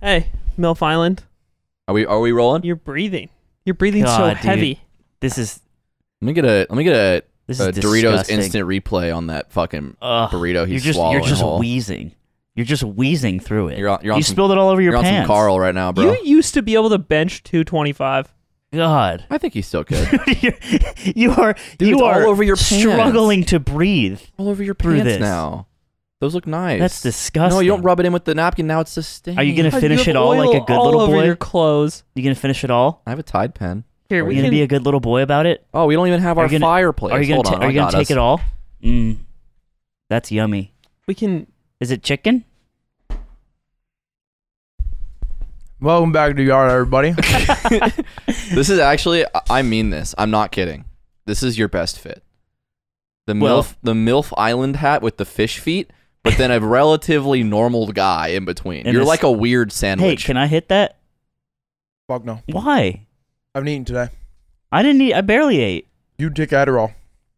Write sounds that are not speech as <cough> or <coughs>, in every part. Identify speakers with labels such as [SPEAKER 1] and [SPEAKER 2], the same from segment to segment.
[SPEAKER 1] Hey, Milf Island,
[SPEAKER 2] Are we are we rolling?
[SPEAKER 1] you're breathing. You're breathing so
[SPEAKER 3] God, dude.
[SPEAKER 1] heavy.
[SPEAKER 3] This is
[SPEAKER 2] Let me get a let me get a,
[SPEAKER 3] this
[SPEAKER 2] a
[SPEAKER 3] is
[SPEAKER 2] Doritos
[SPEAKER 3] disgusting.
[SPEAKER 2] instant replay on that fucking
[SPEAKER 3] Ugh.
[SPEAKER 2] burrito
[SPEAKER 3] You're
[SPEAKER 2] he's
[SPEAKER 3] just
[SPEAKER 2] swallowing.
[SPEAKER 3] you're just
[SPEAKER 2] whole.
[SPEAKER 3] wheezing. You're just wheezing through it.
[SPEAKER 2] You're on- you're on
[SPEAKER 3] you
[SPEAKER 2] some-
[SPEAKER 3] spilled it all over your
[SPEAKER 2] You're on some
[SPEAKER 3] pants.
[SPEAKER 2] Carl right now, bro.
[SPEAKER 1] You used to be able to bench 225.
[SPEAKER 3] God, <laughs>
[SPEAKER 2] I think he's still good.
[SPEAKER 3] You're- you are
[SPEAKER 2] Dude,
[SPEAKER 3] you
[SPEAKER 2] it's all
[SPEAKER 3] are
[SPEAKER 2] over your pants.
[SPEAKER 3] struggling to breathe.
[SPEAKER 2] All over your
[SPEAKER 3] Through
[SPEAKER 2] pants
[SPEAKER 3] this.
[SPEAKER 2] now. Those look nice.
[SPEAKER 3] That's disgusting.
[SPEAKER 2] No, you don't rub it in with the napkin. Now it's a stain.
[SPEAKER 3] Are you gonna
[SPEAKER 1] God,
[SPEAKER 3] finish
[SPEAKER 1] you have
[SPEAKER 3] it all like
[SPEAKER 1] oil
[SPEAKER 3] a good
[SPEAKER 1] all
[SPEAKER 3] little
[SPEAKER 1] over
[SPEAKER 3] boy?
[SPEAKER 1] Your clothes.
[SPEAKER 3] You gonna finish it all?
[SPEAKER 2] I have a Tide pen.
[SPEAKER 1] Here,
[SPEAKER 3] Are
[SPEAKER 1] we
[SPEAKER 3] you gonna
[SPEAKER 1] can,
[SPEAKER 3] be a good little boy about it?
[SPEAKER 2] Oh, we don't even have
[SPEAKER 3] Are
[SPEAKER 2] our
[SPEAKER 3] you gonna-
[SPEAKER 2] fireplace.
[SPEAKER 3] Are you gonna
[SPEAKER 2] Hold
[SPEAKER 3] ta-
[SPEAKER 2] on, Oh
[SPEAKER 3] are
[SPEAKER 2] I
[SPEAKER 3] you gonna
[SPEAKER 2] got
[SPEAKER 3] take
[SPEAKER 2] us.
[SPEAKER 3] it all? Mm. That's yummy.
[SPEAKER 1] we can.
[SPEAKER 3] Is it chicken?
[SPEAKER 4] Welcome back to the yard, everybody.
[SPEAKER 2] <laughs> This is actually, I- I mean this. I'm not kidding. This is your best fit. The
[SPEAKER 3] Well-
[SPEAKER 2] milf, the milf island hat with the fish feet, but then a relatively normal guy in between.
[SPEAKER 3] And
[SPEAKER 2] You're
[SPEAKER 3] this-
[SPEAKER 2] like a weird
[SPEAKER 3] Hey,
[SPEAKER 2] sandwich.
[SPEAKER 3] can I hit that?
[SPEAKER 4] Fuck no,
[SPEAKER 3] Why?
[SPEAKER 4] I haven't eaten today.
[SPEAKER 3] I didn't eat. I barely ate.
[SPEAKER 4] You take Adderall.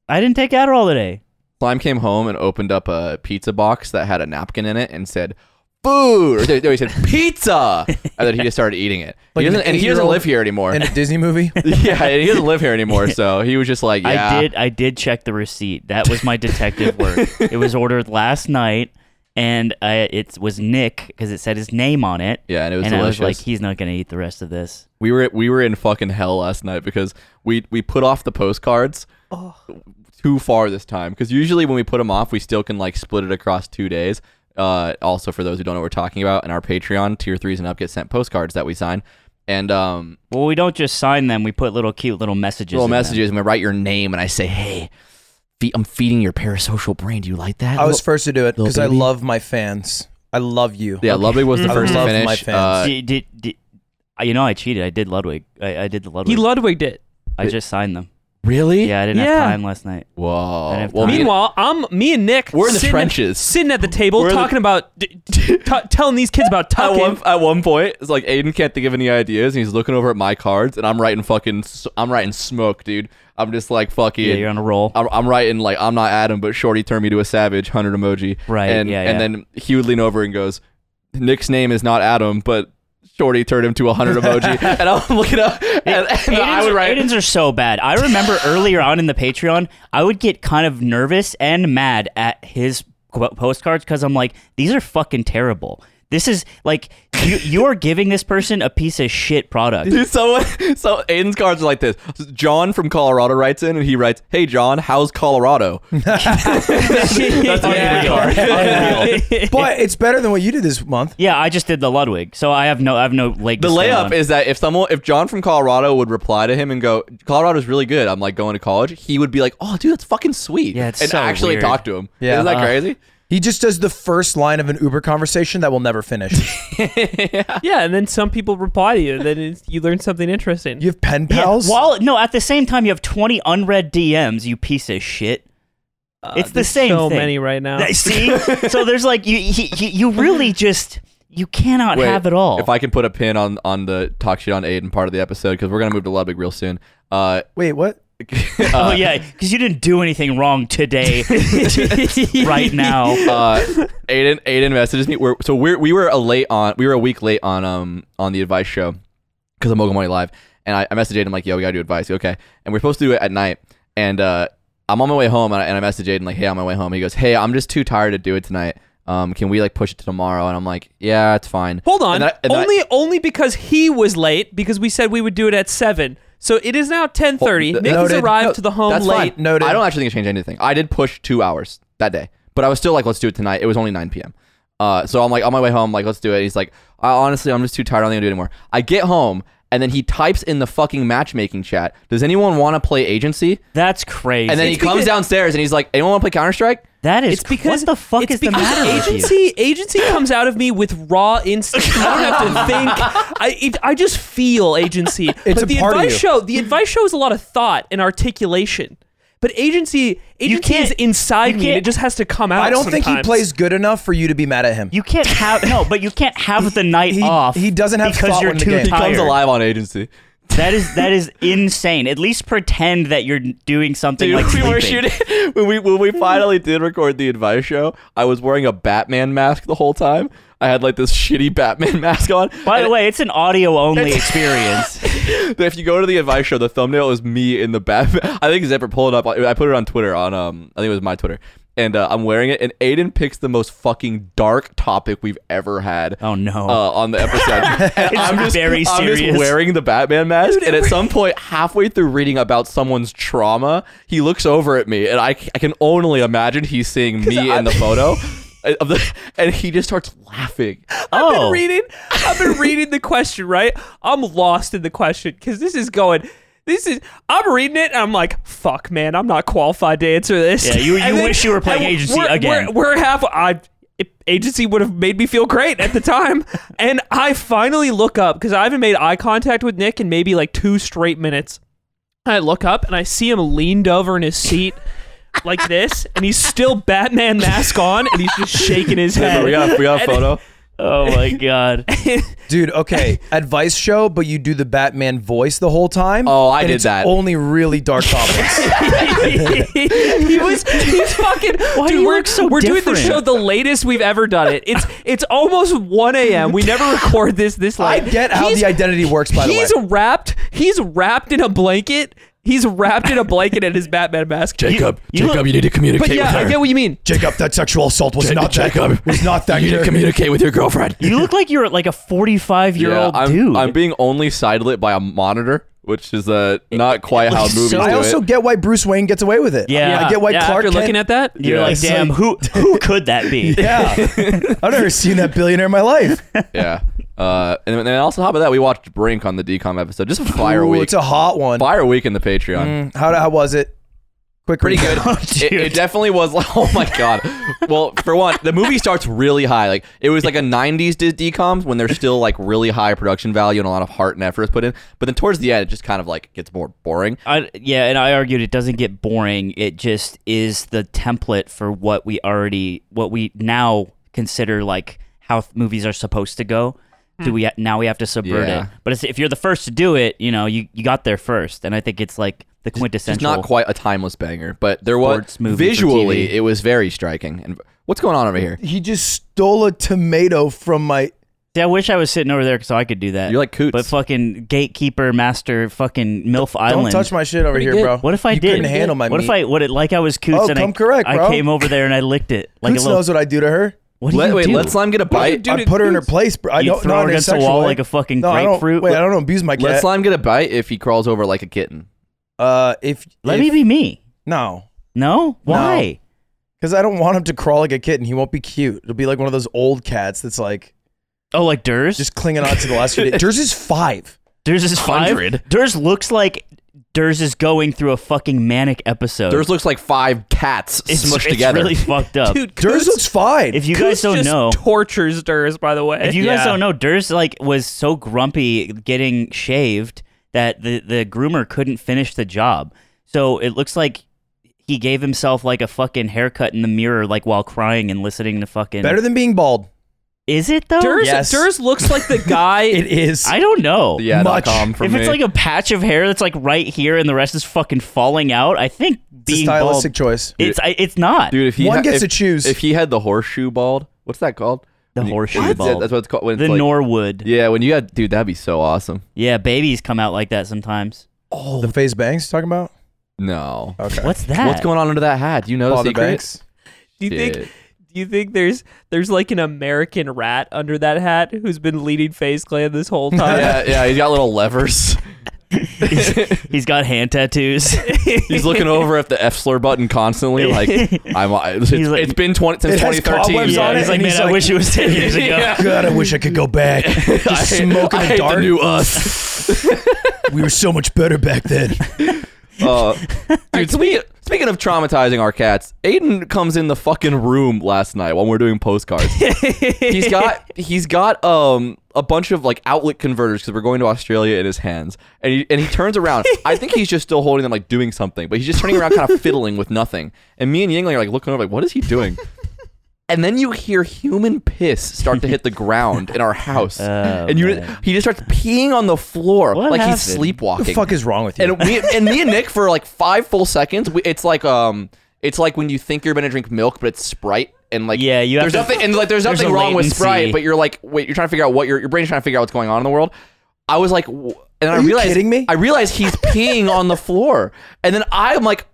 [SPEAKER 3] I didn't take Adderall today.
[SPEAKER 2] Slime came home and opened up a pizza box that had a napkin in it and said, "Food." Or, no, he said pizza, and then he just started eating it. He
[SPEAKER 4] Like an
[SPEAKER 2] doesn't- and he doesn't
[SPEAKER 4] eight-year-old
[SPEAKER 2] live here anymore.
[SPEAKER 4] In a Disney movie,
[SPEAKER 2] <laughs> yeah, and he doesn't live here anymore. So he was just like, "Yeah."
[SPEAKER 3] <laughs> I did. I did check the receipt. That was my detective work. it was ordered last night, and I, it was Nick because it said his name on it.
[SPEAKER 2] Yeah, and it was
[SPEAKER 3] and
[SPEAKER 2] delicious.
[SPEAKER 3] I was like, he's not gonna eat the rest of this.
[SPEAKER 2] We were we were in fucking hell last night because we we put off the postcards too far this time. Because usually when we put them off, we still can like split it across two days. Uh, also for those who don't know, what we're talking about in our Patreon tier threes and up get sent postcards that we sign and um
[SPEAKER 3] Well, we don't just sign them. We put little cute little messages.
[SPEAKER 2] little
[SPEAKER 3] in them.
[SPEAKER 2] messages. And I write your name and I say, hey, fe- I'm feeding your parasocial brain. Do you like that?
[SPEAKER 4] I was first to do it
[SPEAKER 2] Little
[SPEAKER 4] because I
[SPEAKER 2] baby.
[SPEAKER 4] love my fans. I love you.
[SPEAKER 2] yeah, Ludwig was the
[SPEAKER 4] I
[SPEAKER 2] first to
[SPEAKER 4] love my
[SPEAKER 2] finish.
[SPEAKER 4] fans.
[SPEAKER 2] Uh,
[SPEAKER 3] Did- did- did- uh, you know, I cheated. I did Ludwig. I, I did the Ludwig.
[SPEAKER 1] He Ludwigged it.
[SPEAKER 3] I just signed them.
[SPEAKER 2] really?
[SPEAKER 3] Yeah, I didn't
[SPEAKER 1] Yeah.
[SPEAKER 3] have time last night. I
[SPEAKER 2] Whoa.
[SPEAKER 3] didn't have
[SPEAKER 1] Oh,
[SPEAKER 2] Well,
[SPEAKER 3] time.
[SPEAKER 2] meanwhile,
[SPEAKER 1] Meanwhile, I'm me and Nick.
[SPEAKER 2] We're in the
[SPEAKER 1] sitting,
[SPEAKER 2] trenches.
[SPEAKER 1] Sitting at the table
[SPEAKER 2] We're in the-
[SPEAKER 1] talking about d- t- t- telling these kids about
[SPEAKER 2] at
[SPEAKER 1] tucking.
[SPEAKER 2] one, at one point, it's like Aiden can't think of any ideas, and he's looking over at my cards, and I'm writing fucking, s- I'm writing smoke, dude. I'm just like fucking.
[SPEAKER 3] Yeah, you're on a roll.
[SPEAKER 2] I'm, I'm writing like I'm not Adam, but Shorty turned me to a savage. Hundred emoji.
[SPEAKER 3] Right,
[SPEAKER 2] And
[SPEAKER 3] yeah,
[SPEAKER 2] and
[SPEAKER 3] yeah.
[SPEAKER 2] then he would lean over and goes, Nick's name is not Adam, but Shorty turned him to a hundred
[SPEAKER 3] <laughs>
[SPEAKER 2] emoji. and I'm looking up, and, and I
[SPEAKER 3] Aiden's-
[SPEAKER 2] would write.
[SPEAKER 3] Aiden's are so bad. I
[SPEAKER 2] <laughs>
[SPEAKER 3] remember earlier on in the Patreon, I would get kind of nervous and mad at his qu- postcards because I'm like, these are fucking terrible. This is like you you are giving this person a piece of shit product.
[SPEAKER 2] Dude, someone, so Aiden's cards are like this. John from Colorado writes in, and he writes, "Hey John, how's Colorado?"
[SPEAKER 1] <laughs>
[SPEAKER 2] That's my
[SPEAKER 1] Yeah.
[SPEAKER 2] favorite card.
[SPEAKER 4] but it's better than what you did this month.
[SPEAKER 3] Yeah, I just did the Ludwig, so I have no I have no like
[SPEAKER 2] The layup is that if someone, if John from Colorado would reply to him and go, "Colorado's really good," I'm like going to college. He would be like, "Oh, dude, that's fucking sweet,"
[SPEAKER 3] Yeah, it's
[SPEAKER 2] and
[SPEAKER 3] so
[SPEAKER 2] actually
[SPEAKER 3] weird.
[SPEAKER 2] talk to him.
[SPEAKER 4] Yeah.
[SPEAKER 2] isn't that
[SPEAKER 4] Uh,
[SPEAKER 2] crazy?
[SPEAKER 4] He just does the first line of an Uber conversation that will never finish.
[SPEAKER 1] <laughs> yeah, and then some people reply to you. Then it's, you learn something interesting.
[SPEAKER 4] You have pen
[SPEAKER 3] yeah,
[SPEAKER 4] pals.
[SPEAKER 3] while no at the same time you have 20 unread DMs, you piece of shit.
[SPEAKER 1] Uh,
[SPEAKER 3] it's the
[SPEAKER 1] there's
[SPEAKER 3] same
[SPEAKER 1] So
[SPEAKER 3] thing.
[SPEAKER 1] many right
[SPEAKER 2] Oh.
[SPEAKER 1] now. <laughs>
[SPEAKER 2] <laughs>
[SPEAKER 3] That- See, so there's like you he, he, you really just you cannot
[SPEAKER 2] Wait,
[SPEAKER 3] have it all.
[SPEAKER 2] If I can put a pin on on the talk shit on Aiden part of the episode because we're gonna move to Ludwig real soon. Uh, <laughs>
[SPEAKER 4] Wait, what?
[SPEAKER 3] Oh yeah, because you didn't do anything wrong today,
[SPEAKER 2] <laughs>
[SPEAKER 4] <laughs>
[SPEAKER 3] right now.
[SPEAKER 2] uh, Aiden Aiden messages me. We're, so we're we were a late on we were a week late on um on the advice show because of Mogul Money Live, and I, I messaged Aiden like, "Yo, we gotta do advice, okay?" And we're supposed to do it at night, and uh, I'm on my way home, and I, and I message Aiden like, "Hey, on my way home." He goes, "Hey, I'm just too tired to do it tonight. Um, can we like push it to tomorrow?" And I'm like, "Yeah, it's fine."
[SPEAKER 1] Hold on.
[SPEAKER 2] And then I- and then I-
[SPEAKER 1] only only because he was late because we said we would do it at 7. So it is now 10:30.
[SPEAKER 2] Th-
[SPEAKER 1] Nick has
[SPEAKER 4] noted.
[SPEAKER 1] arrived
[SPEAKER 2] No,
[SPEAKER 1] to the home
[SPEAKER 2] that's
[SPEAKER 1] late.
[SPEAKER 2] Fine.
[SPEAKER 4] Noted.
[SPEAKER 2] I don't actually think it changed anything. I did push two hours that day, but I was still like, let's do it tonight. It was only 9 p.m. Uh, so I'm like on my way home, like let's do it. He's like, I, honestly, I'm just too tired. I don't think I'll do it anymore. I get home and then he types in the fucking matchmaking chat. Does anyone want to play agency?
[SPEAKER 3] That's crazy.
[SPEAKER 2] And then he comes
[SPEAKER 1] because-
[SPEAKER 2] downstairs and he's like, anyone want to play Counter Strike?
[SPEAKER 3] that is
[SPEAKER 1] It's because
[SPEAKER 3] what the fuck
[SPEAKER 1] it's
[SPEAKER 3] is the
[SPEAKER 1] because
[SPEAKER 3] matter with you?
[SPEAKER 1] agency, Agency comes out of me with raw instinct. I don't have to think. I it, I just feel agency.
[SPEAKER 4] It's
[SPEAKER 1] but
[SPEAKER 4] a
[SPEAKER 1] the
[SPEAKER 4] part of
[SPEAKER 1] advice
[SPEAKER 4] you.
[SPEAKER 1] show, the advice show is a lot of thought and articulation. But agency, agency
[SPEAKER 3] can't-
[SPEAKER 1] is inside
[SPEAKER 3] you
[SPEAKER 1] me. And it
[SPEAKER 3] can't-
[SPEAKER 1] just has to come out.
[SPEAKER 4] I don't think he
[SPEAKER 1] sometimes.
[SPEAKER 4] plays good enough for you to be mad at him.
[SPEAKER 3] You can't have no, but you can't have the night
[SPEAKER 4] He-
[SPEAKER 3] off.
[SPEAKER 4] he doesn't have
[SPEAKER 3] because
[SPEAKER 4] thought
[SPEAKER 3] you're
[SPEAKER 4] when the
[SPEAKER 3] too
[SPEAKER 4] game-
[SPEAKER 2] He
[SPEAKER 3] tired.
[SPEAKER 2] comes alive on agency.
[SPEAKER 3] That is that is insane. At least pretend that you're doing something
[SPEAKER 2] Dude, <laughs>
[SPEAKER 3] like
[SPEAKER 2] we were
[SPEAKER 3] sleeping.
[SPEAKER 2] shooting <laughs> when we when we finally did record the advice show. I was wearing a Batman mask the whole time. I had like this shitty Batman <laughs> mask on.
[SPEAKER 3] By
[SPEAKER 2] And
[SPEAKER 3] the way, it's an audio
[SPEAKER 2] <laughs>
[SPEAKER 3] only experience.
[SPEAKER 2] if you go to the advice show, the thumbnail is me in the Batman. <laughs> I think Zephyr pulled it up. I put it on Twitter. On um, I think it was my Twitter. And uh, I'm wearing it, and Aiden picks the most fucking dark topic we've ever had.
[SPEAKER 3] Oh, no.
[SPEAKER 2] Uh, on the episode, And
[SPEAKER 3] <laughs> It's
[SPEAKER 2] I'm just
[SPEAKER 3] very
[SPEAKER 2] I'm just
[SPEAKER 3] serious.
[SPEAKER 2] wearing the Batman mask, and at some point, halfway through reading about someone's trauma, he looks over at me, and I, I can only imagine he's
[SPEAKER 3] <laughs>
[SPEAKER 2] seeing me in the photo, uh, of the, and he just starts laughing. Uh,
[SPEAKER 1] I've been
[SPEAKER 3] oh,
[SPEAKER 1] reading. I've been reading the question. Right, I'm lost in the question because this is going. This is. I'm reading it. and I'm like, fuck, man. I'm not qualified to answer this.
[SPEAKER 3] Yeah, you- you
[SPEAKER 1] And
[SPEAKER 3] wish you were playing
[SPEAKER 1] and
[SPEAKER 3] Agency
[SPEAKER 1] we're-
[SPEAKER 3] again.
[SPEAKER 1] We're, we're half. I if agency would have made me feel great at the
[SPEAKER 3] <laughs>
[SPEAKER 1] time, and I finally look up because I haven't made eye contact with Nick in maybe like two straight minutes. I look up and I see him leaned over in his seat. Like this, and he's still Batman mask on, and he's just shaking his head.
[SPEAKER 2] we got
[SPEAKER 3] <laughs>
[SPEAKER 2] we got a
[SPEAKER 1] And-
[SPEAKER 2] photo.
[SPEAKER 3] oh
[SPEAKER 2] <laughs>
[SPEAKER 3] my god.
[SPEAKER 4] Dude, <laughs> okay, advice show, but you do the Batman voice the whole time.
[SPEAKER 2] Oh, I
[SPEAKER 4] and
[SPEAKER 2] did
[SPEAKER 4] it's
[SPEAKER 2] that.
[SPEAKER 4] Only really <laughs> dark topics.
[SPEAKER 1] <laughs> he was he's
[SPEAKER 4] <laughs>
[SPEAKER 1] fucking
[SPEAKER 3] Why do
[SPEAKER 1] dude,
[SPEAKER 3] you
[SPEAKER 1] we're,
[SPEAKER 3] look so
[SPEAKER 1] we're doing the
[SPEAKER 3] different?
[SPEAKER 1] show the latest we've ever done it it's it's almost 1 a.m we
[SPEAKER 4] <laughs>
[SPEAKER 1] never record this this
[SPEAKER 4] I
[SPEAKER 1] late
[SPEAKER 4] get how
[SPEAKER 1] He's-
[SPEAKER 4] the identity works, by the way.
[SPEAKER 1] he's wrapped he's wrapped in a blanket he's wrapped in a blanket in his batman mask
[SPEAKER 2] Jacob,
[SPEAKER 3] you look-
[SPEAKER 2] Jacob, you need to communicate
[SPEAKER 1] but yeah
[SPEAKER 2] with her.
[SPEAKER 1] i get what you mean
[SPEAKER 4] Jacob, that sexual assault was not
[SPEAKER 2] Jacob
[SPEAKER 4] that. Was not
[SPEAKER 2] <laughs>
[SPEAKER 4] that.
[SPEAKER 2] you need to
[SPEAKER 4] character.
[SPEAKER 2] communicate with your girlfriend.
[SPEAKER 3] You look like you're like a 45 year old
[SPEAKER 2] I'm,
[SPEAKER 3] dude.
[SPEAKER 2] I'm being only sidelit by a monitor, which is uh, not quite how
[SPEAKER 3] looks
[SPEAKER 2] movies
[SPEAKER 3] so-
[SPEAKER 2] do
[SPEAKER 4] I also
[SPEAKER 2] it.
[SPEAKER 4] get why Bruce Wayne gets away with it.
[SPEAKER 3] Yeah.
[SPEAKER 4] I get why
[SPEAKER 1] yeah,
[SPEAKER 4] Clark
[SPEAKER 1] after looking
[SPEAKER 4] Kent-
[SPEAKER 1] at that
[SPEAKER 3] you're
[SPEAKER 2] Yeah.
[SPEAKER 3] like,
[SPEAKER 2] So-
[SPEAKER 3] damn, who who could
[SPEAKER 2] <laughs>
[SPEAKER 3] that be? <laughs>
[SPEAKER 4] Yeah, <laughs> I've never seen that billionaire in my life.
[SPEAKER 2] yeah. Uh, and then also, how about that? We watched Brink on the DCOM episode. Just a <laughs> fire
[SPEAKER 4] <laughs> Ooh,
[SPEAKER 2] week.
[SPEAKER 4] it's a hot Mm. one.
[SPEAKER 2] fire week in the Patreon.
[SPEAKER 4] How, how was it? Quick,
[SPEAKER 2] Pretty
[SPEAKER 4] recap. <laughs>
[SPEAKER 2] good.
[SPEAKER 3] Oh,
[SPEAKER 2] It,
[SPEAKER 3] dude.
[SPEAKER 2] it definitely was. Like, <laughs> oh my god. Well, for one, the movie starts really high. Like it was like a '90s dis decoms when there's still like really high production value and a lot of heart and effort is put in. But then towards the end, it just kind of like gets more boring.
[SPEAKER 3] I, yeah, and I argued it doesn't get boring. It just is the template for what we already, what we now consider like how th- movies are supposed to go.
[SPEAKER 4] Hmm.
[SPEAKER 3] Do we ha- now we have to subvert
[SPEAKER 2] Yeah.
[SPEAKER 3] it? But it's, if you're the first to do it, you know you, you got there first, and I think it's like the
[SPEAKER 2] It's
[SPEAKER 3] quintessential.
[SPEAKER 2] not quite a timeless banger, but there was
[SPEAKER 3] Sports movie for
[SPEAKER 2] visually
[SPEAKER 3] TV.
[SPEAKER 2] it was very striking. And what's going on over here?
[SPEAKER 4] He just stole a tomato from my.
[SPEAKER 3] See, I wish I was sitting over there so I could do
[SPEAKER 2] <laughs>
[SPEAKER 3] that.
[SPEAKER 2] You're like Coots.
[SPEAKER 3] but fucking gatekeeper, master, fucking milf
[SPEAKER 4] Don't
[SPEAKER 3] island.
[SPEAKER 4] touch my shit over here,
[SPEAKER 2] good.
[SPEAKER 4] bro.
[SPEAKER 3] What if I
[SPEAKER 4] you
[SPEAKER 3] did?
[SPEAKER 4] Couldn't handle my
[SPEAKER 3] What
[SPEAKER 4] meat.
[SPEAKER 3] if I? What it like I was Coots
[SPEAKER 4] Oh,
[SPEAKER 3] and I,
[SPEAKER 4] come correct,
[SPEAKER 3] I
[SPEAKER 4] bro.
[SPEAKER 3] came over there and I licked it like
[SPEAKER 4] Boots
[SPEAKER 3] a little.
[SPEAKER 4] knows what I do to her.
[SPEAKER 3] What do
[SPEAKER 2] Let,
[SPEAKER 3] you
[SPEAKER 2] wait,
[SPEAKER 3] do?
[SPEAKER 2] let Slime get a bite.
[SPEAKER 1] Dude,
[SPEAKER 4] I
[SPEAKER 1] it-
[SPEAKER 4] put her in her
[SPEAKER 1] dudes-
[SPEAKER 4] place, bro. I
[SPEAKER 3] You
[SPEAKER 4] don't
[SPEAKER 3] throw
[SPEAKER 4] not
[SPEAKER 3] her
[SPEAKER 4] in a
[SPEAKER 3] against the
[SPEAKER 4] sexual
[SPEAKER 3] wall
[SPEAKER 4] way.
[SPEAKER 3] like a fucking
[SPEAKER 4] no, I
[SPEAKER 3] grapefruit?
[SPEAKER 4] don't, wait, I don't abuse my
[SPEAKER 2] Let
[SPEAKER 4] cat.
[SPEAKER 2] Slime get a bite if he crawls over like a kitten.
[SPEAKER 4] uh, if
[SPEAKER 3] Let
[SPEAKER 4] if,
[SPEAKER 3] me be me.
[SPEAKER 4] no,
[SPEAKER 3] No, why?
[SPEAKER 4] because I don't want him to crawl like a kitten. He won't be cute. It'll be like one of those old cats that's like
[SPEAKER 3] Oh, like Durs?
[SPEAKER 4] just clinging on to the last few days. Durs
[SPEAKER 2] <laughs>
[SPEAKER 4] is five.
[SPEAKER 3] Durs is five.
[SPEAKER 2] 100.
[SPEAKER 3] Durs looks like Durs is going through a fucking manic episode.
[SPEAKER 2] Theirs looks like five cats
[SPEAKER 3] it's,
[SPEAKER 2] smushed
[SPEAKER 3] it's
[SPEAKER 2] together. <laughs>
[SPEAKER 3] <laughs> really fucked up.
[SPEAKER 1] dude
[SPEAKER 4] Durs
[SPEAKER 1] Kuz-
[SPEAKER 4] looks fine.
[SPEAKER 3] if you
[SPEAKER 1] Kuz
[SPEAKER 3] guys don't
[SPEAKER 1] just
[SPEAKER 3] know,
[SPEAKER 1] tortures Durs by the way
[SPEAKER 3] if you guys
[SPEAKER 1] Yeah.
[SPEAKER 3] don't know, Durs like was so grumpy getting shaved that the the groomer couldn't finish the job. So it looks like he gave himself like a fucking haircut in the mirror, like while crying and listening to fucking.
[SPEAKER 4] Better than being bald.
[SPEAKER 3] is it though?
[SPEAKER 1] Durs,
[SPEAKER 4] Yes.
[SPEAKER 1] Durs looks like the
[SPEAKER 4] <laughs>
[SPEAKER 1] guy
[SPEAKER 4] It is.
[SPEAKER 3] I don't know.
[SPEAKER 2] yeah,
[SPEAKER 4] Much.
[SPEAKER 2] dot com for
[SPEAKER 3] if
[SPEAKER 2] me.
[SPEAKER 3] it's like a patch of hair that's like right here and the rest is fucking falling out, I think
[SPEAKER 4] it's a
[SPEAKER 3] being
[SPEAKER 4] stylistic
[SPEAKER 3] bald,
[SPEAKER 4] choice.
[SPEAKER 3] it's I, it's not
[SPEAKER 2] Dude, if he
[SPEAKER 4] One gets
[SPEAKER 2] if,
[SPEAKER 4] to choose.
[SPEAKER 2] If he had the horseshoe bald, what's that called?
[SPEAKER 3] the
[SPEAKER 2] When you-
[SPEAKER 3] horseshoe
[SPEAKER 2] Yeah,
[SPEAKER 3] bald.
[SPEAKER 2] that's what it's called. When it's
[SPEAKER 3] the
[SPEAKER 2] like-
[SPEAKER 3] Norwood. Yeah.
[SPEAKER 2] Yeah, when you had dude, that'd be so awesome.
[SPEAKER 3] babies come out like that sometimes.
[SPEAKER 4] Oh, the face bangs you're talking about.
[SPEAKER 2] No.
[SPEAKER 4] Okay.
[SPEAKER 3] What's that?
[SPEAKER 2] What's going on under that hat? Do you know the
[SPEAKER 4] Father
[SPEAKER 2] secret?
[SPEAKER 4] Banks.
[SPEAKER 1] Do you
[SPEAKER 2] Shit.
[SPEAKER 1] think? Do you think there's there's like an American rat under that hat who's been leading Phase Clan this
[SPEAKER 4] <laughs>
[SPEAKER 1] whole time?
[SPEAKER 2] Yeah, yeah, he's got little levers.
[SPEAKER 3] He's got hand tattoos.
[SPEAKER 2] He's looking over at the F slur button constantly,
[SPEAKER 4] <laughs>
[SPEAKER 2] like I'm. I- It's,
[SPEAKER 3] He's like-
[SPEAKER 2] it's been twenty since
[SPEAKER 4] It has
[SPEAKER 2] 2013.
[SPEAKER 4] cobwebs
[SPEAKER 3] yeah,
[SPEAKER 4] on it,
[SPEAKER 3] he's like,
[SPEAKER 4] and
[SPEAKER 3] man,
[SPEAKER 4] he's
[SPEAKER 3] I
[SPEAKER 4] like-
[SPEAKER 3] wish it was ten years ago.
[SPEAKER 2] Yeah.
[SPEAKER 4] God, I wish
[SPEAKER 2] <laughs>
[SPEAKER 4] I could go back. Just smoking
[SPEAKER 2] I
[SPEAKER 4] a
[SPEAKER 2] hate the
[SPEAKER 4] dart.
[SPEAKER 2] new us.
[SPEAKER 4] we were so much better back then.
[SPEAKER 2] <laughs> Uh, <laughs> dude, speaking, speaking of traumatizing our cats, Aiden comes in the fucking room last night while we're doing postcards. he's
[SPEAKER 3] <laughs>
[SPEAKER 2] got he's got um a bunch of like outlet converters because we're going to Australia in his hands, and he and he turns around. I think he's just still holding them like
[SPEAKER 3] <laughs>
[SPEAKER 2] doing something, but he's just turning around, kind of fiddling with nothing. And me and Yingling are like looking over, like, what is he doing? and then you hear human piss start to hit the ground in our house,
[SPEAKER 3] <laughs> Oh,
[SPEAKER 2] and you
[SPEAKER 3] man.
[SPEAKER 2] he just starts peeing on the floor
[SPEAKER 3] What
[SPEAKER 2] like
[SPEAKER 3] happened?
[SPEAKER 2] he's sleepwalking.
[SPEAKER 4] What the fuck is wrong with you?
[SPEAKER 2] and we and me and Nick for like five full seconds. We, it's like um, it's like when you think you're gonna drink milk, but it's Sprite, and like
[SPEAKER 3] Yeah, you have
[SPEAKER 2] there's
[SPEAKER 3] to-
[SPEAKER 2] nothing and like there's
[SPEAKER 3] there's
[SPEAKER 2] nothing
[SPEAKER 3] a
[SPEAKER 2] wrong with
[SPEAKER 3] latency.
[SPEAKER 2] Sprite, but you're like wait, you're trying to figure out what your your brain's trying to figure out what's going on in the world. I was like, w- and I
[SPEAKER 4] you
[SPEAKER 2] realized
[SPEAKER 4] kidding me?
[SPEAKER 2] I realized he's peeing on the floor, and then I'm like.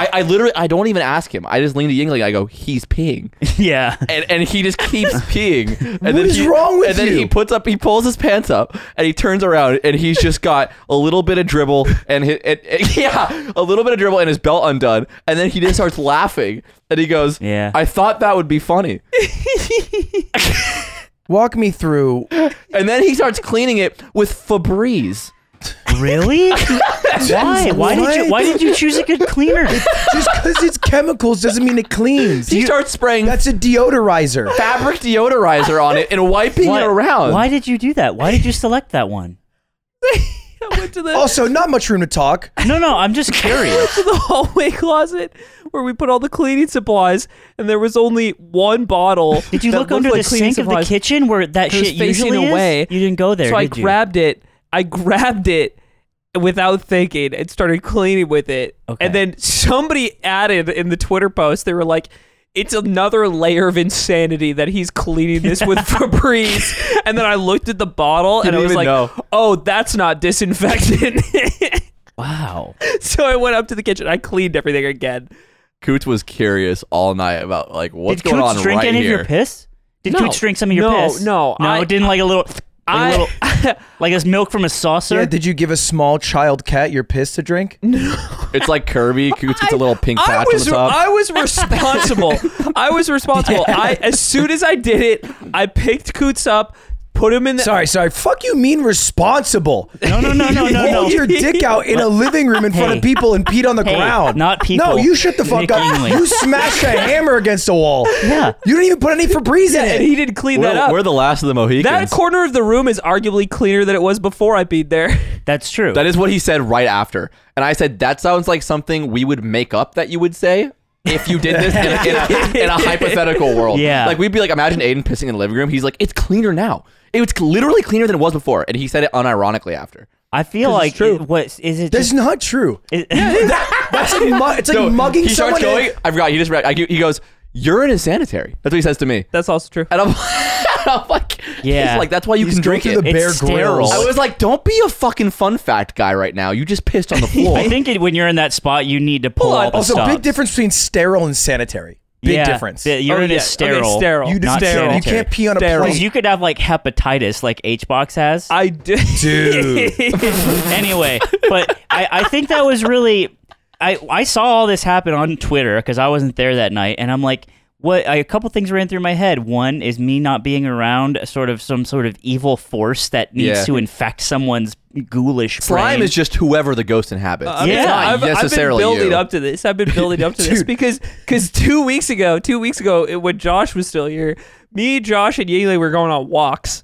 [SPEAKER 2] I, I literally I don't even ask him. I just lean to Yingling. I go, he's peeing,
[SPEAKER 3] <laughs> yeah.
[SPEAKER 2] and and he just keeps peeing. And
[SPEAKER 4] What is wrong with
[SPEAKER 2] And then
[SPEAKER 4] you?
[SPEAKER 2] he puts up, he pulls his pants up, and he turns around, and he's just got a little bit of dribble, and, his, and, and- <laughs> yeah, a little bit of dribble, and his belt undone, and then he just starts laughing, and he goes,
[SPEAKER 3] Yeah.
[SPEAKER 2] I thought that would be funny,
[SPEAKER 4] Walk me through.
[SPEAKER 2] and then he starts cleaning it with Febreze.
[SPEAKER 3] Really? why? Why did you? Why did you choose a good cleaner?
[SPEAKER 4] Just because it's chemicals doesn't mean it cleans.
[SPEAKER 2] He starts spraying
[SPEAKER 4] That's a
[SPEAKER 2] <laughs>
[SPEAKER 4] deodorizer.
[SPEAKER 2] fabric deodorizer on it and wiping
[SPEAKER 3] Why,
[SPEAKER 2] it around.
[SPEAKER 3] Why did you do that? Why did you select that one?
[SPEAKER 1] I went to the
[SPEAKER 4] Also, not much room to talk.
[SPEAKER 3] No, no. I'm just
[SPEAKER 1] <laughs>
[SPEAKER 3] curious.
[SPEAKER 1] to the hallway closet where we put all the cleaning supplies, and there was only one bottle.
[SPEAKER 3] Did you
[SPEAKER 1] that
[SPEAKER 3] look
[SPEAKER 1] looked
[SPEAKER 3] under
[SPEAKER 1] like
[SPEAKER 3] the
[SPEAKER 1] cleaning
[SPEAKER 3] sink of the
[SPEAKER 1] supplies.
[SPEAKER 3] kitchen where that
[SPEAKER 1] It was
[SPEAKER 3] shit usually
[SPEAKER 1] facing
[SPEAKER 3] is?
[SPEAKER 1] away.
[SPEAKER 3] You didn't go there.
[SPEAKER 1] So I
[SPEAKER 3] did you?
[SPEAKER 1] grabbed it. I grabbed it without thinking and started cleaning with it.
[SPEAKER 3] Okay.
[SPEAKER 1] And then somebody added in the Twitter post, they were like, it's another layer of insanity that he's cleaning this with Febreze. And then I looked at the bottle and I
[SPEAKER 2] didn't
[SPEAKER 1] was
[SPEAKER 2] even
[SPEAKER 1] like,
[SPEAKER 2] know.
[SPEAKER 1] oh, that's not disinfectant.
[SPEAKER 3] Wow.
[SPEAKER 1] <laughs> so I went up to the kitchen. I cleaned everything again.
[SPEAKER 2] Coots was curious all night about like what's
[SPEAKER 3] did
[SPEAKER 2] going
[SPEAKER 3] Coots
[SPEAKER 2] on
[SPEAKER 3] drink
[SPEAKER 2] right
[SPEAKER 3] any
[SPEAKER 2] here.
[SPEAKER 3] of your piss? Did
[SPEAKER 1] No.
[SPEAKER 3] Coots drink some of your
[SPEAKER 1] No,
[SPEAKER 3] piss?
[SPEAKER 1] no,
[SPEAKER 3] no.
[SPEAKER 1] I-
[SPEAKER 3] it didn't like a little, like a <laughs>
[SPEAKER 1] <laughs>
[SPEAKER 3] little,
[SPEAKER 1] I,
[SPEAKER 3] like it's milk from a saucer.
[SPEAKER 4] Yeah, did you give a small child cat your piss to drink?
[SPEAKER 2] It's like Kirby. Coots gets a little pink
[SPEAKER 1] I
[SPEAKER 2] patch
[SPEAKER 1] was,
[SPEAKER 2] on the top.
[SPEAKER 1] I was responsible.
[SPEAKER 2] <laughs>
[SPEAKER 1] I was responsible. I as soon as I did it, I picked Coots up, put him in the
[SPEAKER 4] Sorry, sorry. Fuck you mean responsible.
[SPEAKER 3] no, no, no,
[SPEAKER 1] <laughs>
[SPEAKER 3] no, no, no.
[SPEAKER 4] Hold your dick out in a living room in front
[SPEAKER 3] Hey.
[SPEAKER 4] of people and peed on the
[SPEAKER 3] Hey,
[SPEAKER 4] ground.
[SPEAKER 3] not people.
[SPEAKER 4] No, you shut the fuck
[SPEAKER 3] Nick
[SPEAKER 4] up.
[SPEAKER 3] England.
[SPEAKER 4] You smashed a hammer against a wall.
[SPEAKER 3] Yeah.
[SPEAKER 4] You didn't even put any Febreze in it.
[SPEAKER 1] and <laughs> he didn't clean that
[SPEAKER 2] we're,
[SPEAKER 1] up.
[SPEAKER 2] we're the last of the Mohicans.
[SPEAKER 1] that corner of the room is arguably cleaner than it was before I beat there. <laughs>
[SPEAKER 3] That's true.
[SPEAKER 2] That is what he said right after. And I said, that sounds like something we would make up that you would say if you did this in a, in
[SPEAKER 4] <laughs>
[SPEAKER 2] a, in a hypothetical world.
[SPEAKER 3] Yeah.
[SPEAKER 2] Like, we'd be like, imagine Aiden pissing in the living room. He's like, it's cleaner now. It was literally cleaner than it was before. And he said it unironically after.
[SPEAKER 3] I feel
[SPEAKER 1] This is
[SPEAKER 3] like
[SPEAKER 1] true.
[SPEAKER 3] It, what is it?
[SPEAKER 4] That's
[SPEAKER 3] Just,
[SPEAKER 4] not true.
[SPEAKER 1] <laughs>
[SPEAKER 3] it- <laughs>
[SPEAKER 4] That's like mu- it's like
[SPEAKER 2] No,
[SPEAKER 4] mugging
[SPEAKER 2] he starts
[SPEAKER 4] someone. in-
[SPEAKER 2] going, I forgot. He just, read- I, he goes, urine is sanitary. That's what he says to me.
[SPEAKER 1] That's also true.
[SPEAKER 2] And I'm, <laughs> I'm like,
[SPEAKER 3] Yeah.
[SPEAKER 2] he's like, that's why you
[SPEAKER 4] He's
[SPEAKER 2] can
[SPEAKER 4] going
[SPEAKER 2] drink
[SPEAKER 4] through
[SPEAKER 2] it.
[SPEAKER 4] the
[SPEAKER 3] It's
[SPEAKER 4] Bear
[SPEAKER 3] sterile.
[SPEAKER 4] Grylls.
[SPEAKER 2] I was like, don't be a fucking fun fact guy right now. You just pissed
[SPEAKER 4] <laughs>
[SPEAKER 2] on the floor.
[SPEAKER 3] I think it, when you're in that spot, you need to pull
[SPEAKER 1] Hold on.
[SPEAKER 3] all the
[SPEAKER 4] Also,
[SPEAKER 3] stops.
[SPEAKER 4] big difference between sterile and sanitary. Big
[SPEAKER 3] yeah,
[SPEAKER 4] difference.
[SPEAKER 3] The
[SPEAKER 1] Oh,
[SPEAKER 3] urine
[SPEAKER 1] yeah.
[SPEAKER 3] is sterile.
[SPEAKER 1] Okay, sterile.
[SPEAKER 4] you,
[SPEAKER 3] not
[SPEAKER 4] just sterile. you
[SPEAKER 3] sanitary.
[SPEAKER 4] can't pee on a
[SPEAKER 1] Sterile.
[SPEAKER 3] Because
[SPEAKER 4] plate.
[SPEAKER 3] you <laughs> could have like hepatitis, like H box has.
[SPEAKER 1] I did.
[SPEAKER 3] <laughs>
[SPEAKER 4] Dude.
[SPEAKER 3] anyway, but I, I think that was really I I saw all this happen on Twitter because I wasn't there that night, and I'm like, what? I, a couple things ran through my head. One is me not being around, sort of some sort of evil force that needs
[SPEAKER 2] Yeah.
[SPEAKER 3] to infect someone's ghoulish
[SPEAKER 2] Slime
[SPEAKER 3] brain.
[SPEAKER 2] is just whoever the ghost inhabits.
[SPEAKER 1] I mean,
[SPEAKER 3] Yeah.
[SPEAKER 2] it's not
[SPEAKER 1] I've, I've been
[SPEAKER 2] necessarily
[SPEAKER 1] building
[SPEAKER 2] you.
[SPEAKER 1] up to this. I've been building
[SPEAKER 4] <laughs>
[SPEAKER 1] up to this
[SPEAKER 4] Dude.
[SPEAKER 1] because because two weeks ago, two weeks ago, it- when Josh was still here, me, Josh, and Yele were going on walks,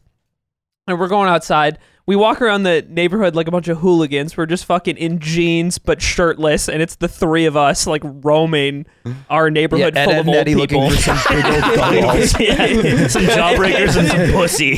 [SPEAKER 1] and we're going outside. We walk around the neighborhood like a bunch of hooligans. We're just fucking in jeans but shirtless, and it's the three of us like
[SPEAKER 4] <laughs>
[SPEAKER 1] roaming our
[SPEAKER 4] Yeah,
[SPEAKER 1] neighborhood
[SPEAKER 4] Ed,
[SPEAKER 1] full
[SPEAKER 4] Ed
[SPEAKER 1] of
[SPEAKER 4] and
[SPEAKER 1] old
[SPEAKER 4] Eddie looking
[SPEAKER 1] people.
[SPEAKER 4] for some big
[SPEAKER 3] <laughs>
[SPEAKER 4] old gumballs.
[SPEAKER 3] Yeah, <laughs> some jawbreakers and some pussy.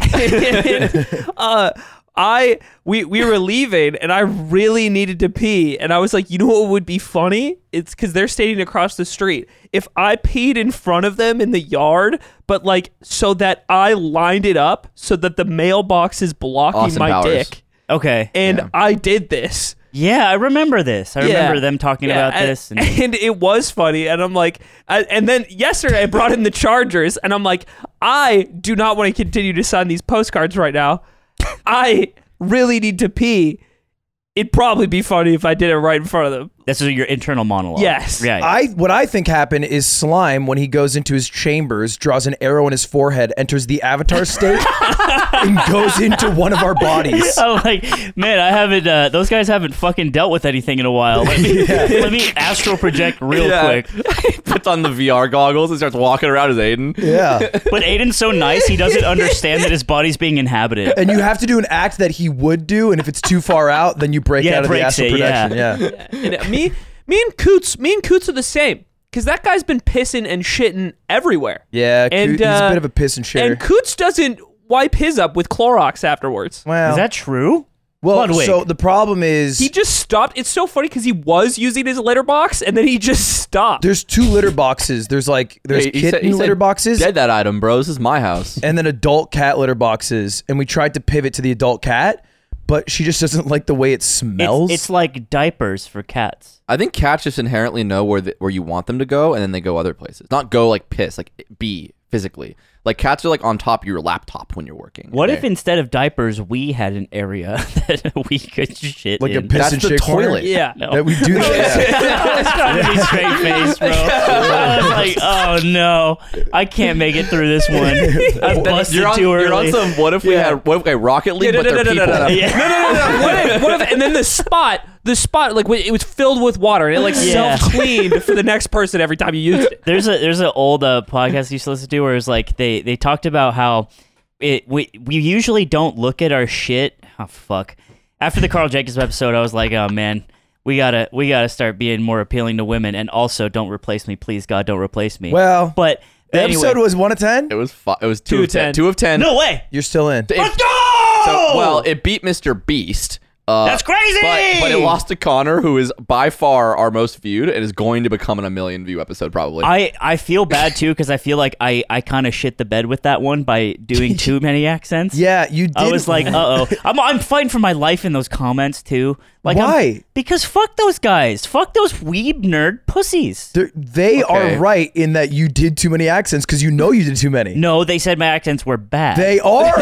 [SPEAKER 1] <laughs> uh, I we we were leaving, and I really needed to pee, and I was like, you know what would be funny? It's because they're standing across the street. If I peed in front of them in the yard, but like so that I lined it up so that the mailbox is blocking
[SPEAKER 2] Austin
[SPEAKER 1] my
[SPEAKER 2] Powers.
[SPEAKER 1] dick,
[SPEAKER 3] Okay.
[SPEAKER 1] and
[SPEAKER 2] Yeah.
[SPEAKER 1] I did this.
[SPEAKER 3] Yeah, I remember this. I
[SPEAKER 1] Yeah.
[SPEAKER 3] remember them talking
[SPEAKER 1] Yeah,
[SPEAKER 3] about
[SPEAKER 1] and,
[SPEAKER 3] this.
[SPEAKER 1] <laughs>
[SPEAKER 3] And,
[SPEAKER 1] and it was funny. And I'm like, I, and then yesterday I brought in the Chargers, and I'm like, I do not want to continue to sign these postcards right now. I really need to pee. It'd probably be funny if I did it right in front of them.
[SPEAKER 3] this is your internal monologue.
[SPEAKER 1] Yes.
[SPEAKER 3] Yeah. yeah.
[SPEAKER 4] I what I think happened is slime when he goes into his chambers draws an arrow in his forehead, enters the avatar state, and goes into one of our
[SPEAKER 3] <laughs>
[SPEAKER 4] bodies.
[SPEAKER 3] I'm like, man, I haven't. Uh, those guys haven't fucking dealt with anything in a while.
[SPEAKER 2] <laughs>
[SPEAKER 3] Let me, let me astral project real
[SPEAKER 2] Yeah.
[SPEAKER 3] quick.
[SPEAKER 2] he puts on the VR goggles and starts walking around as Aiden.
[SPEAKER 4] Yeah,
[SPEAKER 3] But Aiden's so nice,
[SPEAKER 2] <laughs>
[SPEAKER 3] he doesn't understand that his body's being inhabited.
[SPEAKER 4] and you have to do an act that he would do, and if it's too far out, then you break
[SPEAKER 3] Yeah,
[SPEAKER 4] out of the
[SPEAKER 3] breaks
[SPEAKER 4] astral
[SPEAKER 3] it, yeah. <laughs>
[SPEAKER 4] projection. Yeah.
[SPEAKER 1] And me, me and Coots, me and Coots are the same. because that guy's been pissing and shitting everywhere.
[SPEAKER 4] Yeah,
[SPEAKER 1] And,
[SPEAKER 4] Coo- he's a
[SPEAKER 1] uh,
[SPEAKER 4] bit of a piss and shitter.
[SPEAKER 1] And Coots doesn't wipe his up with Clorox afterwards.
[SPEAKER 4] wow.
[SPEAKER 3] Is that true?
[SPEAKER 4] well,
[SPEAKER 3] Ludwig.
[SPEAKER 4] so the problem is
[SPEAKER 1] He just stopped. It's so funny because he was using his litter box and then he just stopped.
[SPEAKER 4] there's two litter boxes. There's like there's
[SPEAKER 2] Hey, he
[SPEAKER 4] kitten
[SPEAKER 2] said- he said,
[SPEAKER 4] litter boxes
[SPEAKER 2] Dead that item, bro. This is my
[SPEAKER 4] <laughs>
[SPEAKER 2] house.
[SPEAKER 4] and then adult cat litter boxes. And we tried to pivot to the adult cat, but she just doesn't like the way it smells.
[SPEAKER 3] It's, it's like diapers for cats.
[SPEAKER 2] I think cats just inherently know where the, where you want them to go, and then they go other places. Not go like piss, like be physically. Like cats are like on top of your laptop when you're working.
[SPEAKER 3] What if
[SPEAKER 2] They-
[SPEAKER 3] instead of diapers, we had an area <laughs> that we could shit
[SPEAKER 4] like a
[SPEAKER 3] in?
[SPEAKER 4] piss
[SPEAKER 2] That's
[SPEAKER 4] and
[SPEAKER 2] the
[SPEAKER 4] shit corner.
[SPEAKER 2] toilet. <laughs>
[SPEAKER 1] yeah.
[SPEAKER 3] No.
[SPEAKER 4] That we
[SPEAKER 3] <laughs>
[SPEAKER 4] do that. yeah.
[SPEAKER 3] It's trying to be straight face, bro. I was like, oh no, I can't make it through
[SPEAKER 2] <laughs>
[SPEAKER 3] this one. I busted
[SPEAKER 2] You're on,
[SPEAKER 3] too early.
[SPEAKER 2] you're on some.
[SPEAKER 3] <laughs>
[SPEAKER 2] What if we had? What if we had Rocket League?
[SPEAKER 1] no,
[SPEAKER 2] but
[SPEAKER 1] no, no,
[SPEAKER 2] they're
[SPEAKER 1] no,
[SPEAKER 2] people.
[SPEAKER 1] no, no.
[SPEAKER 3] Yeah.
[SPEAKER 1] No, no, no, no. What if, what if, and then the spot, the spot, like it was filled with water and it like
[SPEAKER 3] Yeah.
[SPEAKER 1] self cleaned for the next person every time you used it.
[SPEAKER 3] there's a there's an old uh, podcast you used to listen to where it's like they they talked about how it we we usually don't look at our shit. Oh fuck! After the Carl Jenkins episode, I was like, oh man, we gotta we gotta start being more appealing to women, and also don't replace me, please God, don't replace me.
[SPEAKER 4] Well,
[SPEAKER 3] but
[SPEAKER 4] the
[SPEAKER 3] anyway,
[SPEAKER 4] episode was one of ten.
[SPEAKER 2] It was fi- it was two,
[SPEAKER 1] Two
[SPEAKER 2] of
[SPEAKER 1] of
[SPEAKER 2] ten.
[SPEAKER 1] ten.
[SPEAKER 2] Two of ten.
[SPEAKER 3] no way.
[SPEAKER 4] You're still in.
[SPEAKER 2] It-
[SPEAKER 3] Let's go!
[SPEAKER 2] So, well, it beat Mr. Beast. Uh,
[SPEAKER 3] That's crazy!
[SPEAKER 2] But, but it lost to Connor, who is by far our most viewed and is going to become an a million view episode probably. <laughs>
[SPEAKER 3] I, <laughs> I feel bad too because I feel like I, I kind of shit the bed with that one by doing
[SPEAKER 4] <laughs>
[SPEAKER 3] too many accents.
[SPEAKER 4] Yeah, you did.
[SPEAKER 3] I was like, uh
[SPEAKER 4] <laughs>
[SPEAKER 3] oh. I'm, I'm fighting for my life in those comments too. Like, I'm-
[SPEAKER 4] Why?
[SPEAKER 3] because fuck those guys. Fuck those weeb nerd pussies.
[SPEAKER 4] They're- they
[SPEAKER 2] Okay.
[SPEAKER 4] are right in that you did too many accents because you know you did too many.
[SPEAKER 3] No, they said my accents were bad. <laughs>
[SPEAKER 4] They are.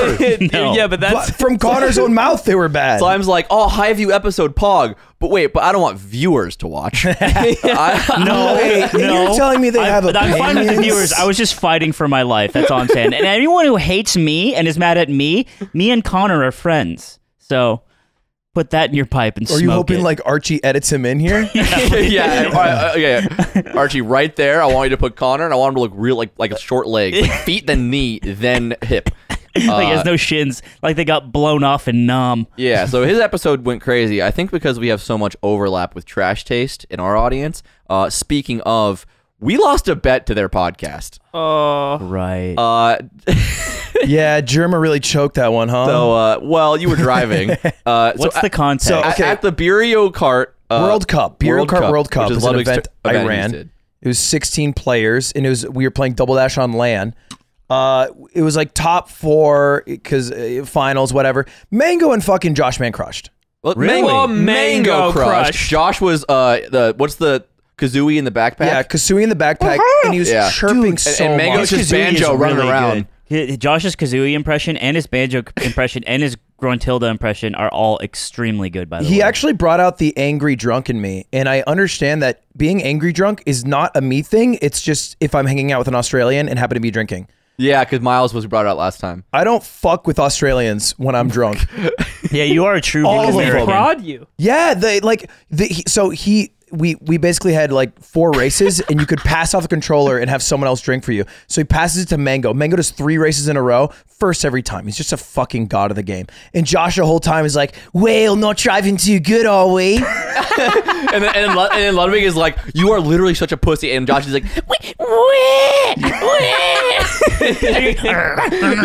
[SPEAKER 3] No.
[SPEAKER 1] Yeah, but
[SPEAKER 4] But
[SPEAKER 1] that's
[SPEAKER 4] from Connor's own mouth, they were
[SPEAKER 2] <laughs>
[SPEAKER 4] bad.
[SPEAKER 2] Slime's like, oh, high view episode Pog. But wait, but I don't want viewers
[SPEAKER 1] <laughs>
[SPEAKER 2] to watch. <laughs> I,
[SPEAKER 3] no,
[SPEAKER 4] Wait,
[SPEAKER 3] <laughs> no.
[SPEAKER 4] you're telling me they
[SPEAKER 3] I,
[SPEAKER 4] have
[SPEAKER 3] but I'm fine with the
[SPEAKER 4] opinions?
[SPEAKER 3] viewers. I was just fighting for my life. That's all I'm saying. And anyone who hates me and is mad at me, me and Connor are friends. So put that in your pipe and
[SPEAKER 4] Are
[SPEAKER 3] smoke
[SPEAKER 4] you hoping
[SPEAKER 3] it.
[SPEAKER 4] like Archie edits him in
[SPEAKER 3] <laughs>
[SPEAKER 4] here?
[SPEAKER 2] <laughs> yeah, I- I- I- yeah, yeah. Archie, right there. I want you to put Connor, and I want him to look real like like a short leg,
[SPEAKER 1] <laughs>
[SPEAKER 2] like feet, then knee, then hip.
[SPEAKER 3] like
[SPEAKER 2] Uh,
[SPEAKER 3] has no shins, like they got blown off and numb.
[SPEAKER 2] Yeah, so his episode went crazy. I think because we have so much overlap with Trash Taste in our audience. Uh, speaking of, we lost a bet to their podcast.
[SPEAKER 1] uh,
[SPEAKER 3] Right.
[SPEAKER 2] Uh,
[SPEAKER 4] yeah, Germa really choked that one, huh?
[SPEAKER 2] so, uh, well, you were <laughs> driving. Uh,
[SPEAKER 3] What's
[SPEAKER 2] so
[SPEAKER 3] the context?
[SPEAKER 4] so-
[SPEAKER 2] at,
[SPEAKER 4] Okay.
[SPEAKER 2] at the Burio Cart uh,
[SPEAKER 4] World Cup, beer
[SPEAKER 2] World
[SPEAKER 4] World cart
[SPEAKER 2] Cup,
[SPEAKER 4] World Cup
[SPEAKER 2] which is
[SPEAKER 4] was an
[SPEAKER 2] Ludwig's
[SPEAKER 4] event
[SPEAKER 2] t-
[SPEAKER 4] I
[SPEAKER 2] event he
[SPEAKER 4] ran.
[SPEAKER 2] did.
[SPEAKER 4] It was 16 players, and it was we were playing double dash on LAN. Uh, it was like top four because uh, finals, whatever. Mango and fucking Josh Man crushed.
[SPEAKER 2] Well,
[SPEAKER 1] Really?
[SPEAKER 2] Mango,
[SPEAKER 1] Oh, Mango
[SPEAKER 2] Mango Crush.
[SPEAKER 1] Crush.
[SPEAKER 2] Josh was uh the what's the Kazooie in the backpack?
[SPEAKER 4] Yeah, Kasui in the backpack, and he was
[SPEAKER 2] Uh-huh. Yeah.
[SPEAKER 4] chirping
[SPEAKER 2] Dude, and-
[SPEAKER 4] so
[SPEAKER 2] and Mango's
[SPEAKER 4] much.
[SPEAKER 2] just banjo running around.
[SPEAKER 3] Hi- Josh's Kazooie impression and his banjo <laughs> impression and his Gruntilda impression are all extremely good. By the
[SPEAKER 4] He
[SPEAKER 3] way,
[SPEAKER 4] actually brought out the angry drunk in me, and I understand that being angry drunk is not a me thing. It's just if I'm hanging out with an Australian and happen to be drinking.
[SPEAKER 2] yeah, because Miles was brought out last time.
[SPEAKER 4] I don't fuck with Australians when I'm drunk.
[SPEAKER 3] yeah, you are a true
[SPEAKER 4] <laughs> All of
[SPEAKER 1] they
[SPEAKER 4] them.
[SPEAKER 3] American.
[SPEAKER 1] prod you.
[SPEAKER 4] yeah, they like the, he, so he we we basically had like four races, and you could pass off a controller and have someone else drink for you. So he passes it to Mango. Mango does three races in a row, first every time. He's just a fucking god of the game. And Josh the whole time is like, "Well, not driving too good, are we?"
[SPEAKER 2] <laughs> And then, and, then Lud- and then Ludwig is like, "You are literally such a pussy," and Josh is like,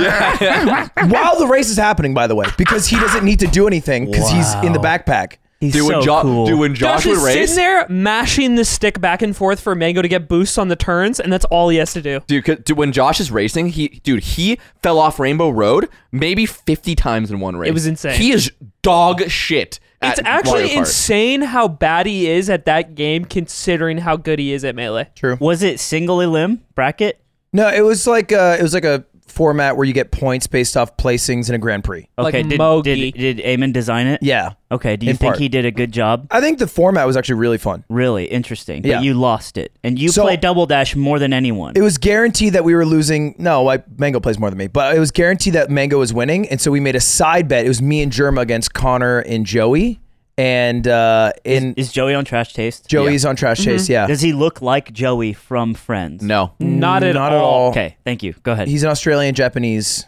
[SPEAKER 4] while the race is happening, by the way, because he doesn't need to do anything because he's in the backpack.
[SPEAKER 3] He's
[SPEAKER 2] "Dude, when,
[SPEAKER 3] so
[SPEAKER 2] Jo-
[SPEAKER 3] cool.
[SPEAKER 2] dude, when Josh,
[SPEAKER 1] Josh is
[SPEAKER 2] would race,
[SPEAKER 1] sitting there mashing the stick back and forth for Mango to get boosts on the turns, and that's all he has to do.
[SPEAKER 2] dude, 'cause- dude, when Josh is racing, he, dude, he fell off Rainbow Road maybe fifty times in one race.
[SPEAKER 1] was insane.
[SPEAKER 2] He is dog shit. at
[SPEAKER 1] It's actually
[SPEAKER 2] Mario Kart.
[SPEAKER 1] insane how bad he is at that game, considering how good he is at melee.
[SPEAKER 4] True.
[SPEAKER 3] was it single limb bracket?
[SPEAKER 4] No, it was like a, it was like a format where you get points based off placings in a Grand Prix.
[SPEAKER 1] Like
[SPEAKER 3] Okay, did,
[SPEAKER 1] Mogi.
[SPEAKER 3] did did Eamon design it?
[SPEAKER 4] Yeah,
[SPEAKER 3] Okay, do you
[SPEAKER 4] In
[SPEAKER 3] think
[SPEAKER 4] part.
[SPEAKER 3] he did a good job?
[SPEAKER 4] I think the format was actually really fun.
[SPEAKER 3] Really interesting.
[SPEAKER 4] Yeah.
[SPEAKER 3] But you lost it, and you
[SPEAKER 4] So-
[SPEAKER 3] play double dash more than anyone.
[SPEAKER 4] It was guaranteed that we were losing. No, I, Mango plays more than me, but it was guaranteed that Mango was winning, and so we made a side bet. It was me and Germa against Connor and Joey, and uh, in
[SPEAKER 3] Is Joey on Trash Taste?
[SPEAKER 4] Joey's on Trash Chase. Yeah,
[SPEAKER 3] Does he look like Joey from Friends?
[SPEAKER 2] No,
[SPEAKER 1] Not at
[SPEAKER 4] not
[SPEAKER 1] all.
[SPEAKER 4] at all.
[SPEAKER 3] Okay, thank you. Go ahead.
[SPEAKER 4] He's an Australian Japanese.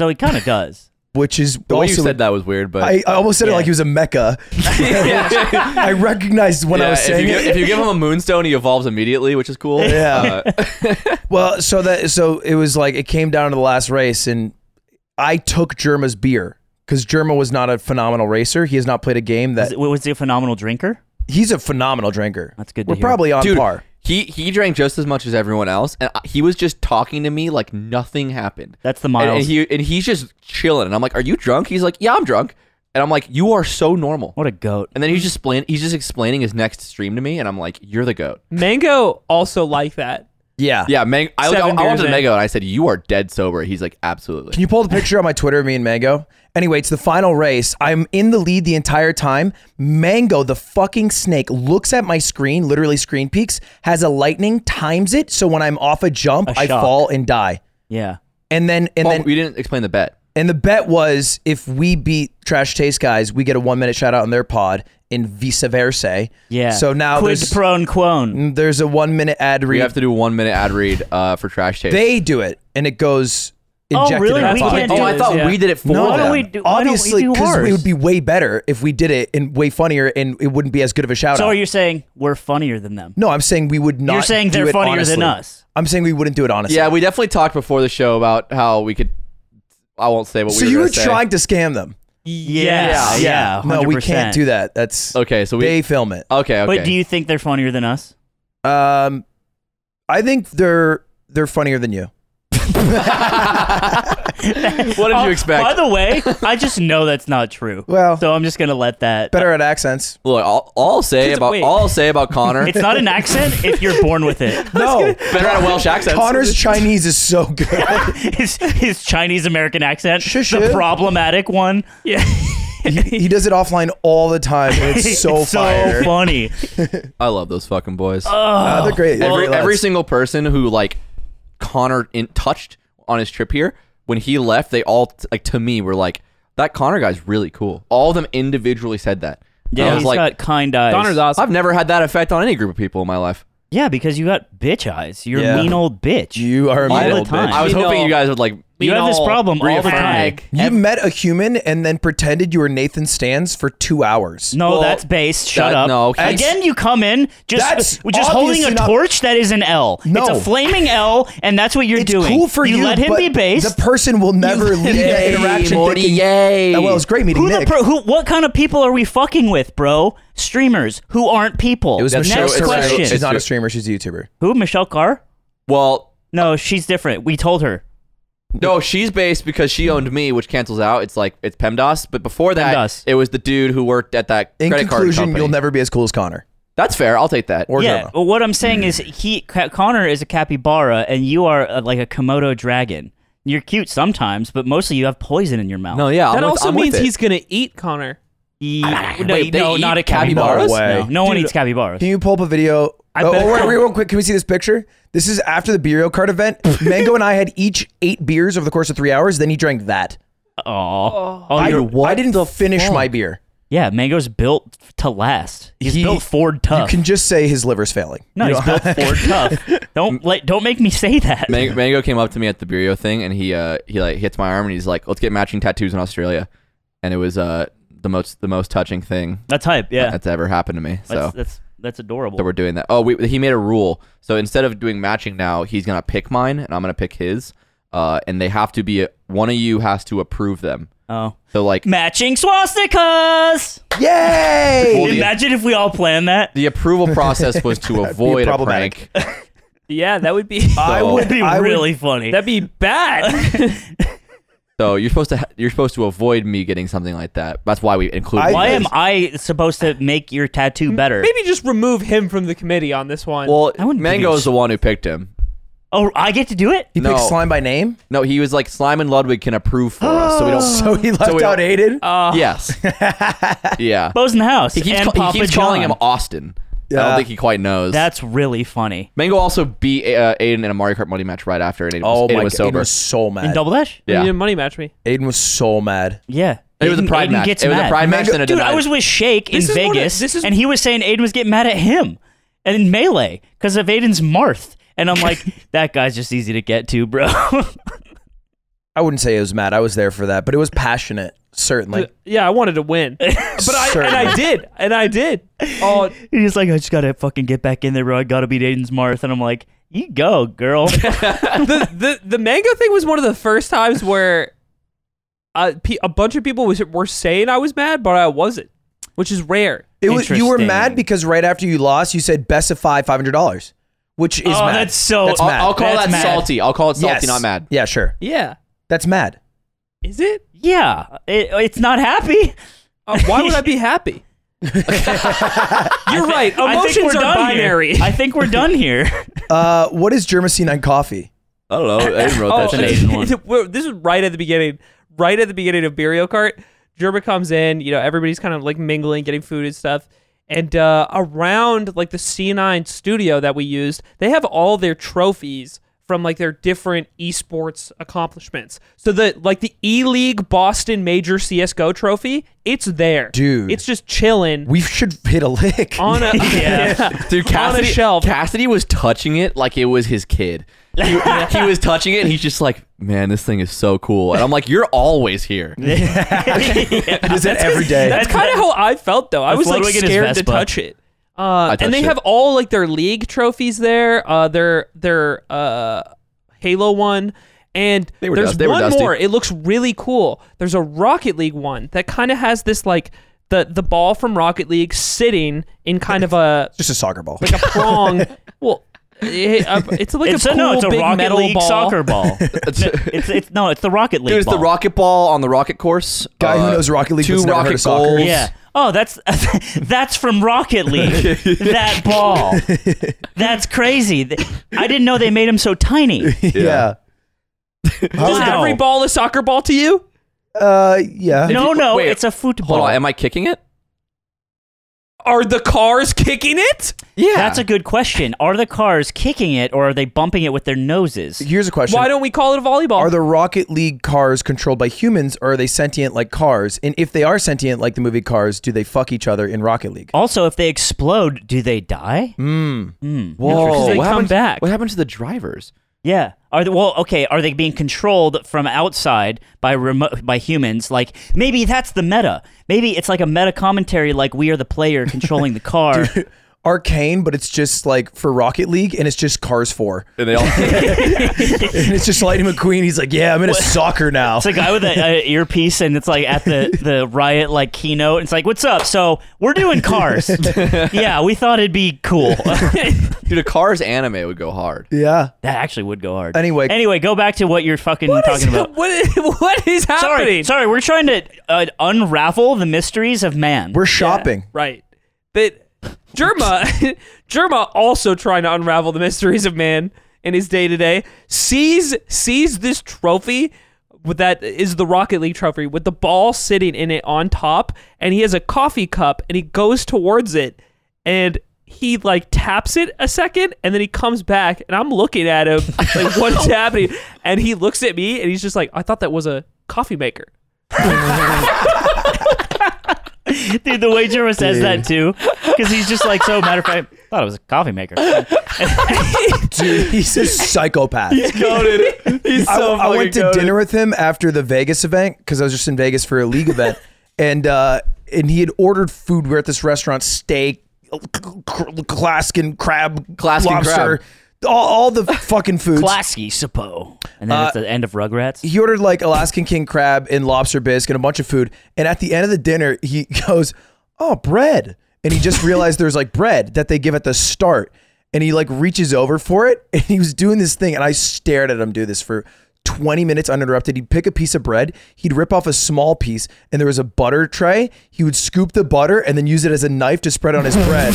[SPEAKER 3] so he kind of does.
[SPEAKER 4] which is
[SPEAKER 2] The way you
[SPEAKER 4] also
[SPEAKER 2] said that was weird, but
[SPEAKER 4] I, I almost said it
[SPEAKER 3] Yeah.
[SPEAKER 4] like he was a mecca. <laughs> I recognized when I
[SPEAKER 2] Yeah,
[SPEAKER 4] was
[SPEAKER 2] if, you
[SPEAKER 4] saying
[SPEAKER 2] give,
[SPEAKER 4] it.
[SPEAKER 2] if you give him a moonstone, he evolves immediately, which is cool.
[SPEAKER 4] <laughs> Yeah.
[SPEAKER 2] Uh,
[SPEAKER 4] Well, so that so it was like it came down to the last race, and I took Germa's beer because Germa was not a phenomenal racer. He has not played a game <laughs> that
[SPEAKER 3] Was, was he a phenomenal drinker?
[SPEAKER 4] he's a phenomenal drinker.
[SPEAKER 3] That's good to
[SPEAKER 4] We're
[SPEAKER 3] hear.
[SPEAKER 4] probably on
[SPEAKER 2] dude,
[SPEAKER 4] par.
[SPEAKER 2] he he drank just as much as everyone else, and I- he was just talking to me like nothing happened.
[SPEAKER 3] That's the
[SPEAKER 2] And- And,
[SPEAKER 3] miles.
[SPEAKER 2] he and he's just chilling, and I'm like, "Are you drunk?" He's like, "Yeah, I'm drunk," and I'm like, "You are so normal."
[SPEAKER 3] what a goat.
[SPEAKER 2] And then he's just explain, he's just explaining his next stream to me, and I'm like, "You're the goat."
[SPEAKER 1] Mango also like that.
[SPEAKER 4] Yeah.
[SPEAKER 2] Yeah, Mang- I, I, I
[SPEAKER 1] Seven
[SPEAKER 2] went
[SPEAKER 1] beers
[SPEAKER 2] to
[SPEAKER 1] in.
[SPEAKER 2] Mego and I said, "You are dead sober." He's like, "Absolutely."
[SPEAKER 4] Can you pull the picture on my Twitter of me and Mango? Anyway, it's the final race. I'm in the lead the entire time. Mango, the fucking snake, looks at my screen, literally screen peaks, has a lightning, times it, so when I'm off a jump, I
[SPEAKER 3] shock.
[SPEAKER 4] fall and die.
[SPEAKER 3] Yeah.
[SPEAKER 4] And then and
[SPEAKER 2] Well,
[SPEAKER 4] then
[SPEAKER 2] Oh, we didn't explain the bet.
[SPEAKER 4] and the bet was if we beat Trash Taste guys, we get a one minute shout out on their pod, and vice versa.
[SPEAKER 3] Yeah.
[SPEAKER 4] So now
[SPEAKER 3] quid
[SPEAKER 4] there's
[SPEAKER 3] pro quone.
[SPEAKER 4] there's a one minute ad
[SPEAKER 2] We
[SPEAKER 4] read.
[SPEAKER 2] have to do one minute ad read uh, for trash taste.
[SPEAKER 4] they do it, and it goes.
[SPEAKER 3] Oh,
[SPEAKER 4] Injected
[SPEAKER 3] really?
[SPEAKER 4] in our
[SPEAKER 3] We
[SPEAKER 4] pod.
[SPEAKER 3] can't
[SPEAKER 2] oh,
[SPEAKER 3] do
[SPEAKER 2] I
[SPEAKER 3] it,
[SPEAKER 2] thought
[SPEAKER 1] yeah.
[SPEAKER 2] we did it for
[SPEAKER 4] No,
[SPEAKER 3] Why
[SPEAKER 2] them.
[SPEAKER 3] don't we do? Why don't we
[SPEAKER 4] Obviously,
[SPEAKER 3] do
[SPEAKER 4] because
[SPEAKER 3] ours?
[SPEAKER 4] it would be way better if we did it and way funnier, and it wouldn't be as good of a shout
[SPEAKER 3] so
[SPEAKER 4] out.
[SPEAKER 3] are you saying we're funnier than them?
[SPEAKER 4] no, I'm saying we would not.
[SPEAKER 3] You're saying
[SPEAKER 4] do
[SPEAKER 3] they're
[SPEAKER 4] it
[SPEAKER 3] funnier than
[SPEAKER 4] honestly.
[SPEAKER 3] us.
[SPEAKER 4] I'm saying we wouldn't do it honestly.
[SPEAKER 2] Yeah, we definitely talked before the show about how we could. I won't say what
[SPEAKER 4] So
[SPEAKER 2] we. Were
[SPEAKER 4] you
[SPEAKER 2] gonna
[SPEAKER 4] were
[SPEAKER 2] say.
[SPEAKER 4] trying to scam them.
[SPEAKER 3] Yeah.
[SPEAKER 1] Yes.
[SPEAKER 3] Yeah.
[SPEAKER 4] No, we
[SPEAKER 3] 100%.
[SPEAKER 4] can't do that. That's
[SPEAKER 2] Okay, so Oh, we.
[SPEAKER 4] they film it.
[SPEAKER 2] okay, okay.
[SPEAKER 3] But do you think they're funnier than
[SPEAKER 4] <laughs>
[SPEAKER 3] us?
[SPEAKER 4] Um, I think they're they're funnier than you.
[SPEAKER 2] <laughs> what did
[SPEAKER 3] <laughs> Oh,
[SPEAKER 2] you expect?
[SPEAKER 3] By the way, I just know that's not true.
[SPEAKER 4] Well-
[SPEAKER 3] so I'm just gonna let that.
[SPEAKER 4] Better at accents.
[SPEAKER 3] <laughs>
[SPEAKER 2] Look, all, all I'll say
[SPEAKER 1] Just
[SPEAKER 2] about
[SPEAKER 1] wait.
[SPEAKER 2] all I'll say about Connor. Oh,
[SPEAKER 3] It's not an accent if you're born with
[SPEAKER 4] <laughs>
[SPEAKER 3] it.
[SPEAKER 4] No,
[SPEAKER 2] better at a Welsh accent.
[SPEAKER 4] Connor's Chinese is
[SPEAKER 3] <laughs>
[SPEAKER 4] so good.
[SPEAKER 3] His his Chinese American accent,
[SPEAKER 4] Shush
[SPEAKER 3] the
[SPEAKER 4] it.
[SPEAKER 3] problematic one.
[SPEAKER 1] Yeah.
[SPEAKER 4] he does it offline all the time.
[SPEAKER 3] <laughs>
[SPEAKER 4] And it's <laughs> so
[SPEAKER 3] it's so
[SPEAKER 4] fire.
[SPEAKER 3] funny.
[SPEAKER 2] I love those fucking boys.
[SPEAKER 4] Uh, they're great.
[SPEAKER 2] every
[SPEAKER 4] Great
[SPEAKER 2] every
[SPEAKER 4] lads.
[SPEAKER 2] single person who like Connor in, touched on his trip here when he left, they all t- like to me were like, "That Connor guy's really cool." All of them individually said that. And
[SPEAKER 3] Yeah,
[SPEAKER 2] I
[SPEAKER 3] he's
[SPEAKER 2] was like,
[SPEAKER 3] got kind eyes.
[SPEAKER 1] Connor's awesome.
[SPEAKER 2] I've never had that effect on any group of people in my life.
[SPEAKER 3] yeah, because you got bitch eyes. You're
[SPEAKER 4] Yeah.
[SPEAKER 3] a mean old bitch.
[SPEAKER 4] you are a
[SPEAKER 3] All
[SPEAKER 4] mean
[SPEAKER 3] the
[SPEAKER 4] old
[SPEAKER 3] time.
[SPEAKER 4] bitch.
[SPEAKER 2] I was
[SPEAKER 1] You
[SPEAKER 2] hoping
[SPEAKER 1] know-
[SPEAKER 2] you guys would like.
[SPEAKER 3] You have this problem all the
[SPEAKER 2] reaffirm
[SPEAKER 3] time.
[SPEAKER 2] me.
[SPEAKER 4] You met a human and then pretended you were Nathan Stans for two hours.
[SPEAKER 3] no,
[SPEAKER 2] Well,
[SPEAKER 3] that's base. Shut
[SPEAKER 2] that-
[SPEAKER 3] up.
[SPEAKER 2] no, okay.
[SPEAKER 3] Again, you come in
[SPEAKER 4] That's
[SPEAKER 3] just just holding a
[SPEAKER 4] obviously not-
[SPEAKER 3] torch that is an L.
[SPEAKER 4] No.
[SPEAKER 3] It's a flaming L, and that's what you're
[SPEAKER 4] It's
[SPEAKER 3] doing.
[SPEAKER 4] cool for you.
[SPEAKER 3] let him
[SPEAKER 4] but
[SPEAKER 3] be base.
[SPEAKER 4] The person will never leave that
[SPEAKER 2] Yay,
[SPEAKER 4] interaction.
[SPEAKER 2] Morty,
[SPEAKER 4] thinking,
[SPEAKER 2] yay.
[SPEAKER 4] "Oh, well, it's great meeting
[SPEAKER 3] Who the
[SPEAKER 4] Nick.
[SPEAKER 3] pro- who? What kind of people are we fucking with, bro? Streamers who aren't people.
[SPEAKER 4] it was
[SPEAKER 2] That's
[SPEAKER 4] Michelle
[SPEAKER 3] Next
[SPEAKER 2] true.
[SPEAKER 4] Serrano.
[SPEAKER 2] It's
[SPEAKER 3] question.
[SPEAKER 2] true.
[SPEAKER 4] She's not a streamer. She's a YouTuber.
[SPEAKER 3] Who? Michelle Carr?
[SPEAKER 2] Well,
[SPEAKER 3] No, she's different. We told her.
[SPEAKER 2] no, she's based because she owned me, which cancels out. It's like it's PEMDAS, but before that,
[SPEAKER 3] PEMDAS.
[SPEAKER 2] it was the dude who worked at that
[SPEAKER 4] In
[SPEAKER 2] credit card
[SPEAKER 4] conclusion,
[SPEAKER 2] company.
[SPEAKER 4] you'll never be as cool as Connor
[SPEAKER 2] That's fair. I'll take that.
[SPEAKER 4] or
[SPEAKER 3] yeah. Oh,
[SPEAKER 4] Germa.
[SPEAKER 3] Well, what I'm saying is, he Ca- Connor is a capybara, and you are uh like a Komodo dragon. You're cute sometimes, but mostly you have poison in your mouth.
[SPEAKER 2] no, yeah.
[SPEAKER 1] that
[SPEAKER 2] I'm with-
[SPEAKER 1] also
[SPEAKER 2] I'm with
[SPEAKER 1] means
[SPEAKER 2] it.
[SPEAKER 1] he's gonna eat Connor.
[SPEAKER 3] Ye- no,
[SPEAKER 2] Wait, they
[SPEAKER 3] no,
[SPEAKER 2] eat
[SPEAKER 3] not a capybara.
[SPEAKER 2] capybaras?
[SPEAKER 4] No way.
[SPEAKER 3] No, no one
[SPEAKER 1] Dude,
[SPEAKER 3] eats capybaras.
[SPEAKER 4] Can you pull up a video?
[SPEAKER 1] I
[SPEAKER 4] oh,
[SPEAKER 1] better
[SPEAKER 4] oh, wait,
[SPEAKER 1] come.
[SPEAKER 4] wait, real quick, can we see this picture? This is after the burial
[SPEAKER 3] <laughs>
[SPEAKER 4] card event. Mango and I had each eight beers over the course of three hours. Then he drank that.
[SPEAKER 3] Oh,
[SPEAKER 4] I,
[SPEAKER 3] you're,
[SPEAKER 4] I didn't finish my beer.
[SPEAKER 3] yeah. Mango's built to last. He's
[SPEAKER 4] He-
[SPEAKER 3] built Ford
[SPEAKER 4] You
[SPEAKER 3] tough.
[SPEAKER 4] can just say his liver's failing.
[SPEAKER 3] no, <laughs>
[SPEAKER 4] You
[SPEAKER 3] he's
[SPEAKER 4] know?
[SPEAKER 3] built Ford tough. <laughs> Don't let. Don't make me say that.
[SPEAKER 2] Mango, Mango came up to me at the Bureau thing, and he uh he like hits my arm, and he's like, "Let's get matching tattoos in Australia," and it was uh the most the most touching thing
[SPEAKER 3] That's hype. Yeah.
[SPEAKER 2] that's ever happened to me. So
[SPEAKER 3] That's that's, that's adorable.
[SPEAKER 2] that we're doing that. Oh, we, he made a rule. So instead of doing matching now, he's gonna pick mine and I'm gonna pick his. Uh, and they have to be one of you has to approve them.
[SPEAKER 3] oh,
[SPEAKER 2] So like
[SPEAKER 3] matching swastikas.
[SPEAKER 4] Yay!
[SPEAKER 2] Well, the-
[SPEAKER 3] Imagine if we all planned that.
[SPEAKER 2] the
[SPEAKER 3] <laughs>
[SPEAKER 2] approval process was to avoid a
[SPEAKER 4] problematic.
[SPEAKER 2] prank.
[SPEAKER 1] Yeah, that would be <laughs>
[SPEAKER 4] I
[SPEAKER 2] So-
[SPEAKER 4] would
[SPEAKER 3] That'd be
[SPEAKER 4] I would-
[SPEAKER 3] really funny.
[SPEAKER 1] that'd be bad.
[SPEAKER 2] <laughs> So you're supposed to ha- you're supposed to avoid me getting something like that. That's why we included.
[SPEAKER 4] I-
[SPEAKER 3] Why
[SPEAKER 2] this.
[SPEAKER 3] am I supposed to make your tattoo better?
[SPEAKER 1] Maybe just remove him from the committee on this one.
[SPEAKER 2] well,
[SPEAKER 3] I wouldn't
[SPEAKER 2] Mango
[SPEAKER 3] give a
[SPEAKER 2] is the one who picked him.
[SPEAKER 3] Oh, I get to do it.
[SPEAKER 4] He
[SPEAKER 2] No.
[SPEAKER 4] picked slime by name,
[SPEAKER 2] No, he was like Slime and Ludwig can approve for us, so <laughs> we don't.
[SPEAKER 4] so he left
[SPEAKER 2] we-
[SPEAKER 4] out Aiden.
[SPEAKER 2] yes. yeah.
[SPEAKER 3] Bo's in the house.
[SPEAKER 2] He keeps,
[SPEAKER 3] and
[SPEAKER 2] ca-
[SPEAKER 3] Papa
[SPEAKER 2] he keeps
[SPEAKER 3] John.
[SPEAKER 2] calling him Austin. I
[SPEAKER 4] Yeah.
[SPEAKER 2] don't think he quite knows.
[SPEAKER 3] That's really funny.
[SPEAKER 2] Mango also beat uh, Aiden in a Mario Kart money match right after, and Aiden,
[SPEAKER 4] oh
[SPEAKER 2] was, Aiden
[SPEAKER 4] my
[SPEAKER 2] was
[SPEAKER 4] god, Aiden
[SPEAKER 2] sober.
[SPEAKER 4] was so
[SPEAKER 3] In
[SPEAKER 4] mad.
[SPEAKER 3] Double Dash?
[SPEAKER 1] you
[SPEAKER 2] yeah,
[SPEAKER 1] didn't money match me.
[SPEAKER 4] Aiden was so mad.
[SPEAKER 3] Yeah.
[SPEAKER 2] it was a
[SPEAKER 3] Aiden-
[SPEAKER 2] pride
[SPEAKER 3] Aiden
[SPEAKER 2] match.
[SPEAKER 3] Gets
[SPEAKER 2] It was
[SPEAKER 3] mad.
[SPEAKER 2] a pride match
[SPEAKER 4] Mango-
[SPEAKER 2] and a
[SPEAKER 3] Dude,
[SPEAKER 2] denied.
[SPEAKER 3] I was with Shake
[SPEAKER 1] This
[SPEAKER 3] in
[SPEAKER 1] is one of-
[SPEAKER 3] Vegas,
[SPEAKER 1] this is-
[SPEAKER 3] and he was saying Aiden was getting mad at him and in Melee
[SPEAKER 1] <laughs>
[SPEAKER 3] because <laughs> of Aiden's Marth. And I'm like, that guy's just easy to get to, bro.
[SPEAKER 4] I wouldn't say it was mad. I was there for that, but it was passionate, certainly.
[SPEAKER 1] yeah, I wanted to win, but I and
[SPEAKER 4] Certainly.
[SPEAKER 1] I did, and I did. <laughs> <laughs> Oh,
[SPEAKER 3] He's like, I just gotta fucking get back in there, bro. I gotta beat Aiden's Marth, and I'm like, you go, girl.
[SPEAKER 1] <laughs> the, the the mango thing was one of the first times where uh, pe- a bunch of people was, were saying I was mad, but I wasn't, which is rare.
[SPEAKER 4] It was you were
[SPEAKER 3] Interesting.
[SPEAKER 4] mad because right after you lost, you said best of five, five hundred dollars, which is
[SPEAKER 3] Oh,
[SPEAKER 4] mad.
[SPEAKER 3] that's so-
[SPEAKER 4] that's
[SPEAKER 2] I'll,
[SPEAKER 4] mad.
[SPEAKER 2] I'll call
[SPEAKER 3] That's
[SPEAKER 2] that
[SPEAKER 3] mad.
[SPEAKER 2] salty. I'll call it salty,
[SPEAKER 4] Yes.
[SPEAKER 2] not mad.
[SPEAKER 4] Yeah, sure.
[SPEAKER 1] Yeah,
[SPEAKER 4] That's mad.
[SPEAKER 1] is it?
[SPEAKER 3] <laughs> yeah, it, it's not happy.
[SPEAKER 1] Uh, why would I be <laughs> happy? You're right.
[SPEAKER 3] I think
[SPEAKER 1] Emotions
[SPEAKER 3] we're
[SPEAKER 1] are
[SPEAKER 3] done
[SPEAKER 1] binary.
[SPEAKER 3] Here. I think we're
[SPEAKER 1] <laughs>
[SPEAKER 3] done here.
[SPEAKER 4] Uh, what is germacine on coffee?
[SPEAKER 2] I don't know. <laughs> Aiden wrote
[SPEAKER 1] Oh, <laughs>
[SPEAKER 2] that. shit.
[SPEAKER 3] Asian one.
[SPEAKER 1] well, this is right at the beginning. Right at the beginning of Birio Kart, Germa comes in. You know, everybody's kind of like mingling, getting food and stuff. And uh, around like the C9 studio that we used, they have all their trophies from like their different esports accomplishments. So the like the E League Boston Major CS:GO trophy, it's there,
[SPEAKER 4] Dude.
[SPEAKER 1] It's just chilling
[SPEAKER 4] We should hit a lick.
[SPEAKER 1] on a <laughs>
[SPEAKER 3] <laughs> Yeah.
[SPEAKER 2] Dude,
[SPEAKER 1] on a
[SPEAKER 2] Cassidy,
[SPEAKER 1] shelf.
[SPEAKER 2] Cassidy was touching it like it was his kid. He, he was touching it, and he's just like, "Man, this thing is so cool." And I'm like, "You're always here."
[SPEAKER 3] <laughs>
[SPEAKER 4] it is it every day.
[SPEAKER 1] That's kind of how I felt though. I was like
[SPEAKER 3] Ludwig in his
[SPEAKER 1] scared to
[SPEAKER 3] Vespa.
[SPEAKER 1] touch it. Uh,
[SPEAKER 2] touched
[SPEAKER 1] and they
[SPEAKER 2] it.
[SPEAKER 1] have all like their league trophies there. Uh, their their uh, Halo one, and
[SPEAKER 2] were
[SPEAKER 1] there's
[SPEAKER 2] dust- they were
[SPEAKER 1] one
[SPEAKER 2] dusty.
[SPEAKER 1] more. It looks really cool. There's a Rocket League one that kind of has this like the the ball from Rocket League sitting in kind of a
[SPEAKER 4] Just a soccer ball.
[SPEAKER 2] <laughs>
[SPEAKER 1] like a prong. well, it- uh, it's like
[SPEAKER 3] it's
[SPEAKER 1] a
[SPEAKER 3] a,
[SPEAKER 1] cool
[SPEAKER 3] no, it's a
[SPEAKER 1] big
[SPEAKER 3] Rocket
[SPEAKER 1] metal
[SPEAKER 3] League
[SPEAKER 1] ball.
[SPEAKER 3] soccer ball.
[SPEAKER 1] <laughs>
[SPEAKER 2] It's-
[SPEAKER 3] it's it's no, it's the Rocket League.
[SPEAKER 2] Dude, it's
[SPEAKER 3] ball.
[SPEAKER 2] the rocket ball on the rocket course. Uh,
[SPEAKER 4] Guy who knows Rocket League
[SPEAKER 2] two
[SPEAKER 4] but's never heard
[SPEAKER 2] rocket
[SPEAKER 4] of soccer.
[SPEAKER 2] goals.
[SPEAKER 3] Yeah. Oh, that's <laughs> that's from Rocket League. that ball. That's crazy. Th- I didn't know they made him so tiny.
[SPEAKER 4] <laughs> yeah. How's
[SPEAKER 1] Is
[SPEAKER 4] it
[SPEAKER 3] Wow.
[SPEAKER 1] every ball a soccer ball to you?
[SPEAKER 4] go- Uh, yeah.
[SPEAKER 3] No, no,
[SPEAKER 2] wait,
[SPEAKER 3] it's a football.
[SPEAKER 2] Hold on, am I kicking it?
[SPEAKER 1] Are the cars kicking it?
[SPEAKER 2] Yeah,
[SPEAKER 3] That's a good question. Are the cars kicking it or are they bumping it with their noses?
[SPEAKER 4] Here's a question.
[SPEAKER 1] Why don't we call it a volleyball?
[SPEAKER 4] are the Rocket League cars controlled by humans or are they sentient like cars? And if they are sentient like the movie Cars, do they fuck each other in Rocket League?
[SPEAKER 3] Also, if they explode, do they die?
[SPEAKER 4] Mm.
[SPEAKER 3] Hmm.
[SPEAKER 2] Whoa,
[SPEAKER 1] They
[SPEAKER 2] what
[SPEAKER 1] come
[SPEAKER 2] happened-
[SPEAKER 1] back.
[SPEAKER 2] What happened to the drivers?
[SPEAKER 3] Yeah. Are they, well, okay. Are they being controlled from outside by remote by humans? Like maybe that's the meta. Maybe it's like a meta commentary, like we are the player controlling the car.
[SPEAKER 4] Arcane, but it's just like for Rocket League and it's just Cars 4.
[SPEAKER 2] And they all
[SPEAKER 4] And it's just Lightning McQueen. He's like, yeah, I'm in a soccer now.
[SPEAKER 3] It's a guy with a, a earpiece, and it's like at the the riot like keynote. It's like, what's up? So we're
[SPEAKER 1] <laughs>
[SPEAKER 3] doing cars. yeah, we thought it'd be cool. <laughs> that
[SPEAKER 2] <laughs> dude, a Cars anime would go <laughs> hard.
[SPEAKER 4] yeah.
[SPEAKER 3] actually would go hard.
[SPEAKER 4] Anyway.
[SPEAKER 3] anyway, go back to what you're fucking
[SPEAKER 1] What is-
[SPEAKER 3] talking about.
[SPEAKER 1] What is, <laughs> what is
[SPEAKER 3] Sorry,
[SPEAKER 1] happening?
[SPEAKER 3] sorry, we're trying to uh, unravel the mysteries of man.
[SPEAKER 4] We're shopping.
[SPEAKER 1] Right. But Germa, <laughs> Germa also trying to unravel the mysteries of man in his day to day, sees sees this trophy with that is the Rocket League trophy with the ball sitting in it on top, and he has a coffee cup and he goes towards it and he like taps it a second and then he comes back and I'm looking at him like what's happening and he looks at me and he's just like I thought that was a coffee maker.
[SPEAKER 3] Dude, <laughs> the way Jerma says that too, because he's just like so. Matter
[SPEAKER 1] <laughs>
[SPEAKER 3] of fact, thought it was a coffee maker.
[SPEAKER 4] Dude, <laughs> he's a psychopath. I, I went to dinner with him after the Vegas event because I was just in Vegas for a league event, and uh, and he had ordered food. We were at this restaurant, steak, Klaskin crab,
[SPEAKER 2] Klaskin
[SPEAKER 4] lobster,
[SPEAKER 2] crab.
[SPEAKER 4] All, all the fucking foods.
[SPEAKER 3] Klasky Sapo, and then
[SPEAKER 1] Uh,
[SPEAKER 3] it's the end
[SPEAKER 1] <laughs>
[SPEAKER 3] of Rugrats.
[SPEAKER 4] he ordered like Alaskan king crab and lobster bisque and a bunch of food. And at the end of the dinner, he <laughs> goes, "Oh, bread!" And he just realized there's like bread that they give at the start. And he like reaches over for it, <laughs> and he was doing this thing, and I stared at him do this for. 20 minutes uninterrupted. He'd pick a piece of bread, he'd rip off a small piece, and there was a butter tray. He would scoop the butter and then use it as a knife to spread on his bread.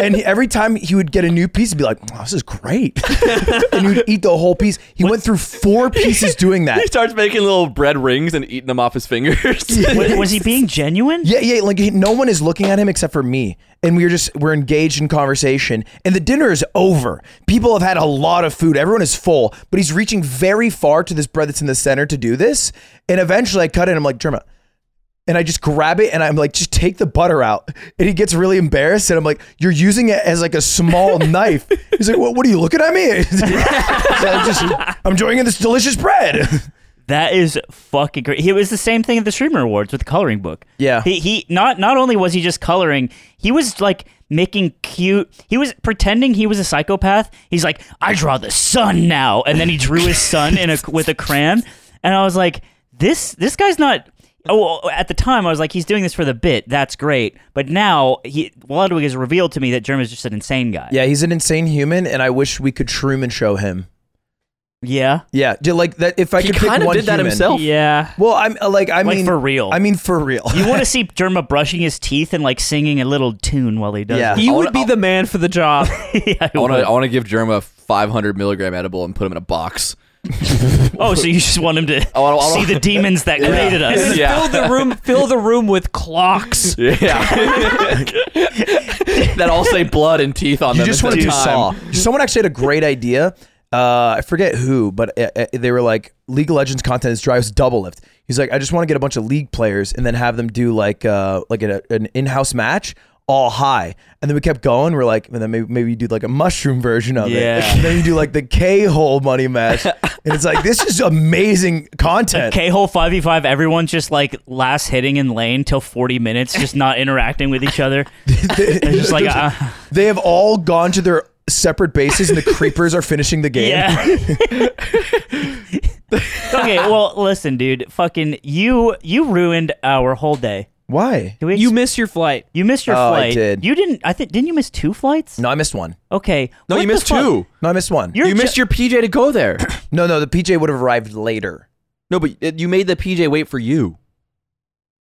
[SPEAKER 4] and he, every time he would get a new piece, he'd be like, "Wow, this is great. <laughs> and he would eat the whole piece. He went through four pieces doing that.
[SPEAKER 2] He starts making little bread rings and eating them off his <laughs> fingers.
[SPEAKER 3] Was, was he being genuine?
[SPEAKER 4] Yeah, yeah. Like he- no one is looking at him except for me, and we're just we're engaged in conversation. And the dinner is over. People have had a lot of food. Everyone is full, but he's reaching very far to this bread that's in the center to do this. And eventually, I cut it. I'm like, Germa. And I just grab it and I'm like, just take the butter out. And he gets really embarrassed. And I'm like, you're using it as like a small knife. <laughs> He's like, what, what are you looking at me? So I'm just, I'm enjoying this delicious bread.
[SPEAKER 3] That is fucking great. It was the same thing at the streamer awards with the coloring book.
[SPEAKER 4] Yeah.
[SPEAKER 3] He he not not only was he just coloring, he was like making cute he was pretending he was a psychopath. He's like, I draw the sun now. And then he drew his son
[SPEAKER 4] <laughs>
[SPEAKER 3] in a with a crayon. And I was like, this this guy's not Oh, at the time I was like, he's doing this for the bit. That's great. But now he Ludwig has revealed to me that Germ is just an insane guy.
[SPEAKER 4] <laughs> Yeah, he's an insane human, and I wish we could Truman show him.
[SPEAKER 3] Yeah.
[SPEAKER 4] Yeah, dude, like that. If I
[SPEAKER 2] He
[SPEAKER 4] could pick
[SPEAKER 2] kinda
[SPEAKER 4] one
[SPEAKER 2] did that
[SPEAKER 4] human-
[SPEAKER 2] himself.
[SPEAKER 1] Yeah.
[SPEAKER 4] Well, I'm uh, like, I
[SPEAKER 3] Like,
[SPEAKER 4] mean,
[SPEAKER 3] for real.
[SPEAKER 4] I mean, for real.
[SPEAKER 3] You want to see Germa brushing his teeth and like singing a little tune while he does
[SPEAKER 4] Yeah.
[SPEAKER 3] it.
[SPEAKER 1] He
[SPEAKER 2] I wanna-
[SPEAKER 1] would be the man for the job.
[SPEAKER 3] <laughs> yeah,
[SPEAKER 2] I want to I want to give Germa a 500 milligram edible and put him in a box.
[SPEAKER 3] oh, so you just want him to
[SPEAKER 2] <laughs> I wanna- I wanna-
[SPEAKER 3] see the demons that
[SPEAKER 2] <laughs>
[SPEAKER 3] created us?
[SPEAKER 2] Yeah.
[SPEAKER 1] Fill the <laughs> room. Fill the room with clocks.
[SPEAKER 2] Yeah, <laughs> that all say blood and teeth on
[SPEAKER 4] <laughs> You
[SPEAKER 2] them.
[SPEAKER 4] just
[SPEAKER 2] at
[SPEAKER 4] want
[SPEAKER 2] the
[SPEAKER 4] to do
[SPEAKER 2] time.
[SPEAKER 4] Saw. Someone actually had a great idea. Uh, I forget who, but uh, uh, they were like, League of Legends content is drives double lift. He's like, I just want to get a bunch of League players and then have them do like uh, like a, an in house match all high. And then we kept going. We're like, and then maybe, maybe you do like a mushroom version of
[SPEAKER 3] Yeah.
[SPEAKER 4] it. And <laughs> then you do like the K hole
[SPEAKER 3] <laughs>
[SPEAKER 4] money match. and it's like, this is amazing content.
[SPEAKER 3] K hole five v five. Everyone's just like last hitting in lane till forty minutes, just not interacting with
[SPEAKER 2] <laughs>
[SPEAKER 3] each other. It's just
[SPEAKER 4] <laughs>
[SPEAKER 3] like uh,
[SPEAKER 4] They have all gone to their separate bases and the
[SPEAKER 3] <laughs>
[SPEAKER 4] creepers are finishing the game.
[SPEAKER 3] yeah. <laughs> okay, well, listen, dude. Fucking you, you ruined our whole day.
[SPEAKER 4] Why?
[SPEAKER 3] Can we
[SPEAKER 1] You
[SPEAKER 3] ex-
[SPEAKER 1] missed your flight.
[SPEAKER 3] you missed your
[SPEAKER 4] Oh, I
[SPEAKER 3] flight.
[SPEAKER 4] did.
[SPEAKER 3] You didn't. I think didn't you miss two flights?
[SPEAKER 4] No, I missed one.
[SPEAKER 3] Okay.
[SPEAKER 2] No,
[SPEAKER 3] what
[SPEAKER 2] you
[SPEAKER 3] the
[SPEAKER 2] missed
[SPEAKER 3] fuck?
[SPEAKER 2] two.
[SPEAKER 4] No, I missed one.
[SPEAKER 3] You're
[SPEAKER 2] you
[SPEAKER 3] ju-
[SPEAKER 2] missed your PJ to go <clears throat> there.
[SPEAKER 4] No, no, the PJ would have arrived later.
[SPEAKER 2] no, but it- you made the PJ wait for you.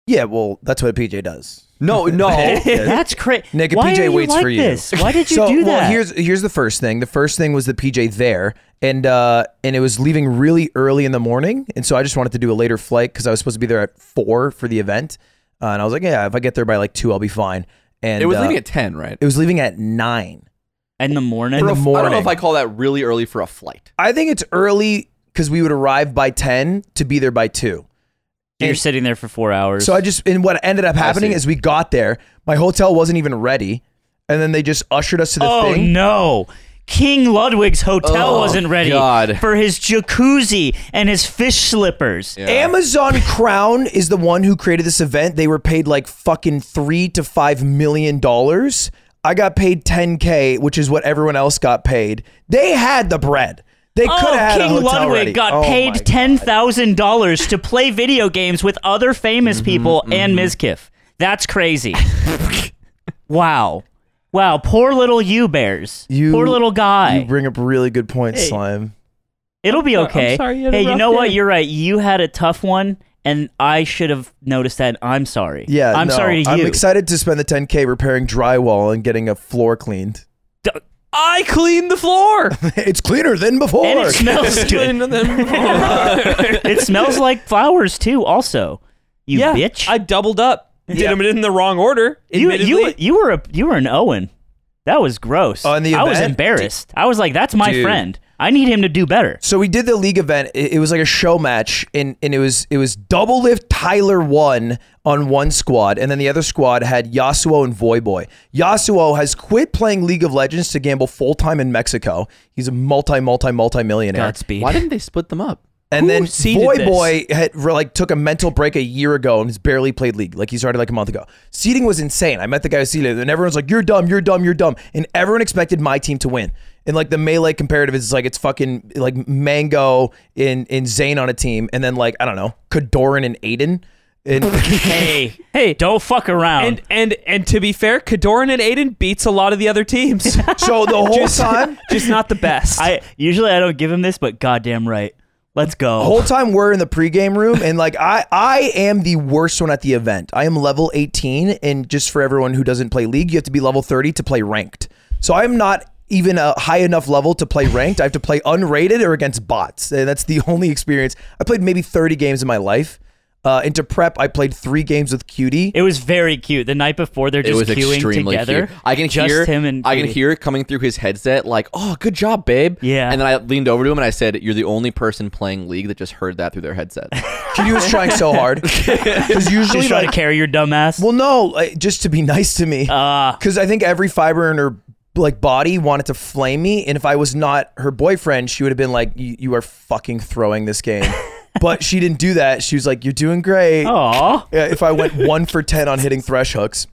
[SPEAKER 4] Yeah, well, that's what a PJ does.
[SPEAKER 2] <laughs> No, no.
[SPEAKER 3] <laughs> That's crazy.
[SPEAKER 4] Nick, a
[SPEAKER 3] Why
[SPEAKER 4] PJ
[SPEAKER 3] are you
[SPEAKER 4] waits
[SPEAKER 3] like
[SPEAKER 4] for you.
[SPEAKER 3] this? Why did you
[SPEAKER 4] so,
[SPEAKER 3] do that?
[SPEAKER 4] Well, here's here's the first thing. The first thing was the PJ there, and uh, and it was leaving really early in the morning, and so I just wanted to do a later flight because I was supposed to be there at four for the event, uh, and I was like, yeah, if I get there by like two, I'll be fine. And
[SPEAKER 2] it was
[SPEAKER 4] uh,
[SPEAKER 2] leaving at 10, right?
[SPEAKER 4] it was leaving at nine.
[SPEAKER 3] in the morning.
[SPEAKER 4] For a
[SPEAKER 2] I don't know
[SPEAKER 4] morning.
[SPEAKER 2] if I call that really early for a flight.
[SPEAKER 4] I think it's early because we would arrive by ten to be there by two.
[SPEAKER 3] You're sitting there for four hours.
[SPEAKER 4] So I just and what ended up happening
[SPEAKER 2] see.
[SPEAKER 4] is we got there, my hotel wasn't even ready, and then they just ushered us to the
[SPEAKER 3] oh
[SPEAKER 4] thing.
[SPEAKER 3] no. King Ludwig's hotel
[SPEAKER 2] Oh,
[SPEAKER 3] wasn't ready
[SPEAKER 2] God.
[SPEAKER 3] for his jacuzzi and his fish slippers.
[SPEAKER 4] Amazon <laughs> Crown is the one who created this event. They were paid like fucking three to five million dollars. I got paid 10k, which is what everyone else got paid. They had the bread. They could
[SPEAKER 3] Oh,
[SPEAKER 4] have had a
[SPEAKER 3] King
[SPEAKER 4] hotel
[SPEAKER 3] Ludwig
[SPEAKER 4] ready.
[SPEAKER 3] got
[SPEAKER 4] Oh
[SPEAKER 3] paid
[SPEAKER 4] my-
[SPEAKER 3] ten thousand dollars to play video games with other famous
[SPEAKER 4] Mm-hmm,
[SPEAKER 3] people and Ms. Kiff. That's crazy. <laughs> wow, wow. Poor little you bears.
[SPEAKER 4] You-
[SPEAKER 3] poor little guy.
[SPEAKER 4] You bring up really good points,
[SPEAKER 1] Hey.
[SPEAKER 4] Slime.
[SPEAKER 3] It'll be
[SPEAKER 1] I'm
[SPEAKER 3] okay.
[SPEAKER 1] sorry you had a
[SPEAKER 3] hey, you
[SPEAKER 1] rough
[SPEAKER 3] know what?
[SPEAKER 1] day.
[SPEAKER 3] You're right. You had a tough one, and I should have noticed that. I'm sorry.
[SPEAKER 4] Yeah,
[SPEAKER 3] I'm
[SPEAKER 4] no,
[SPEAKER 3] sorry to
[SPEAKER 4] I'm
[SPEAKER 3] you.
[SPEAKER 4] excited to spend the 10k repairing drywall and getting a floor cleaned. <laughs>
[SPEAKER 1] I cleaned the floor.
[SPEAKER 3] <laughs>
[SPEAKER 4] it's cleaner than before.
[SPEAKER 3] and
[SPEAKER 2] <laughs>
[SPEAKER 3] it smells good. <laughs>
[SPEAKER 1] Cleaned the floor.
[SPEAKER 3] it smells like flowers too. Also, you
[SPEAKER 1] yeah,
[SPEAKER 3] bitch.
[SPEAKER 1] I doubled up. Did them in the wrong order.
[SPEAKER 3] you you
[SPEAKER 1] admittedly.
[SPEAKER 3] you were a you were an Owen. That was gross.
[SPEAKER 4] On the
[SPEAKER 3] I was
[SPEAKER 4] event?
[SPEAKER 3] embarrassed. I was like, "That's my
[SPEAKER 2] Dude.
[SPEAKER 3] friend. I need him to do better."
[SPEAKER 4] So we did the league event. It, it was like a show match, and, and it was it was double lift Tyler one on one squad, and then the other squad had Yasuo and Voyboy. Yasuo has quit playing League of Legends to gamble full time in Mexico. He's a multi multi multi millionaire.
[SPEAKER 3] Godspeed.
[SPEAKER 2] Why didn't they split them up?
[SPEAKER 4] and then
[SPEAKER 1] Who seeded
[SPEAKER 4] Boy
[SPEAKER 1] this?
[SPEAKER 4] Boy had re- like took a mental break a year ago and has barely played League. Like he started like a month ago. Seeding was insane. I met the guy who seeded, and everyone's like, "You're dumb, you're dumb, you're dumb," and everyone expected my team to win. And like the melee comparative is like it's fucking like Mango in in Zane on a team, and then like I don't know Kadoran and Aiden.
[SPEAKER 1] <laughs>
[SPEAKER 3] <laughs>
[SPEAKER 4] And <laughs>
[SPEAKER 3] Hey,
[SPEAKER 1] Hey.
[SPEAKER 3] don't fuck around.
[SPEAKER 1] and and and to be fair, Kadoran and Aiden beats a lot of the other
[SPEAKER 3] <laughs>
[SPEAKER 1] teams.
[SPEAKER 4] so the whole time,
[SPEAKER 1] <laughs> Just not the best.
[SPEAKER 3] I usually I don't give him this, but goddamn right. Let's go.
[SPEAKER 4] whole time we're in the pregame room and like I I am the worst one at the event. I am level 18 and just for everyone who doesn't play league, you have to be level 30 to play ranked. So I'm not even a high enough level to play ranked. I have to play unrated or against bots. And that's the <laughs> only experience. I played maybe 30 games in my life. Uh, into prep, I played three games with Cutie.
[SPEAKER 3] It was very cute. The night before, they're just
[SPEAKER 2] it was
[SPEAKER 3] queuing
[SPEAKER 2] extremely
[SPEAKER 3] together.
[SPEAKER 2] cute. I can
[SPEAKER 3] just
[SPEAKER 2] hear
[SPEAKER 3] him and
[SPEAKER 2] I can
[SPEAKER 3] Katie.
[SPEAKER 2] hear it coming through his headset, like, "Oh, good job, babe."
[SPEAKER 3] Yeah.
[SPEAKER 2] And then I leaned over to him and I said, "You're the only person playing League that just heard that through their
[SPEAKER 3] <laughs>
[SPEAKER 2] headset."
[SPEAKER 4] Cutie was trying so hard. 'Cause usually
[SPEAKER 3] Just trying to
[SPEAKER 4] like-
[SPEAKER 3] Uh, carry your dumb ass.
[SPEAKER 4] Well, no, like, just to be nice to me. Because I think every fiber in her like body wanted to flame me, and if I was not her boyfriend, she would have been like, "You, you are fucking throwing this game." but she didn't do that. She was like, "You're doing great."
[SPEAKER 2] <laughs>
[SPEAKER 3] Aw.
[SPEAKER 4] Yeah, if I went one for 10 on hitting thresh hooks.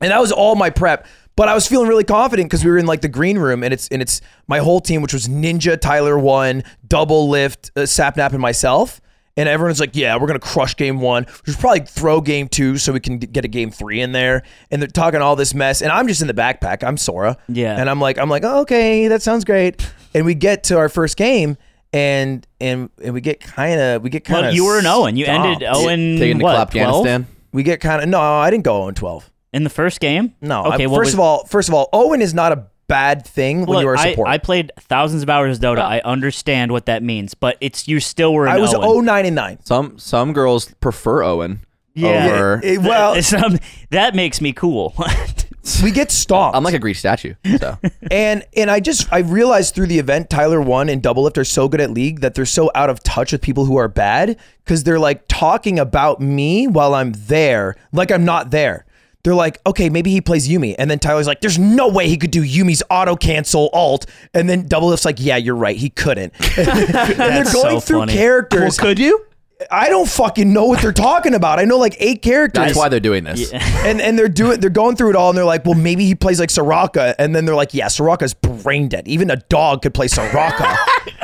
[SPEAKER 4] And that was all my prep. But I was feeling really confident because we were in like the green room and it's and it's my whole team, which was Ninja, Tyler one, double lift, uh, Sapnap, and myself. And everyone's like, yeah, we're gonna crush game one. We should probably throw game two so we can get a game three in there. And they're talking all this mess. And I'm just in the backpack. I'm Sora.
[SPEAKER 3] Yeah.
[SPEAKER 4] And I'm like, I'm like, oh, okay, that sounds great. And we get to our first game and and and we get kind of we get kind of
[SPEAKER 3] Well, you were an Owen. You ended Owen
[SPEAKER 2] Taken to
[SPEAKER 3] what,
[SPEAKER 2] Klop
[SPEAKER 3] 12?
[SPEAKER 2] Afghanistan.
[SPEAKER 4] we get kind of no. I didn't go 0 12.
[SPEAKER 3] In the first game?
[SPEAKER 4] No.
[SPEAKER 3] Okay,
[SPEAKER 4] I,
[SPEAKER 3] well,
[SPEAKER 4] first of all, first of all, Owen is not a bad thing when
[SPEAKER 3] Look,
[SPEAKER 4] you are a
[SPEAKER 3] I,
[SPEAKER 4] support.
[SPEAKER 3] I
[SPEAKER 4] I,
[SPEAKER 3] played thousands of hours of Dota. I understand what that means, but it's you still were. An
[SPEAKER 4] was
[SPEAKER 3] Owen.
[SPEAKER 4] 09 and 9.
[SPEAKER 2] Some some girls prefer Owen.
[SPEAKER 3] Yeah.
[SPEAKER 2] Over,
[SPEAKER 4] Eh,
[SPEAKER 3] <laughs>
[SPEAKER 4] well,
[SPEAKER 3] It's, um, that makes me cool. <laughs>
[SPEAKER 4] we get stomped.
[SPEAKER 2] I'm like a Greek statue. So
[SPEAKER 4] and and I just I realized through the event Tyler One and Double Lift are so good at League that they're so out of touch with people who are bad because they're like talking about me while I'm there, like I'm not there. They're like, okay, maybe he plays Yumi, and then Tyler's like, there's no way he could do Yumi's auto cancel alt, and then Double Lift's like, yeah, you're right, he couldn't. <laughs> and they're
[SPEAKER 3] That's so
[SPEAKER 4] going through
[SPEAKER 3] funny.
[SPEAKER 1] Well,
[SPEAKER 4] characters.
[SPEAKER 1] could you?
[SPEAKER 4] I don't fucking know what they're talking about. I know like eight characters
[SPEAKER 2] that's why they're doing this.
[SPEAKER 4] and and they're doing they're going through it all and they're like, well, maybe he plays like Soraka, and then they're like, yeah, Soraka's brain dead. Even a dog could play Soraka.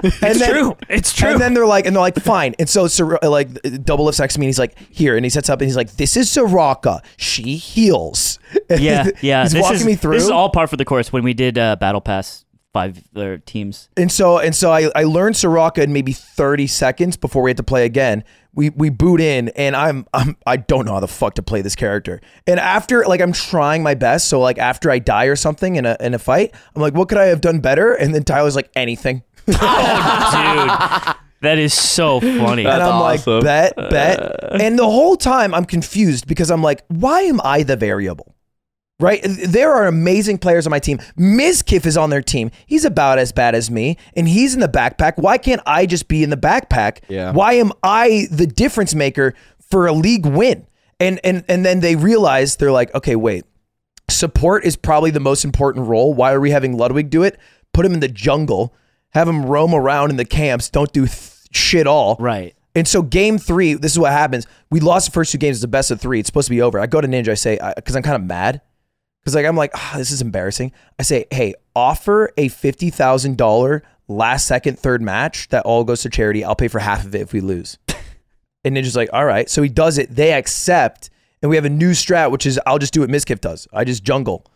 [SPEAKER 4] it's
[SPEAKER 1] true. It's true.
[SPEAKER 4] And then they're like, and they're like, fine. And so Sor- like double lifts next to me, and he's like, here, and he sets up, and he's like, this is Soraka. She heals. <laughs> And
[SPEAKER 3] yeah, yeah.
[SPEAKER 4] he's
[SPEAKER 3] this
[SPEAKER 4] walking
[SPEAKER 3] is,
[SPEAKER 4] me through.
[SPEAKER 3] This is all part for the course when we did uh, Battle Pass five or
[SPEAKER 4] <laughs>
[SPEAKER 3] teams.
[SPEAKER 4] And so and so I, I learned Soraka in maybe 30 seconds before we had to play again. We we boot in and I'm I'm I don't know how the fuck to play this character. And after like I'm trying my best, so like after I die or something in a in a fight, I'm like, what could I have done better? And then Tyler's like, anything. <laughs>
[SPEAKER 3] Dude, that is so funny.
[SPEAKER 4] and I'm
[SPEAKER 2] awesome.
[SPEAKER 4] like, bet, bet. And the whole time I'm confused because I'm like, why am I the variable? Right? There are amazing players on my team. Mizkiff is on their team. He's about as bad as me, and he's in the backpack. Why can't I just be in the backpack?
[SPEAKER 2] Yeah.
[SPEAKER 4] Why am I the difference maker for a league win? And and and then they realize they're like, okay, wait support is probably the most important role. Why are we having Ludwig do it? Put him in the jungle, have him roam around in the camps, don't do th- shit all.
[SPEAKER 3] Right.
[SPEAKER 4] And so game three, this is what happens. We lost the first two games. It's the best of three. It's supposed to be over. I go to Ninja. I say because I'm kind of mad because like I'm like ah, this is embarrassing. I say, hey, offer a fifty thousand dollar last second third match that all goes to charity. I'll pay for half of it if we lose. <laughs> And Ninja's like, all right. So he does it. They accept. And we have a new strat, which is I'll just do what Miskiff does. I just jungle.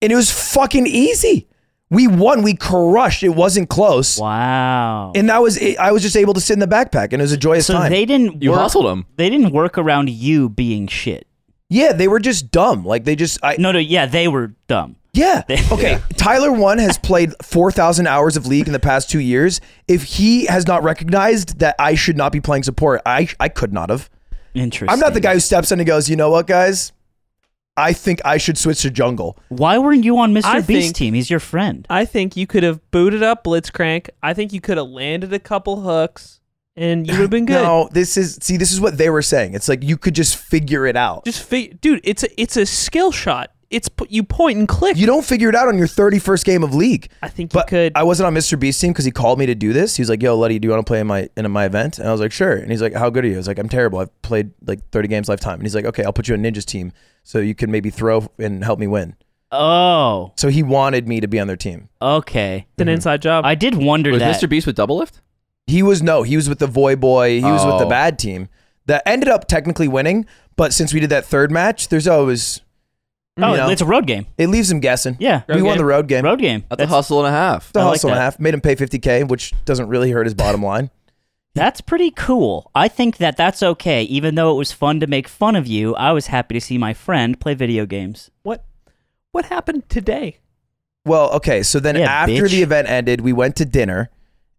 [SPEAKER 4] And it was fucking easy. We won. We crushed. It wasn't close.
[SPEAKER 3] Wow.
[SPEAKER 4] And that was it. I was just able to sit in the backpack and it was a joyous
[SPEAKER 3] so
[SPEAKER 4] time.
[SPEAKER 3] they didn't.
[SPEAKER 2] You
[SPEAKER 3] work,
[SPEAKER 2] hustled him.
[SPEAKER 3] They didn't work around you being shit.
[SPEAKER 4] yeah, they were just dumb. Like they just I
[SPEAKER 3] No, no. Yeah, they were dumb.
[SPEAKER 4] Yeah. Okay. Tyler One has played 4,000 hours of League in the past two years. If he has not recognized that I should not be playing support, I, I could not have.
[SPEAKER 3] Interesting.
[SPEAKER 4] I'm not the guy who steps in and goes, you know what, guys? I think I should switch to jungle.
[SPEAKER 3] Why weren't you on Mr.
[SPEAKER 1] I
[SPEAKER 3] Beast
[SPEAKER 1] think-
[SPEAKER 3] team? He's your friend.
[SPEAKER 1] I think you could have booted up Blitzcrank. I think you could have landed a couple hooks, and you would have been
[SPEAKER 3] <laughs>
[SPEAKER 1] good.
[SPEAKER 4] No, this is, see, this is what they were saying. It's like you could just figure it out.
[SPEAKER 1] Just fig- dude, it's a it's a skill shot. It's p- you point and click.
[SPEAKER 4] you don't figure it out on your 31st game of League.
[SPEAKER 1] I think you
[SPEAKER 4] But
[SPEAKER 1] could.
[SPEAKER 4] I wasn't on Mr. Beast team because he called me to do this. He's like, "Yo, Letty, do you want to play in my in my event?" And I was like, "Sure." And he's like, "How good are you?" I was like, "I'm terrible. I've played like 30 games lifetime." And he's like, "Okay, I'll put you on Ninja's team so you can maybe throw and help me win."
[SPEAKER 3] Oh,
[SPEAKER 4] So he wanted me to be on their team.
[SPEAKER 3] okay.
[SPEAKER 1] it's an inside job.
[SPEAKER 3] Mhm. I did wonder
[SPEAKER 2] uh, Was
[SPEAKER 3] that.
[SPEAKER 2] Mr. Beast with double lift?
[SPEAKER 4] He was no, he was with the Void Boy. He was with the
[SPEAKER 2] Oh.
[SPEAKER 4] bad team that ended up technically winning. But since we did that third match, there's always
[SPEAKER 3] oh,
[SPEAKER 4] you know.
[SPEAKER 3] it's a road game.
[SPEAKER 4] it leaves him guessing.
[SPEAKER 3] Yeah.
[SPEAKER 4] we won
[SPEAKER 1] game.
[SPEAKER 4] the road game.
[SPEAKER 3] Road game.
[SPEAKER 2] That's, a hustle and a half.
[SPEAKER 4] the
[SPEAKER 3] I like
[SPEAKER 4] hustle and a
[SPEAKER 3] that.
[SPEAKER 4] half made him pay 50k, which doesn't really hurt his bottom line.
[SPEAKER 3] That's pretty cool. I think that that's okay. Even though it was fun to make fun of you, I was happy to see my friend play video games.
[SPEAKER 1] what what happened today?
[SPEAKER 4] Well, okay. So then
[SPEAKER 3] Yeah,
[SPEAKER 4] after
[SPEAKER 3] bitch.
[SPEAKER 4] the event ended, we went to dinner.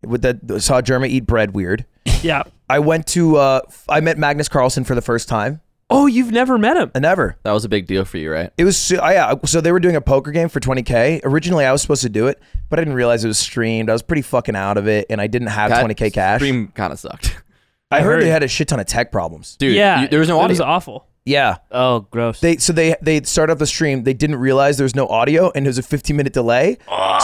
[SPEAKER 4] With that, saw Germa eat bread. Weird.
[SPEAKER 1] Yeah.
[SPEAKER 4] I went to. Uh, f- I met Magnus Carlsen for the first time.
[SPEAKER 1] <laughs> Oh, you've never met him.
[SPEAKER 4] And ever.
[SPEAKER 2] That was a big deal for you, right?
[SPEAKER 4] It was. So, I, uh, so they were doing a poker game for 20k. Originally, I was supposed to do it, but I didn't realize it was streamed. I was pretty fucking out of it, and I didn't have
[SPEAKER 2] That
[SPEAKER 4] 20k cash.
[SPEAKER 2] Stream kind of sucked, <laughs>
[SPEAKER 4] I heard
[SPEAKER 1] heard.
[SPEAKER 4] they had a shit ton of tech problems.
[SPEAKER 2] dude.
[SPEAKER 1] yeah.
[SPEAKER 2] you- there was no
[SPEAKER 1] It was
[SPEAKER 2] audio.
[SPEAKER 1] awful.
[SPEAKER 4] Yeah.
[SPEAKER 3] Oh, gross.
[SPEAKER 4] They so they they started up the stream. They didn't realize there was no audio and it was a
[SPEAKER 3] Ah.
[SPEAKER 4] 15 minute delay.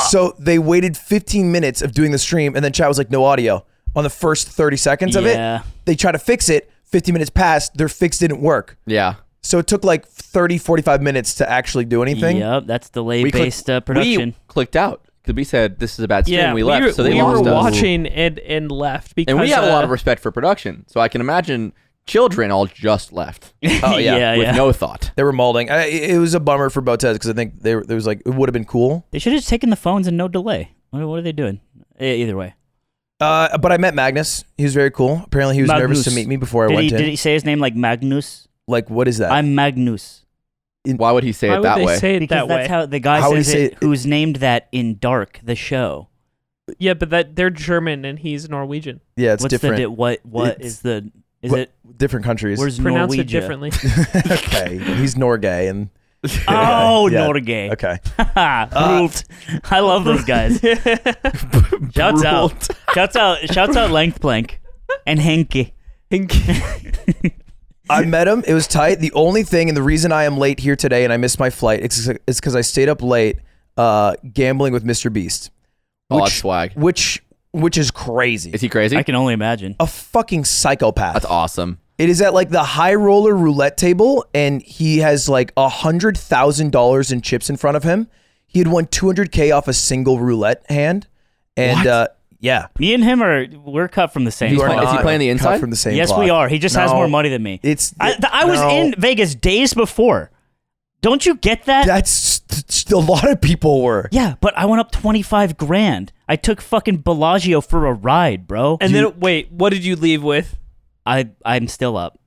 [SPEAKER 4] So they waited 15 minutes of doing the stream and then chat was like no audio. on the first 30 seconds of
[SPEAKER 3] Yeah.
[SPEAKER 4] it. They try to fix it. 50 minutes passed. Their fix didn't work.
[SPEAKER 2] Yeah.
[SPEAKER 4] So it took like 30, 45 minutes to actually do anything.
[SPEAKER 3] Yep, that's delay
[SPEAKER 2] We click-
[SPEAKER 3] based uh, production.
[SPEAKER 2] We clicked out. 'Cause We said this is a bad stream.
[SPEAKER 1] yeah,
[SPEAKER 2] we left,
[SPEAKER 1] were,
[SPEAKER 2] so they
[SPEAKER 1] we
[SPEAKER 2] lost
[SPEAKER 1] were
[SPEAKER 2] us.
[SPEAKER 1] watching and and left because
[SPEAKER 2] and we have a lot of
[SPEAKER 1] uh,
[SPEAKER 2] respect for production, so I can imagine children all just
[SPEAKER 3] <laughs>
[SPEAKER 2] left. Oh yeah,
[SPEAKER 3] Yeah,
[SPEAKER 2] with
[SPEAKER 3] yeah.
[SPEAKER 2] no thought.
[SPEAKER 4] They were molding. I, it was a bummer for Botez because I think there there was like it would have been cool.
[SPEAKER 3] they should have just taken the phones and no delay. What, what are they doing? E- Either way,
[SPEAKER 4] Uh, but I met Magnus. He was very cool. Apparently, he was nervous to
[SPEAKER 3] Magnus.
[SPEAKER 4] meet me before I
[SPEAKER 3] did
[SPEAKER 4] went
[SPEAKER 3] he,
[SPEAKER 4] in.
[SPEAKER 3] did he say his name like Magnus?
[SPEAKER 4] Like, what is that?
[SPEAKER 3] I'm Magnus
[SPEAKER 2] Why would he say
[SPEAKER 1] why
[SPEAKER 2] it
[SPEAKER 1] would
[SPEAKER 2] that
[SPEAKER 1] they
[SPEAKER 2] way?
[SPEAKER 1] say it that
[SPEAKER 3] because that's
[SPEAKER 1] way?
[SPEAKER 3] how the guy
[SPEAKER 4] How would he
[SPEAKER 3] says
[SPEAKER 4] say
[SPEAKER 3] it,
[SPEAKER 4] it?
[SPEAKER 3] Who's named that in Dark, the show?
[SPEAKER 1] yeah, but that they're German and he's Norwegian.
[SPEAKER 4] yeah, it's
[SPEAKER 3] What's
[SPEAKER 4] different.
[SPEAKER 3] the di- what? What
[SPEAKER 4] It's-
[SPEAKER 3] is the? Is
[SPEAKER 4] what-
[SPEAKER 3] it?
[SPEAKER 4] different countries.
[SPEAKER 3] Where's
[SPEAKER 1] Pronounce
[SPEAKER 3] Norwegia?
[SPEAKER 1] it differently.
[SPEAKER 4] <laughs> okay, he's Norgay and
[SPEAKER 3] <laughs> Oh,
[SPEAKER 4] Yeah.
[SPEAKER 3] Norway. <laughs>
[SPEAKER 4] okay.
[SPEAKER 3] Ha, Brult. I love those
[SPEAKER 4] <laughs>
[SPEAKER 3] guys.
[SPEAKER 2] <laughs>
[SPEAKER 3] Shouts out. Shouts out. Shouts out Length Plank and Henke. <laughs>
[SPEAKER 4] I met him. It was tight. The only thing, and the reason I am late here today and I missed my flight, it's it's because I stayed up late uh, gambling with Mr. Beast,
[SPEAKER 2] Oh, that's swag.
[SPEAKER 4] which which is Oh. crazy.
[SPEAKER 2] Is he crazy?
[SPEAKER 3] I can only imagine.
[SPEAKER 4] a fucking psychopath.
[SPEAKER 2] that's awesome.
[SPEAKER 4] It is at like the high roller roulette table, and he has like a hundred thousand dollars in chips in front of him. He had won two hundred k off a single roulette hand, and uh, yeah,
[SPEAKER 3] Me and him are we're cut from the same.
[SPEAKER 2] You are
[SPEAKER 3] cloth.
[SPEAKER 2] not. Is he playing the
[SPEAKER 4] cut
[SPEAKER 2] inside?
[SPEAKER 4] from the same?
[SPEAKER 3] Yes, we
[SPEAKER 4] cloth.
[SPEAKER 3] are. He just has
[SPEAKER 4] No.
[SPEAKER 3] more money than me.
[SPEAKER 4] It's
[SPEAKER 3] I, th- I was
[SPEAKER 4] no.
[SPEAKER 3] in Vegas days before. Don't you get that?
[SPEAKER 4] That's a lot of people were.
[SPEAKER 3] yeah, but I went up twenty five grand. I took fucking Bellagio for a ride, bro.
[SPEAKER 1] and then wait, what did you leave with?
[SPEAKER 3] I I'm still up.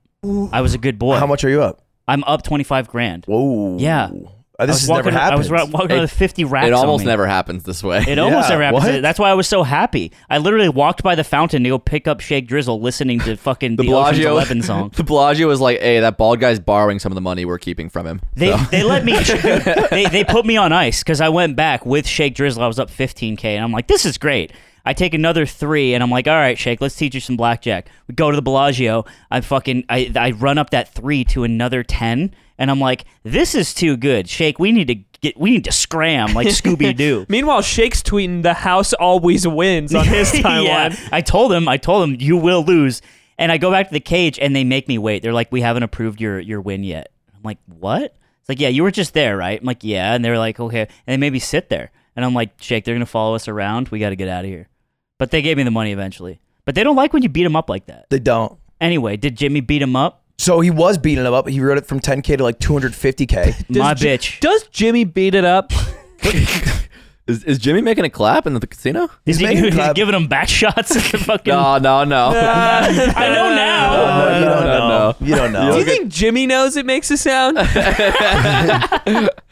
[SPEAKER 3] I was a good boy.
[SPEAKER 4] How much are you up?
[SPEAKER 3] I'm up twenty five grand.
[SPEAKER 4] Whoa.
[SPEAKER 3] Yeah.
[SPEAKER 4] Uh,
[SPEAKER 3] I
[SPEAKER 4] this
[SPEAKER 3] was
[SPEAKER 4] has never
[SPEAKER 3] walking-
[SPEAKER 4] happened.
[SPEAKER 3] I was ra- walking around
[SPEAKER 2] It-
[SPEAKER 3] with fifty racks.
[SPEAKER 2] It
[SPEAKER 3] on
[SPEAKER 2] almost
[SPEAKER 3] me.
[SPEAKER 2] never happens this way.
[SPEAKER 3] It almost
[SPEAKER 4] Yeah,
[SPEAKER 3] never happens.
[SPEAKER 4] what?
[SPEAKER 3] That's why I was so happy. I literally walked by the fountain to go pick up Shake Drizzle, listening to fucking the, Ocean's Eleven song.
[SPEAKER 2] <laughs> the Bellagio was like, "Hey, that bald guy's borrowing some of the money we're keeping from him."
[SPEAKER 3] They, they let me <laughs> they, they put me on ice because I went back with Shake Drizzle. I was up 15k, and I'm like, this is great. I take another three, and I'm like, all right, Shake, let's teach you some blackjack. We go to the Bellagio. I fucking I I run up that three to another ten, and I'm like, this is too good, Shake. We need to get we need to scram like Scooby Doo.
[SPEAKER 1] Meanwhile, Shake's tweeting the house always wins <laughs> on his timeline.
[SPEAKER 3] <laughs> yeah. I told him, I told him, you will lose. And I go back to the cage and they make me wait. They're like, we haven't approved your, your win yet. I'm like, what? It's like, yeah, you were just there, right? I'm like, yeah. And they were like, okay. And they made me sit there. And I'm like, Jake, they're going to follow us around. We got to get out of here. But they gave me the money eventually. But they don't like when you beat them up like that.
[SPEAKER 4] they don't.
[SPEAKER 3] Anyway, did Jimmy beat him up?
[SPEAKER 4] So he was beating him up. He wrote it from 10k to
[SPEAKER 3] <laughs>
[SPEAKER 4] like 250k.
[SPEAKER 3] My
[SPEAKER 1] Ji-
[SPEAKER 3] bitch.
[SPEAKER 1] Does Jimmy beat it up?
[SPEAKER 2] <laughs> Is, is Jimmy making a clap in the casino?
[SPEAKER 3] He's,
[SPEAKER 4] made him
[SPEAKER 3] he's
[SPEAKER 4] clap.
[SPEAKER 3] giving him back shots at the fucking.
[SPEAKER 2] No, no, no.
[SPEAKER 3] <laughs> I know now.
[SPEAKER 4] No, you
[SPEAKER 2] <laughs> no,
[SPEAKER 4] don't know.
[SPEAKER 2] no.
[SPEAKER 4] You
[SPEAKER 3] <laughs>
[SPEAKER 4] don't know.
[SPEAKER 1] Do you think Jimmy knows it makes a sound?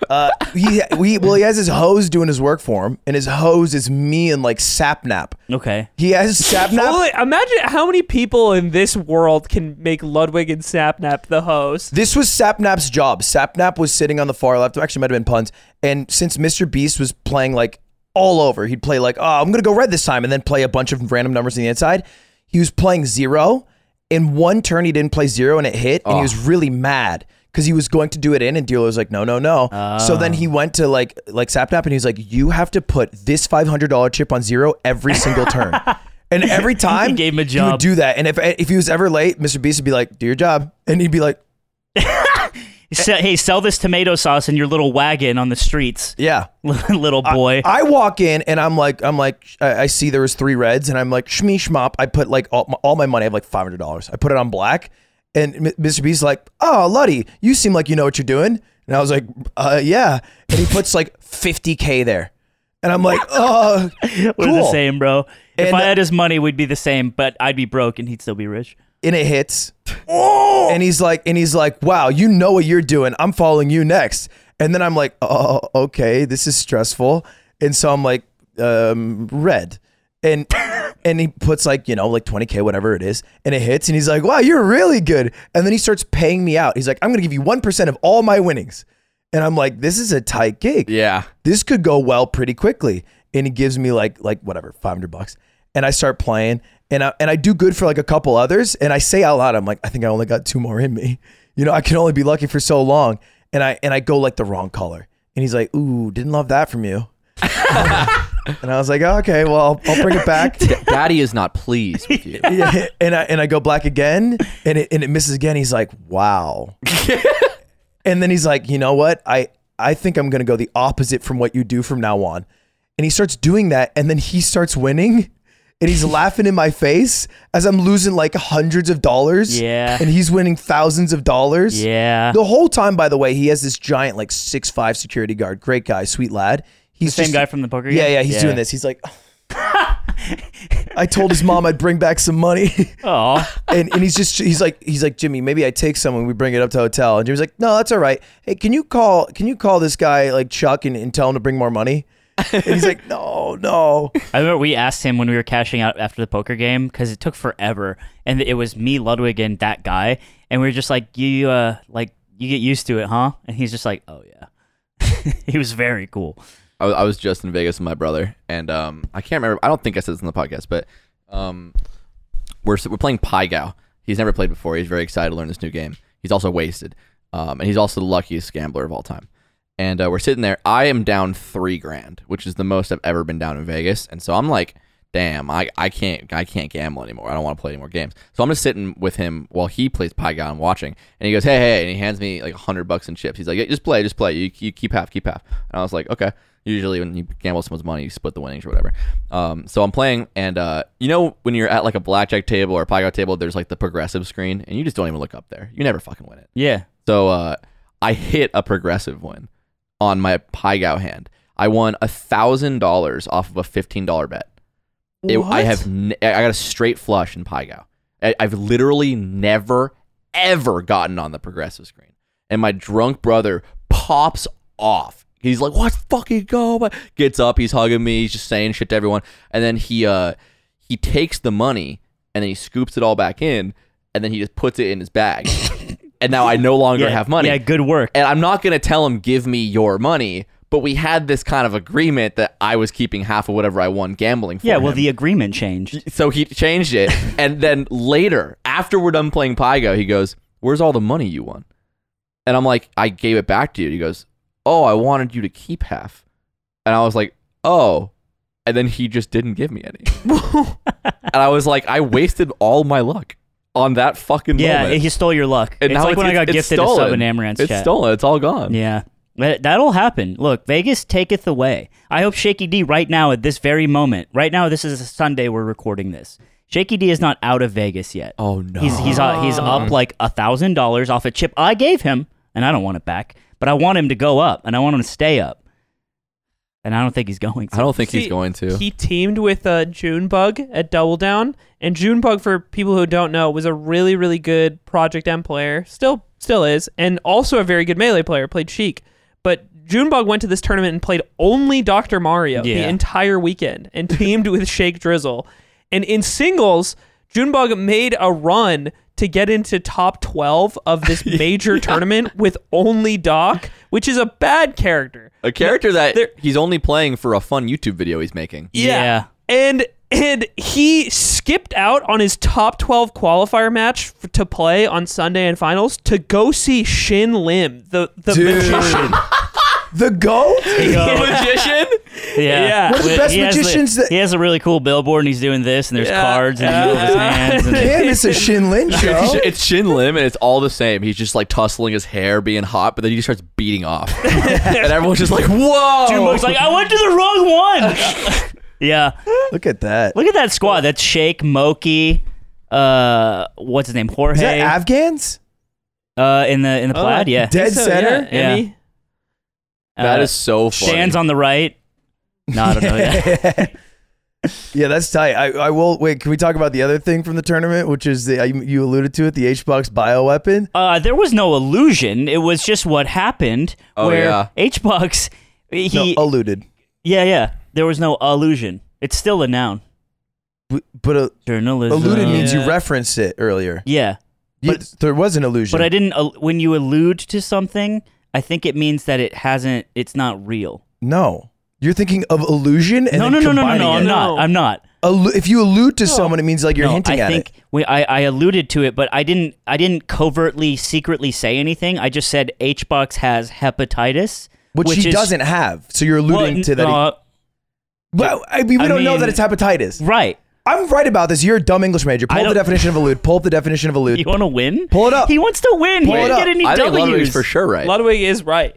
[SPEAKER 4] Uh, he, we, well, he has his hose doing his work for him, and his hose is me and like Sapnap.
[SPEAKER 3] Okay. <laughs>
[SPEAKER 4] He has
[SPEAKER 1] Well,
[SPEAKER 4] Sapnap.
[SPEAKER 1] wait, imagine how many people in this world can make Ludwig and Sapnap the host.
[SPEAKER 4] <laughs> This was Sapnap's job. Sapnap was sitting on the far left. Actually, might have been puns. And since Mr. Beast was playing like all over, he'd play like, oh, I'm going to go red this time, and then play a bunch of random numbers on the inside. He was playing zero. In one turn, he didn't play zero, and it hit, and he
[SPEAKER 3] Ah.
[SPEAKER 4] was really mad because he was going to do it in, and dealer was like, no, no, no. So then
[SPEAKER 3] Ah.
[SPEAKER 4] he went to like like Sapnap, and he's like, you have to put this $500 chip on zero every single turn.
[SPEAKER 3] <laughs>
[SPEAKER 4] And every time
[SPEAKER 3] gave him a
[SPEAKER 4] he would
[SPEAKER 3] job.
[SPEAKER 4] do that. And if if he was ever late, Mr. Beast would be like, "Do your job," and he'd be like,
[SPEAKER 3] Se- hey, sell this tomato sauce in your little wagon on the streets, <laughs>
[SPEAKER 4] Yeah.
[SPEAKER 3] little boy.
[SPEAKER 4] I walk in and I'm like, I'm like, I I see there was three reds and I'm like, shmee shmop. I put like all my, all my money. I have like five hundred dollars. I put it on black, and M- Mr. B's like, oh, Luddy, you seem like you know what you're doing. And I was like, uh, yeah. And he puts like fifty k there, and I'm like, oh, cool.
[SPEAKER 3] We're the same, bro. If
[SPEAKER 4] And-
[SPEAKER 3] I had his money, we'd be the same, but I'd be broke and he'd still be rich.
[SPEAKER 4] And it hits. And he's like, and he's like, wow, you know what you're doing. I'm following you next. And then I'm like, oh, okay, this is stressful. And so I'm like, um, red. And and he puts like, you know, like 20K, whatever it is, and it hits, and he's like, Wow, you're really good. And then he starts paying me out. He's like, I'm gonna give you one percent of all my winnings. And I'm like, this is a tight gig
[SPEAKER 2] Yeah.
[SPEAKER 4] this could go well pretty quickly. And he gives me like like whatever, five hundred bucks. And I start playing and I and I do good for like a couple others. And I say out loud, I'm like, I think I only got two more in me. You know, I can only be lucky for so long. And I and I go like the wrong color. And he's <laughs> like, Ooh, didn't love that from you. and I was like, oh, okay, well, I'll, I'll bring it back.
[SPEAKER 2] Daddy is not pleased with <laughs> you.
[SPEAKER 4] Yeah, <laughs> and I and I go black again, and it and it misses again. He's like,
[SPEAKER 3] <laughs>
[SPEAKER 4] wow. and then he's like, you know what? I I think I'm gonna go the opposite from what you do from now on. And he starts doing that, and then he starts winning, and he's laughing in my face as I'm losing like hundreds of dollars.
[SPEAKER 3] Yeah.
[SPEAKER 4] And he's winning thousands of dollars.
[SPEAKER 3] Yeah.
[SPEAKER 4] The whole time, by the way, he has this giant, like six five security guard. Great guy, sweet lad. He's
[SPEAKER 3] Same
[SPEAKER 4] just-
[SPEAKER 3] guy from the poker game?
[SPEAKER 4] Yeah, yeah, he's doing this. He's like, I told his mom I'd bring back some money, <laughs>
[SPEAKER 3] Oh,
[SPEAKER 4] and and he's just he's like he's like Jimmy, maybe I take someone. We bring it up to hotel, and Jimmy's like, no, that's all right. Hey, can you call can you call this guy like Chuck and, and tell him to bring more money? And he's like, no, no.
[SPEAKER 3] I remember we asked him when we were cashing out after the poker game because it took forever, and it was me, Ludwig, and that guy, and we were just like, "You, uh, like, you get used to it, huh?" And he's just like, "Oh yeah." <laughs> he was very cool.
[SPEAKER 2] I, was- I was just in Vegas with my brother, and um, I can't remember. I don't think I said this in the podcast, but um, we're s- we're playing Pai Gow. He's never played before. He's very excited to learn this new game. He's also wasted, um, and he's also the luckiest gambler of all time. And uh, we're sitting there. I am down three grand, which is the most I've ever been down in Vegas. And so I'm like, damn, I, I can't I can't gamble anymore. I don't want to play any more games. So I'm just sitting with him while he plays Pai Gow and watching. And he goes, hey hey, and he hands me like hundred bucks in chips. He's like, yeah, just play, just play. You, you keep half, keep half. And I was like, okay. Usually when you gamble someone's money, you split the winnings or whatever. Um, so I'm playing, and uh, you know when you're at like a blackjack table or a pie table, there's like the progressive screen, and you just don't even look up there. You never fucking win it.
[SPEAKER 3] Yeah.
[SPEAKER 2] So uh, I hit a progressive one on my Pygow hand. I won a thousand dollars off of a fifteen dollar bet. It- I
[SPEAKER 4] What?
[SPEAKER 2] have ne- I got a straight flush in Pygow. I- I've literally never ever gotten on the progressive screen, and my drunk brother pops off. He's like, "What fucking go?" man?" Gets up, he's hugging me, he's just saying shit to everyone, and then he uh he takes the money and then he scoops it all back in, and then he just puts it in his
[SPEAKER 3] <laughs>
[SPEAKER 2] bag. and now I no longer
[SPEAKER 3] yeah,
[SPEAKER 2] have money
[SPEAKER 3] Yeah, good work.
[SPEAKER 2] and I'm not gonna tell him give me your money. But we had this kind of agreement that I was keeping half of whatever I won gambling for.
[SPEAKER 3] yeah, well,
[SPEAKER 2] him.
[SPEAKER 3] the
[SPEAKER 2] <laughs>
[SPEAKER 3] agreement changed.
[SPEAKER 2] so he changed
[SPEAKER 3] <laughs>
[SPEAKER 2] it, and then later, after we're done playing Pygo, he goes, "Where's all the money you won?" And I'm like, "I gave it back to you." He goes, "Oh, I wanted you to keep half," and I was like, "Oh," and then he just didn't give me any, and I was like, "I wasted all my luck on that fucking
[SPEAKER 3] Yeah,
[SPEAKER 2] moment."
[SPEAKER 3] he stole your luck.
[SPEAKER 2] and
[SPEAKER 3] it's like when I got
[SPEAKER 2] it's
[SPEAKER 3] gifted a sub in Amaranth's
[SPEAKER 2] It's
[SPEAKER 3] chat.
[SPEAKER 2] stolen. It's all gone.
[SPEAKER 3] Yeah. That- That'll happen. Look, Vegas taketh away. I hope Shaky D right now at this very moment. Right now, this is a Sunday we're recording this. Shaky D is not out of Vegas yet.
[SPEAKER 2] Oh no. Mm-hmm.
[SPEAKER 3] He's he's uh, he's up like a thousand dollars off a chip I gave him, and I don't want it back. But I want him to go up, and I want him to stay up. And I don't think he's going.
[SPEAKER 2] I don't think he's
[SPEAKER 1] See,
[SPEAKER 2] going to.
[SPEAKER 1] He teamed with uh, Junebug at Double Down, and Junebug, for people who don't know, was a really, really good Project M player. Still, still is, and also a very good melee player. Played Sheik, but Junebug went to this tournament and played only Doctor Mario
[SPEAKER 3] Yeah.
[SPEAKER 1] the entire weekend, and <laughs> teamed with Shake Drizzle. And in singles, Junebug made a run to get into top 12 of
[SPEAKER 2] <laughs>
[SPEAKER 1] this major tournament with only Doc, which is a bad character.
[SPEAKER 2] a character that
[SPEAKER 1] There-
[SPEAKER 2] he's only playing for a fun YouTube video he's making.
[SPEAKER 3] Yeah.
[SPEAKER 1] And and he skipped out on his top 12 qualifier match f- to play on Sunday and finals to go see Shin Lim, the the
[SPEAKER 4] Dude.
[SPEAKER 1] magician.
[SPEAKER 4] The goat?
[SPEAKER 2] <laughs>
[SPEAKER 1] magician?
[SPEAKER 3] <laughs> yeah.
[SPEAKER 1] Yeah. One
[SPEAKER 4] of the best
[SPEAKER 3] he has the-
[SPEAKER 4] magicians that-
[SPEAKER 3] he has a really cool billboard, and he's doing this, and there's
[SPEAKER 1] Yeah.
[SPEAKER 3] cards and noodles in his
[SPEAKER 1] Yeah.
[SPEAKER 3] hands. and-
[SPEAKER 4] <laughs> Damn, it's a Shin Lin
[SPEAKER 2] It's,
[SPEAKER 4] show.
[SPEAKER 2] it's Shin Lim, and it's all the same. He's just like tussling his hair, being hot, but then he just starts beating
[SPEAKER 3] <laughs>
[SPEAKER 2] off, and everyone's just like, "Whoa!"
[SPEAKER 3] Junebug's like, I went to the wrong
[SPEAKER 4] <laughs>
[SPEAKER 3] one. yeah.
[SPEAKER 4] Look at that.
[SPEAKER 3] Look at that squad. That's Shake, Moki, uh, what's his name, Jorge,
[SPEAKER 4] Is that Oh, Afghans?
[SPEAKER 3] uh, in the in the plaid. Yeah,
[SPEAKER 4] Dead center?
[SPEAKER 1] Yeah. Emmy.
[SPEAKER 2] that
[SPEAKER 3] Uh,
[SPEAKER 2] is so funny.
[SPEAKER 3] Stan's on the right. No, I don't know. Oh,
[SPEAKER 4] <laughs>
[SPEAKER 3] Yeah.
[SPEAKER 4] Yeah, that's tight. I, I will wait. Can we talk about the other thing from the tournament, which is the you you alluded to it, the HBox bioweapon?
[SPEAKER 3] Uh, there was no illusion. It was just what happened.
[SPEAKER 2] Oh,
[SPEAKER 3] where
[SPEAKER 2] yeah.
[SPEAKER 3] H Bucks. He
[SPEAKER 4] No, alluded,
[SPEAKER 3] yeah yeah. There was no illusion. It's still a noun.
[SPEAKER 4] B- but uh,
[SPEAKER 3] Journalism.
[SPEAKER 4] alluded means you
[SPEAKER 1] Yeah.
[SPEAKER 4] referenced it earlier.
[SPEAKER 3] Yeah,
[SPEAKER 4] You-
[SPEAKER 3] but-
[SPEAKER 4] there was an illusion.
[SPEAKER 3] but I didn't. al- When you allude to something, I think it means that it hasn't. It's not real.
[SPEAKER 4] no, you're thinking of illusion and
[SPEAKER 3] No
[SPEAKER 4] then
[SPEAKER 3] no no no no
[SPEAKER 4] combining
[SPEAKER 3] no.
[SPEAKER 4] it.
[SPEAKER 3] I'm not.
[SPEAKER 1] No.
[SPEAKER 3] I'm not.
[SPEAKER 4] Allu- if you allude to someone, it means like you're
[SPEAKER 3] No,
[SPEAKER 4] hinting
[SPEAKER 3] I
[SPEAKER 4] at
[SPEAKER 3] think
[SPEAKER 4] it.
[SPEAKER 3] We, I, I alluded to it, but I didn't. I didn't covertly, secretly say anything. I just said H Bucks has hepatitis,
[SPEAKER 4] Which, he
[SPEAKER 3] is-
[SPEAKER 4] doesn't have, so you're alluding
[SPEAKER 3] Well, uh,
[SPEAKER 4] to that. he-
[SPEAKER 3] no,
[SPEAKER 4] well, I mean, we
[SPEAKER 3] I
[SPEAKER 4] don't know
[SPEAKER 3] mean-
[SPEAKER 4] that it's hepatitis.
[SPEAKER 3] right?
[SPEAKER 4] I'm right about this. You're a dumb English major. Pull
[SPEAKER 3] I
[SPEAKER 4] up the
[SPEAKER 3] don't-
[SPEAKER 4] definition of elude. Pull up the definition of elude.
[SPEAKER 3] <laughs> You want to win?
[SPEAKER 4] Pull it up.
[SPEAKER 3] He wants to win.
[SPEAKER 4] Pull
[SPEAKER 3] he
[SPEAKER 4] it
[SPEAKER 3] didn't
[SPEAKER 4] up.
[SPEAKER 3] get any
[SPEAKER 2] I think Ludwig's
[SPEAKER 3] W's.
[SPEAKER 2] for sure right.
[SPEAKER 1] Ludwig is right.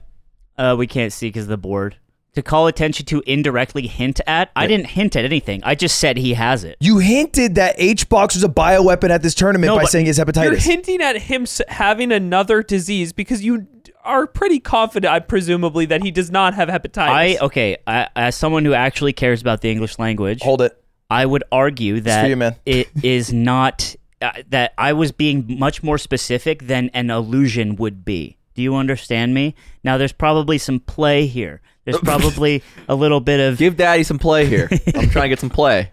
[SPEAKER 3] Uh, we can't see because of the board. To call attention to, indirectly hint at. I didn't hint at anything. I just said he has it.
[SPEAKER 4] You hinted that H box was a bioweapon at this tournament
[SPEAKER 3] No,
[SPEAKER 4] by
[SPEAKER 3] but
[SPEAKER 4] saying his
[SPEAKER 1] You're
[SPEAKER 4] hepatitis.
[SPEAKER 1] hinting at him s- having another disease because you d- are pretty confident, I presumably, that he does not have
[SPEAKER 3] I
[SPEAKER 1] hepatitis.
[SPEAKER 3] okay. I, as someone who actually cares about the English language,
[SPEAKER 4] Hold it.
[SPEAKER 3] I would argue that
[SPEAKER 4] you, man.
[SPEAKER 3] <laughs> it is not uh, that I was being much more specific than an illusion would be. Do you understand me? Now, there's probably some play here. There's
[SPEAKER 4] <laughs>
[SPEAKER 3] probably a little bit of,
[SPEAKER 2] Give Daddy some play here.
[SPEAKER 3] <laughs>
[SPEAKER 2] I'm trying to get some play.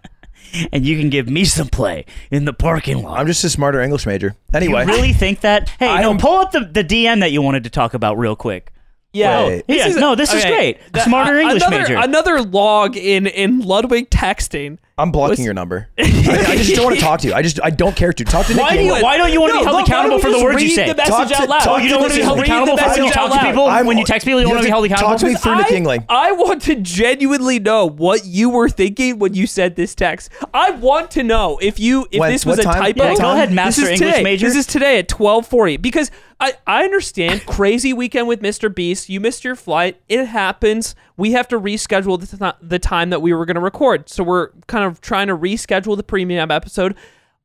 [SPEAKER 3] and you can give me some play in the parking lot.
[SPEAKER 4] I'm just a smarter English major.
[SPEAKER 3] you
[SPEAKER 4] Anyway,
[SPEAKER 3] really think that? Hey,
[SPEAKER 4] I
[SPEAKER 3] no,
[SPEAKER 4] am-
[SPEAKER 3] pull up the, the DM that you wanted to talk about real quick.
[SPEAKER 1] yeah.
[SPEAKER 4] Wait.
[SPEAKER 1] This
[SPEAKER 3] Yeah,
[SPEAKER 1] is-
[SPEAKER 3] no, this is great. Smarter
[SPEAKER 1] a-
[SPEAKER 3] English
[SPEAKER 1] another,
[SPEAKER 3] major.
[SPEAKER 1] Another log in in Ludwig texting.
[SPEAKER 4] I'm blocking your
[SPEAKER 3] <laughs>
[SPEAKER 4] number. I, I just don't want to talk to you. I just I don't care to talk to
[SPEAKER 3] Why do
[SPEAKER 4] Nikki.
[SPEAKER 3] you? Why don't you want to
[SPEAKER 1] No,
[SPEAKER 3] be held
[SPEAKER 1] why don't
[SPEAKER 3] accountable
[SPEAKER 1] we
[SPEAKER 3] for the
[SPEAKER 1] just
[SPEAKER 3] words you
[SPEAKER 1] read
[SPEAKER 3] say?
[SPEAKER 1] The message
[SPEAKER 4] Talk to-
[SPEAKER 1] out loud.
[SPEAKER 4] talk
[SPEAKER 3] Oh, you don't want to be held
[SPEAKER 1] Read the
[SPEAKER 3] accountable for when
[SPEAKER 1] message
[SPEAKER 3] you
[SPEAKER 1] out
[SPEAKER 3] talk to
[SPEAKER 1] loud.
[SPEAKER 3] people.
[SPEAKER 4] I'm-
[SPEAKER 3] when you text people, you wanna
[SPEAKER 4] have
[SPEAKER 3] be held accountable
[SPEAKER 4] Talk to me
[SPEAKER 3] for-
[SPEAKER 4] <laughs> through Nick
[SPEAKER 1] I,
[SPEAKER 4] Engling.
[SPEAKER 1] I want to genuinely know what you were thinking when you said this text. I want to know if you if
[SPEAKER 4] When-
[SPEAKER 1] this was
[SPEAKER 4] what
[SPEAKER 1] a
[SPEAKER 4] time?
[SPEAKER 1] typo.
[SPEAKER 4] Yeah, go
[SPEAKER 3] ahead,
[SPEAKER 1] This
[SPEAKER 3] Master
[SPEAKER 1] is
[SPEAKER 3] English
[SPEAKER 1] today.
[SPEAKER 3] major.
[SPEAKER 1] This is today at twelve forty because I I understand <laughs> crazy weekend with Mr. Beast. You missed your flight. It happens. We have to reschedule the, th- the time that we were going to record. So we're kind of trying to reschedule the premium episode.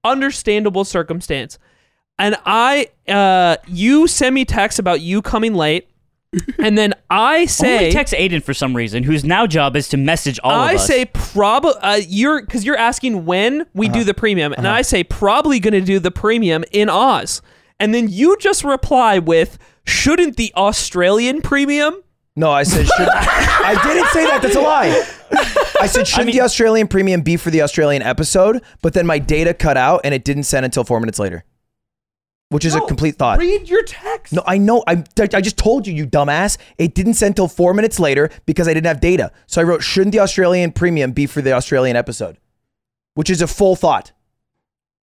[SPEAKER 1] Understandable circumstance. And I, uh, you send me texts about you coming late, and then I say,
[SPEAKER 3] Only text Aiden for some reason, whose now job is to message all
[SPEAKER 1] I
[SPEAKER 3] of us.
[SPEAKER 1] say probably uh, you're because you're asking when we
[SPEAKER 4] Uh-huh.
[SPEAKER 1] do the premium, and I say probably going to do the premium in Oz, and then you just reply with shouldn't the Australian premium?
[SPEAKER 4] No, I said
[SPEAKER 3] <laughs>
[SPEAKER 4] should. I didn't say that. That's a lie. I said should the Australian premium be for the Australian episode? But then my data cut out and it didn't send until four minutes later, which is a complete thought.
[SPEAKER 1] Read your text.
[SPEAKER 4] No, I know. I, I just told you, you dumbass. It didn't send till four minutes later because I didn't have data. So I wrote, shouldn't the Australian premium be for the Australian episode? Which is a full thought.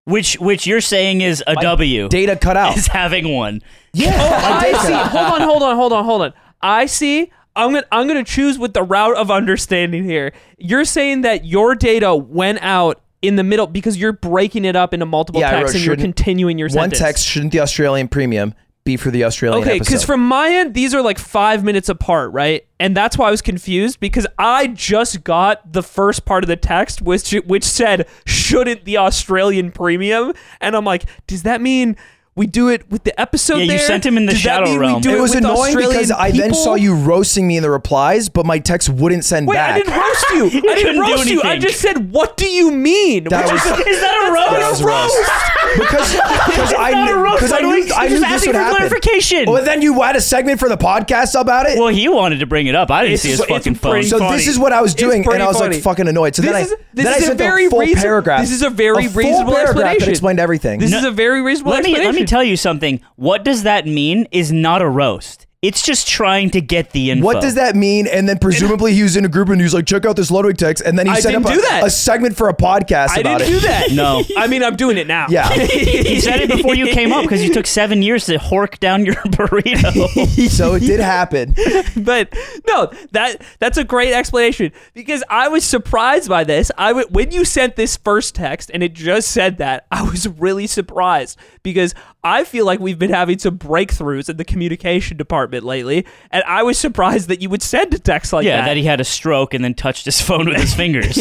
[SPEAKER 3] which which you're saying is a W
[SPEAKER 4] Data cut
[SPEAKER 3] <laughs>
[SPEAKER 4] out.
[SPEAKER 3] is having one.
[SPEAKER 4] Yeah. my
[SPEAKER 1] I
[SPEAKER 4] data.
[SPEAKER 1] see. Hold on, hold on, hold on, hold on. I see. I'm gonna I'm gonna choose with the route of understanding here. You're saying that your data went out in the middle because you're breaking it up into multiple
[SPEAKER 4] Yeah, I
[SPEAKER 1] texts
[SPEAKER 4] wrote,
[SPEAKER 1] and you're
[SPEAKER 4] "Shouldn't-
[SPEAKER 1] continuing your
[SPEAKER 4] One
[SPEAKER 1] sentence.
[SPEAKER 4] text, shouldn't the Australian premium be for the Australian
[SPEAKER 1] Okay,
[SPEAKER 4] episode?
[SPEAKER 1] because from my end, these are like five minutes apart, right? And that's why I was confused because I just got the first part of the text, which which said, "Shouldn't the Australian premium?" And I'm like, does that mean we do it with the episode?
[SPEAKER 3] Yeah, you
[SPEAKER 1] there?
[SPEAKER 3] sent him in the
[SPEAKER 1] does
[SPEAKER 3] shadow
[SPEAKER 1] that mean
[SPEAKER 3] realm.
[SPEAKER 1] We do
[SPEAKER 4] it was
[SPEAKER 1] with
[SPEAKER 4] annoying
[SPEAKER 1] Australian
[SPEAKER 4] because I then
[SPEAKER 1] people?
[SPEAKER 4] saw you roasting me in the replies, but my text wouldn't send
[SPEAKER 1] Wait,
[SPEAKER 4] back.
[SPEAKER 1] I didn't roast
[SPEAKER 3] <laughs>
[SPEAKER 1] you. I
[SPEAKER 3] couldn't
[SPEAKER 1] didn't
[SPEAKER 3] do
[SPEAKER 1] roast you. I
[SPEAKER 3] anything.
[SPEAKER 1] just said, "What do you mean?"
[SPEAKER 4] That
[SPEAKER 1] Which
[SPEAKER 4] was-
[SPEAKER 1] is-
[SPEAKER 3] Is that a
[SPEAKER 1] that's not
[SPEAKER 3] roast?
[SPEAKER 4] That was roast. <laughs> because because I
[SPEAKER 3] not a
[SPEAKER 4] knew,
[SPEAKER 3] roast,
[SPEAKER 4] because I
[SPEAKER 3] by the way.
[SPEAKER 4] knew, I
[SPEAKER 3] She's just
[SPEAKER 4] knew this
[SPEAKER 3] asking
[SPEAKER 4] would
[SPEAKER 3] for
[SPEAKER 4] happen.
[SPEAKER 3] clarification.
[SPEAKER 4] Well, then you had a segment for the podcast about it.
[SPEAKER 3] Well, he wanted to bring it up. I didn't
[SPEAKER 1] It's
[SPEAKER 3] see his
[SPEAKER 1] so- it's
[SPEAKER 3] fucking phone.
[SPEAKER 1] pretty-
[SPEAKER 4] So
[SPEAKER 1] funny.
[SPEAKER 4] this is what I was
[SPEAKER 1] It's
[SPEAKER 4] doing, and
[SPEAKER 1] pretty
[SPEAKER 4] I was
[SPEAKER 1] funny.
[SPEAKER 4] like fucking annoyed. So
[SPEAKER 1] This
[SPEAKER 4] then
[SPEAKER 1] is-
[SPEAKER 4] I
[SPEAKER 1] this
[SPEAKER 4] then
[SPEAKER 1] is
[SPEAKER 4] I
[SPEAKER 1] a
[SPEAKER 4] sent
[SPEAKER 1] very
[SPEAKER 4] a full
[SPEAKER 1] reason-
[SPEAKER 4] paragraph.
[SPEAKER 1] this is a very
[SPEAKER 4] full
[SPEAKER 1] reasonable
[SPEAKER 4] paragraph that
[SPEAKER 1] explanation.
[SPEAKER 4] explained everything.
[SPEAKER 1] This is a very reasonable
[SPEAKER 3] let me
[SPEAKER 1] explanation.
[SPEAKER 3] let me tell you something. What does that mean? Is not a roast. It's just trying to get the info.
[SPEAKER 4] what does that mean? And then presumably he was in a group and he was like, "Check out this Ludwig text," and then he
[SPEAKER 1] I
[SPEAKER 4] set up
[SPEAKER 1] didn't
[SPEAKER 4] a,
[SPEAKER 1] do that.
[SPEAKER 4] a segment for a podcast <laughs>
[SPEAKER 1] I
[SPEAKER 4] about
[SPEAKER 1] didn't
[SPEAKER 4] it.
[SPEAKER 1] do that.
[SPEAKER 3] No.
[SPEAKER 1] I mean I'm doing it now.
[SPEAKER 4] Yeah.
[SPEAKER 1] <laughs>
[SPEAKER 3] He said it before you came up because you took seven years to hork down your <laughs>
[SPEAKER 4] <laughs>
[SPEAKER 3] burrito.
[SPEAKER 4] so it did happen.
[SPEAKER 1] <laughs> but no, that that's a great explanation because I was surprised by this. I w- when you sent this first text and it just said that, <laughs> I was really surprised because I feel like we've been having some breakthroughs in the communication department lately, and I was surprised that you would send a text like
[SPEAKER 3] yeah,
[SPEAKER 1] that.
[SPEAKER 3] that he had a stroke and then touched his phone with his
[SPEAKER 4] <laughs>
[SPEAKER 3] fingers.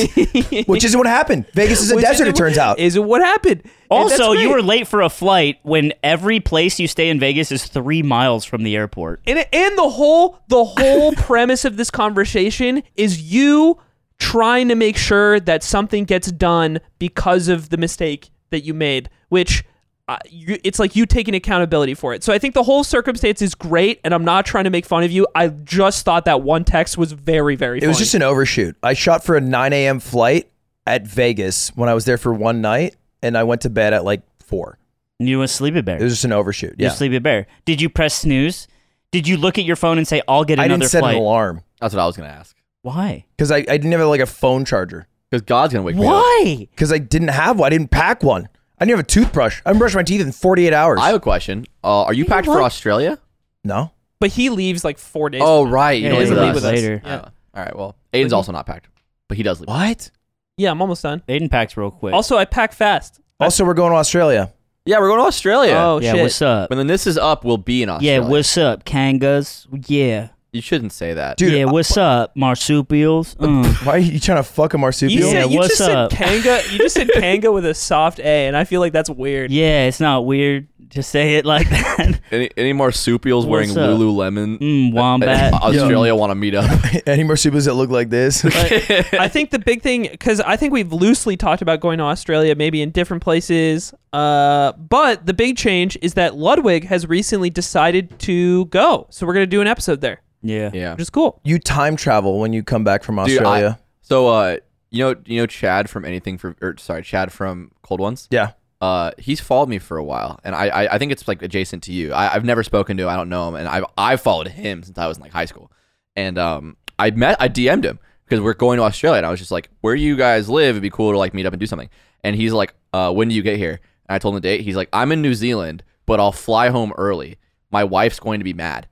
[SPEAKER 4] Which isn't what happened. Vegas is a
[SPEAKER 1] Which
[SPEAKER 4] desert,
[SPEAKER 1] isn't
[SPEAKER 4] it turns
[SPEAKER 1] what-
[SPEAKER 4] out.
[SPEAKER 1] Isn't what happened. And that's
[SPEAKER 3] Also, you
[SPEAKER 1] great.
[SPEAKER 3] were late for a flight when every place you stay in Vegas is three miles from the airport.
[SPEAKER 1] and and the whole the whole premise of this conversation is you trying to make sure that something gets done because of the mistake that you made which uh, you, it's like you taking accountability for it so i think the whole circumstance is great and i'm not trying to make fun of you i just thought that one text was very very
[SPEAKER 4] It was just an overshoot. I shot for a 9 a.m. flight at Vegas when I was there for one night, and I went to bed at like four.
[SPEAKER 3] You a sleepy bear.
[SPEAKER 4] It was just an overshoot.
[SPEAKER 3] You
[SPEAKER 4] Yeah,
[SPEAKER 3] sleepy bear. Did you press snooze? Did you look at your phone and say, "I'll get
[SPEAKER 4] I
[SPEAKER 3] another
[SPEAKER 4] didn't set
[SPEAKER 3] flight"?
[SPEAKER 4] an alarm
[SPEAKER 2] That's what I was gonna ask.
[SPEAKER 3] Why?
[SPEAKER 4] because I, I didn't have like a phone charger
[SPEAKER 2] Because God's gonna wake me up.
[SPEAKER 3] Why?
[SPEAKER 4] because I didn't have one. I didn't pack one. I didn't have a toothbrush. I haven't brushed my teeth in 48 hours.
[SPEAKER 2] I have a question. Uh, are you packed for Australia?
[SPEAKER 4] no.
[SPEAKER 1] but he leaves like four days
[SPEAKER 2] Oh right, you
[SPEAKER 3] Yeah,
[SPEAKER 2] don't
[SPEAKER 1] he
[SPEAKER 2] leave
[SPEAKER 1] doesn't leave
[SPEAKER 2] with us.
[SPEAKER 1] with us.
[SPEAKER 3] later.
[SPEAKER 2] Oh, all right. Well, Aiden's also not packed, but he does leave.
[SPEAKER 4] What?
[SPEAKER 1] Yeah, I'm almost done.
[SPEAKER 3] Aiden packs real quick.
[SPEAKER 1] Also, I pack fast.
[SPEAKER 4] Also, we're going to Australia.
[SPEAKER 2] Yeah, we're going to Australia.
[SPEAKER 1] Oh
[SPEAKER 3] yeah,
[SPEAKER 1] shit.
[SPEAKER 3] what's up?
[SPEAKER 2] When the this is up, we'll be in
[SPEAKER 3] Yeah,
[SPEAKER 2] Australia.
[SPEAKER 3] what's up, Kangas? Yeah.
[SPEAKER 2] you shouldn't say that.
[SPEAKER 4] Dude,
[SPEAKER 3] yeah, what's
[SPEAKER 2] <laughs>
[SPEAKER 3] up, marsupials? Mm.
[SPEAKER 4] Why are you trying to fuck a
[SPEAKER 1] You,
[SPEAKER 4] marsupial?
[SPEAKER 3] Yeah,
[SPEAKER 1] said, you
[SPEAKER 3] what's
[SPEAKER 1] just
[SPEAKER 3] up?
[SPEAKER 1] said Kanga. You just
[SPEAKER 3] <laughs>
[SPEAKER 1] said Kanga with a soft A, and I feel like that's weird.
[SPEAKER 3] Yeah, it's not weird to say it like <laughs> that.
[SPEAKER 2] Any, any marsupials
[SPEAKER 3] What's
[SPEAKER 2] wearing
[SPEAKER 3] up?
[SPEAKER 2] Lululemon? <laughs>
[SPEAKER 3] Mm, wombat.
[SPEAKER 2] Australia want to meet <laughs> up.
[SPEAKER 4] <laughs> Any marsupials that look like
[SPEAKER 2] <laughs>
[SPEAKER 4] this?
[SPEAKER 1] I think the big thing, because I think we've loosely talked about going to Australia, maybe in different places. Uh, but the big change is that Ludwig has recently decided to go, so we're gonna do an episode there,
[SPEAKER 3] Yeah.
[SPEAKER 2] yeah.
[SPEAKER 1] which is cool.
[SPEAKER 4] you time travel when you come back from
[SPEAKER 2] Dude, I-
[SPEAKER 4] Australia.
[SPEAKER 2] so uh, you know, you know Chad from anything for, or sorry, Chad from Cold Ones.
[SPEAKER 4] yeah.
[SPEAKER 2] Uh, he's followed me for a while, and I, I, I think it's like adjacent to you. I, I've never spoken to, him, I don't know him, and I've I followed him since I was in like high school, and um, I met, I DM'd him because we're going to Australia, and I was just like, where do you guys live? It'd be cool to like meet up and do something. And he's like, uh, when do you get here? And I told him the date. He's like, I'm in New Zealand, but I'll fly home early. My wife's going to be mad,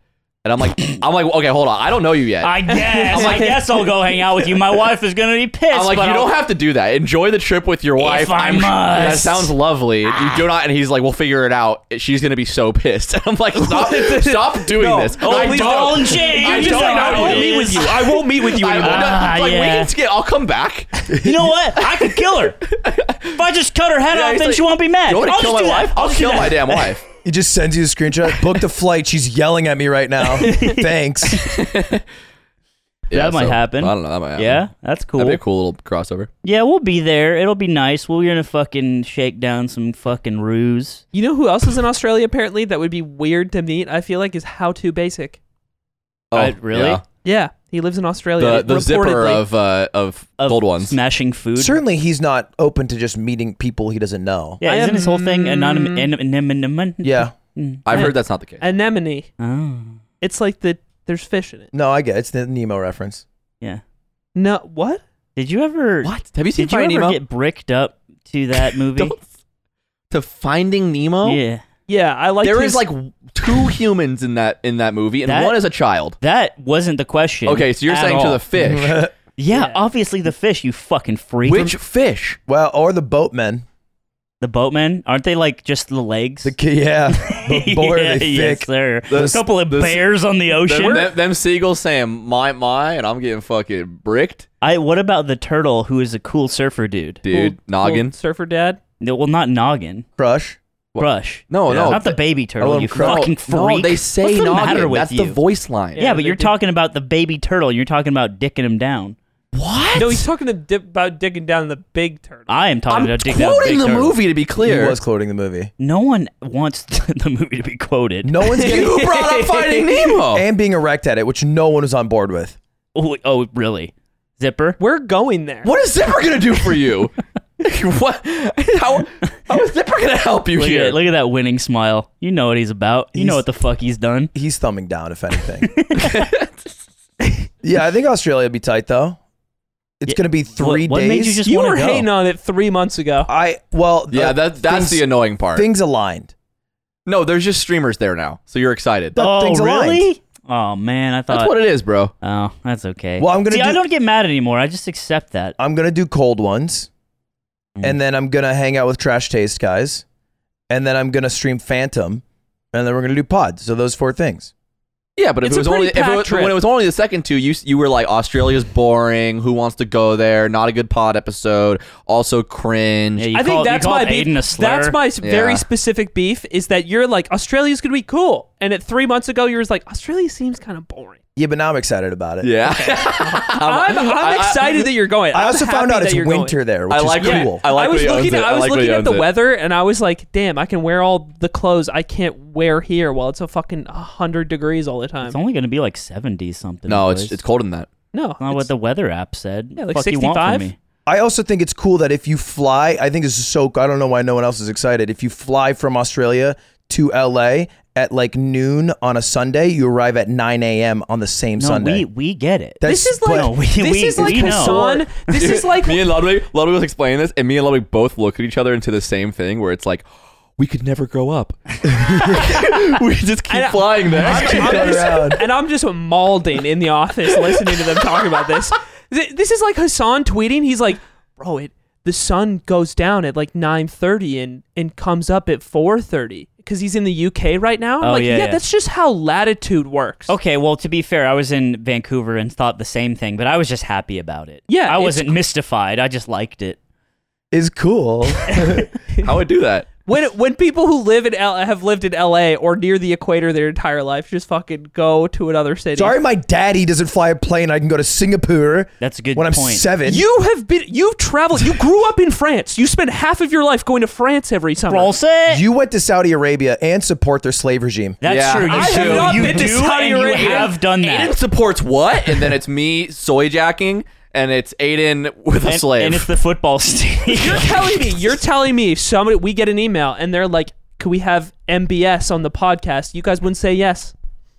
[SPEAKER 2] and I'm like, <coughs> I'm like, okay, hold on, I don't know you yet.
[SPEAKER 3] I guess. I guess I'll go hang out with you.
[SPEAKER 2] <laughs>
[SPEAKER 3] My wife is gonna be pissed.
[SPEAKER 2] I'm like,
[SPEAKER 3] but
[SPEAKER 2] you
[SPEAKER 3] I'll-
[SPEAKER 2] don't have to do that. Enjoy the trip with your wife.
[SPEAKER 3] I
[SPEAKER 2] I'm- That
[SPEAKER 3] must. Ah.
[SPEAKER 2] sounds lovely. You do not. And he's like, we'll figure it out. She's gonna be so pissed. <laughs> And I'm like,
[SPEAKER 3] <laughs>
[SPEAKER 2] stop, stop doing
[SPEAKER 1] No.
[SPEAKER 2] this.
[SPEAKER 1] Oh,
[SPEAKER 2] I
[SPEAKER 1] please
[SPEAKER 2] don't.
[SPEAKER 3] don't change.
[SPEAKER 2] I don't
[SPEAKER 3] You just said,
[SPEAKER 2] know
[SPEAKER 3] I
[SPEAKER 2] who
[SPEAKER 3] won't
[SPEAKER 2] it
[SPEAKER 3] meet
[SPEAKER 2] is.
[SPEAKER 3] with you.
[SPEAKER 1] I won't meet with you
[SPEAKER 2] <laughs> I,
[SPEAKER 1] anymore.
[SPEAKER 2] I'm not-
[SPEAKER 3] Ah,
[SPEAKER 2] like, we
[SPEAKER 3] yeah.
[SPEAKER 2] can skip. I'll come
[SPEAKER 3] <laughs>
[SPEAKER 2] back.
[SPEAKER 3] You know what? I could kill
[SPEAKER 2] <laughs>
[SPEAKER 3] her. If I just cut her head
[SPEAKER 2] Yeah,
[SPEAKER 3] off,
[SPEAKER 2] he's
[SPEAKER 3] then
[SPEAKER 2] like,
[SPEAKER 3] she won't be mad.
[SPEAKER 2] You want
[SPEAKER 3] I'll
[SPEAKER 2] to kill
[SPEAKER 3] just
[SPEAKER 2] my
[SPEAKER 3] do that.
[SPEAKER 2] wife? I'll
[SPEAKER 3] just do
[SPEAKER 2] kill
[SPEAKER 3] that.
[SPEAKER 2] my
[SPEAKER 3] <laughs>
[SPEAKER 2] damn wife.
[SPEAKER 4] He just sends you the screenshot. Booked the flight. She's yelling at me right
[SPEAKER 2] <laughs>
[SPEAKER 4] now. Thanks.
[SPEAKER 2] Yeah,
[SPEAKER 3] That might happen.
[SPEAKER 2] I don't know. That might happen.
[SPEAKER 3] Yeah, that's cool.
[SPEAKER 2] That'd be a cool little crossover.
[SPEAKER 3] Yeah, we'll be there. It'll be nice. We're gonna fucking shake down some fucking ruse.
[SPEAKER 1] You know who else is in Australia? Apparently, that would be weird to meet. I feel like is how to basic.
[SPEAKER 3] Uh, really?
[SPEAKER 2] Oh,
[SPEAKER 3] Oh,
[SPEAKER 2] yeah.
[SPEAKER 1] Yeah, he lives in Australia.
[SPEAKER 2] The, the zipper
[SPEAKER 1] reportedly.
[SPEAKER 2] of uh, of,
[SPEAKER 3] Of
[SPEAKER 2] gold ones.
[SPEAKER 3] smashing food.
[SPEAKER 4] Certainly, he's not open to just meeting people he doesn't know.
[SPEAKER 3] Yeah,
[SPEAKER 1] I
[SPEAKER 3] isn't
[SPEAKER 1] am-
[SPEAKER 3] his whole thing anonymous? Anon-
[SPEAKER 2] <laughs>
[SPEAKER 4] Yeah.
[SPEAKER 2] I've heard that's not the case.
[SPEAKER 1] anemone.
[SPEAKER 3] Oh,
[SPEAKER 1] It's like the there's fish in it.
[SPEAKER 4] No, I get it. It's the Nemo reference.
[SPEAKER 3] yeah.
[SPEAKER 1] No, what?
[SPEAKER 3] Did you ever?
[SPEAKER 2] What? Have you seen
[SPEAKER 3] Did you ever
[SPEAKER 2] Finding Nemo?
[SPEAKER 3] get bricked up
[SPEAKER 2] <laughs>
[SPEAKER 3] to that movie?
[SPEAKER 2] Don't- To Finding Nemo?
[SPEAKER 3] yeah,
[SPEAKER 1] Yeah, I like.
[SPEAKER 2] There
[SPEAKER 1] his-
[SPEAKER 2] is like two humans in that in that movie, and
[SPEAKER 3] That-
[SPEAKER 2] one is a child.
[SPEAKER 3] that wasn't the question.
[SPEAKER 2] Okay, so you're
[SPEAKER 3] at
[SPEAKER 2] saying to
[SPEAKER 3] all.
[SPEAKER 2] the
[SPEAKER 3] <laughs>
[SPEAKER 2] fish,
[SPEAKER 3] Yeah,
[SPEAKER 1] Yeah.
[SPEAKER 3] obviously the fish. You fucking freak.
[SPEAKER 2] which fish?
[SPEAKER 4] <laughs> well, or the boatmen.
[SPEAKER 3] the boatmen aren't they like just the legs? <laughs>
[SPEAKER 4] The ki- yeah. But boy,
[SPEAKER 3] yeah,
[SPEAKER 4] are they
[SPEAKER 3] yes,
[SPEAKER 4] thick.
[SPEAKER 3] sir.
[SPEAKER 2] This-
[SPEAKER 3] a couple of
[SPEAKER 2] this-
[SPEAKER 3] bears on the ocean.
[SPEAKER 2] Them, them, them seagulls saying my my, and I'm getting fucking bricked,
[SPEAKER 3] I. What about the turtle who is a cool surfer dude?
[SPEAKER 2] dude.
[SPEAKER 1] old-
[SPEAKER 2] noggin.
[SPEAKER 1] old surfer dad.
[SPEAKER 3] No, Well, not noggin.
[SPEAKER 4] Crush.
[SPEAKER 2] What?
[SPEAKER 3] Brush.
[SPEAKER 2] no,
[SPEAKER 4] Yeah.
[SPEAKER 2] no,
[SPEAKER 3] not the baby turtle.
[SPEAKER 4] Oh,
[SPEAKER 3] you
[SPEAKER 4] crow.
[SPEAKER 3] fucking
[SPEAKER 2] no,
[SPEAKER 3] freak.
[SPEAKER 2] they say
[SPEAKER 3] What's the
[SPEAKER 2] noggin.
[SPEAKER 3] matter with
[SPEAKER 2] That's
[SPEAKER 3] you?
[SPEAKER 2] the voice line.
[SPEAKER 3] Yeah, but
[SPEAKER 1] they
[SPEAKER 3] you're
[SPEAKER 1] do.
[SPEAKER 3] talking about the baby turtle. You're talking about dicking him down.
[SPEAKER 2] What?
[SPEAKER 1] No, he's talking to dip about digging down the big turtle.
[SPEAKER 3] I am talking
[SPEAKER 2] I'm
[SPEAKER 3] about dicking down
[SPEAKER 2] quoting
[SPEAKER 3] big
[SPEAKER 2] the
[SPEAKER 3] turtle.
[SPEAKER 2] movie to be
[SPEAKER 4] He
[SPEAKER 2] clear.
[SPEAKER 4] was quoting the movie.
[SPEAKER 3] No one wants <laughs> the movie to be quoted.
[SPEAKER 4] No one's getting, Oh.
[SPEAKER 2] you <laughs> brought
[SPEAKER 4] <laughs>
[SPEAKER 2] up
[SPEAKER 3] <laughs>
[SPEAKER 2] Finding Nemo.
[SPEAKER 4] and being erect at it, which no one was on board with.
[SPEAKER 3] Oh, wait, oh, really? Zipper?
[SPEAKER 1] We're going there.
[SPEAKER 2] What is Zipper gonna do for you? <laughs> what? How, how is Zipper gonna help you
[SPEAKER 3] Look
[SPEAKER 2] here?
[SPEAKER 3] at, look at that winning smile. You know what he's about. You know
[SPEAKER 4] He's-
[SPEAKER 3] what the fuck he's done.
[SPEAKER 4] He's thumbing down,
[SPEAKER 3] <laughs>
[SPEAKER 4] if anything. yeah, I think Australia would be tight though. It's
[SPEAKER 3] Yeah,
[SPEAKER 4] gonna be three
[SPEAKER 3] what
[SPEAKER 4] days.
[SPEAKER 3] made you just
[SPEAKER 1] You
[SPEAKER 3] wanna
[SPEAKER 1] were
[SPEAKER 3] go?
[SPEAKER 1] hating on it three months ago.
[SPEAKER 4] I well
[SPEAKER 2] yeah,
[SPEAKER 4] uh,
[SPEAKER 2] that, that's
[SPEAKER 4] things,
[SPEAKER 2] the annoying part.
[SPEAKER 4] things aligned.
[SPEAKER 2] No, there's just streamers there now, so you're excited.
[SPEAKER 4] That
[SPEAKER 3] Oh,
[SPEAKER 4] thing's aligned.
[SPEAKER 3] really? Oh man, I thought.
[SPEAKER 2] That's what it is, bro.
[SPEAKER 3] oh, that's okay.
[SPEAKER 4] Well, I'm gonna
[SPEAKER 3] See. I
[SPEAKER 4] do-
[SPEAKER 3] don't get mad anymore. I just accept that.
[SPEAKER 4] I'm gonna do cold ones,
[SPEAKER 3] Mm.
[SPEAKER 4] and then I'm gonna hang out with Trash Taste guys, and then I'm gonna stream Phantom, and then we're gonna do pods. So those four things.
[SPEAKER 2] Yeah, but if
[SPEAKER 1] It's
[SPEAKER 2] it
[SPEAKER 1] a
[SPEAKER 2] was
[SPEAKER 1] pretty
[SPEAKER 2] only if it
[SPEAKER 1] packed
[SPEAKER 2] was,
[SPEAKER 1] trip.
[SPEAKER 2] when it was only the second two, you s- you were like Australia's boring. Who wants to go there? Not a good pod episode. Also cringe.
[SPEAKER 3] Yeah, you
[SPEAKER 1] I think
[SPEAKER 3] called- you
[SPEAKER 1] that's
[SPEAKER 3] called
[SPEAKER 1] my
[SPEAKER 3] Aiden
[SPEAKER 1] beef.
[SPEAKER 3] a slur.
[SPEAKER 1] That's my s- very
[SPEAKER 2] Yeah.
[SPEAKER 1] specific beef is that you're like Australia's gonna be cool, and at three months ago you were like Australia seems kind of boring.
[SPEAKER 4] Yeah, but now I'm excited about
[SPEAKER 2] <laughs>
[SPEAKER 4] it.
[SPEAKER 2] Yeah. <laughs>
[SPEAKER 1] I'm, I'm
[SPEAKER 2] Um, I- I-
[SPEAKER 1] excited that you're going.
[SPEAKER 4] I
[SPEAKER 1] I'm
[SPEAKER 4] also found
[SPEAKER 1] happy
[SPEAKER 4] out
[SPEAKER 1] that
[SPEAKER 4] it's
[SPEAKER 1] you're going.
[SPEAKER 4] winter there, which
[SPEAKER 2] I like
[SPEAKER 4] is
[SPEAKER 2] when-
[SPEAKER 4] cool.
[SPEAKER 2] I like
[SPEAKER 1] I was
[SPEAKER 2] when he
[SPEAKER 1] looking.
[SPEAKER 2] owns
[SPEAKER 1] At,
[SPEAKER 2] it.
[SPEAKER 1] I was
[SPEAKER 2] like when he
[SPEAKER 1] looking at
[SPEAKER 2] owns
[SPEAKER 1] the
[SPEAKER 2] it.
[SPEAKER 1] weather, and I was like, "Damn, I can wear all the clothes I can't wear here while it's a fucking hundred degrees all the time."
[SPEAKER 3] It's only going to be like 70 something.
[SPEAKER 2] No, it's
[SPEAKER 3] boys.
[SPEAKER 2] it's colder than that.
[SPEAKER 1] no,
[SPEAKER 3] Not
[SPEAKER 1] it's-
[SPEAKER 3] what the weather app said.
[SPEAKER 1] Yeah, like
[SPEAKER 3] Fuck you want from
[SPEAKER 1] 65?
[SPEAKER 3] me?
[SPEAKER 4] I also think it's cool that if you fly, I think this is so. I don't know why no one else is excited. If you fly from Australia to LA at like noon on a Sunday, you arrive at 9 a.m. on the same
[SPEAKER 3] No,
[SPEAKER 4] Sunday.
[SPEAKER 3] we we get it.
[SPEAKER 4] That's-
[SPEAKER 1] this is like
[SPEAKER 4] No,
[SPEAKER 3] we-
[SPEAKER 1] this
[SPEAKER 3] we-
[SPEAKER 1] is like
[SPEAKER 3] we know.
[SPEAKER 1] Hassan. This
[SPEAKER 2] <laughs>
[SPEAKER 1] is like
[SPEAKER 2] me and Ludwig. Ludwig was explaining this, and me and Ludwig both look at each other and say the same thing, where it's like, we could never
[SPEAKER 1] <laughs>
[SPEAKER 2] grow up. <laughs> we just keep
[SPEAKER 1] And I-
[SPEAKER 2] flying there.
[SPEAKER 1] I'm
[SPEAKER 2] <laughs>
[SPEAKER 4] Turn
[SPEAKER 1] just-
[SPEAKER 4] around.
[SPEAKER 1] and I'm just maulding in the office listening to them talking about this. Th- This is like Hassan tweeting. He's like, bro, it the sun goes down at like 9:30 and and comes up at 4:30 because he's in the UK right now. I'm
[SPEAKER 3] Oh,
[SPEAKER 1] like,
[SPEAKER 3] yeah, yeah.
[SPEAKER 1] that's just how latitude works.
[SPEAKER 3] Okay, well, to be fair, I was in Vancouver and thought the same thing, but I was just happy about it.
[SPEAKER 1] Yeah,
[SPEAKER 3] I
[SPEAKER 1] it's
[SPEAKER 3] wasn't mystified. I just liked it.
[SPEAKER 4] is cool.
[SPEAKER 2] How would do that?
[SPEAKER 1] When when people who live in L- have lived in LA or near the equator their entire life just fucking go to another city.
[SPEAKER 4] Sorry, my daddy doesn't fly a plane. I can go to Singapore.
[SPEAKER 3] That's a good
[SPEAKER 4] when I'm
[SPEAKER 3] point.
[SPEAKER 4] seven.
[SPEAKER 1] You have been you've traveled. You grew up in France. You spent half of your life going to France every summer.
[SPEAKER 3] it.
[SPEAKER 4] you went to Saudi Arabia and support their slave regime.
[SPEAKER 3] That's
[SPEAKER 2] Yeah.
[SPEAKER 3] true. You
[SPEAKER 2] I
[SPEAKER 1] have
[SPEAKER 3] do.
[SPEAKER 1] not
[SPEAKER 3] you
[SPEAKER 1] been to
[SPEAKER 3] do,
[SPEAKER 1] Saudi
[SPEAKER 3] and you
[SPEAKER 1] Arabia.
[SPEAKER 3] have done that.
[SPEAKER 2] Aiden supports what? And then it's me soy jacking, and it's Aiden with a
[SPEAKER 3] and,
[SPEAKER 2] slave.
[SPEAKER 3] and it's the football <laughs> state.
[SPEAKER 1] You're telling me you're telling me if somebody we get an email and they're like, "Could we have MBS on the podcast?" You guys wouldn't say yes.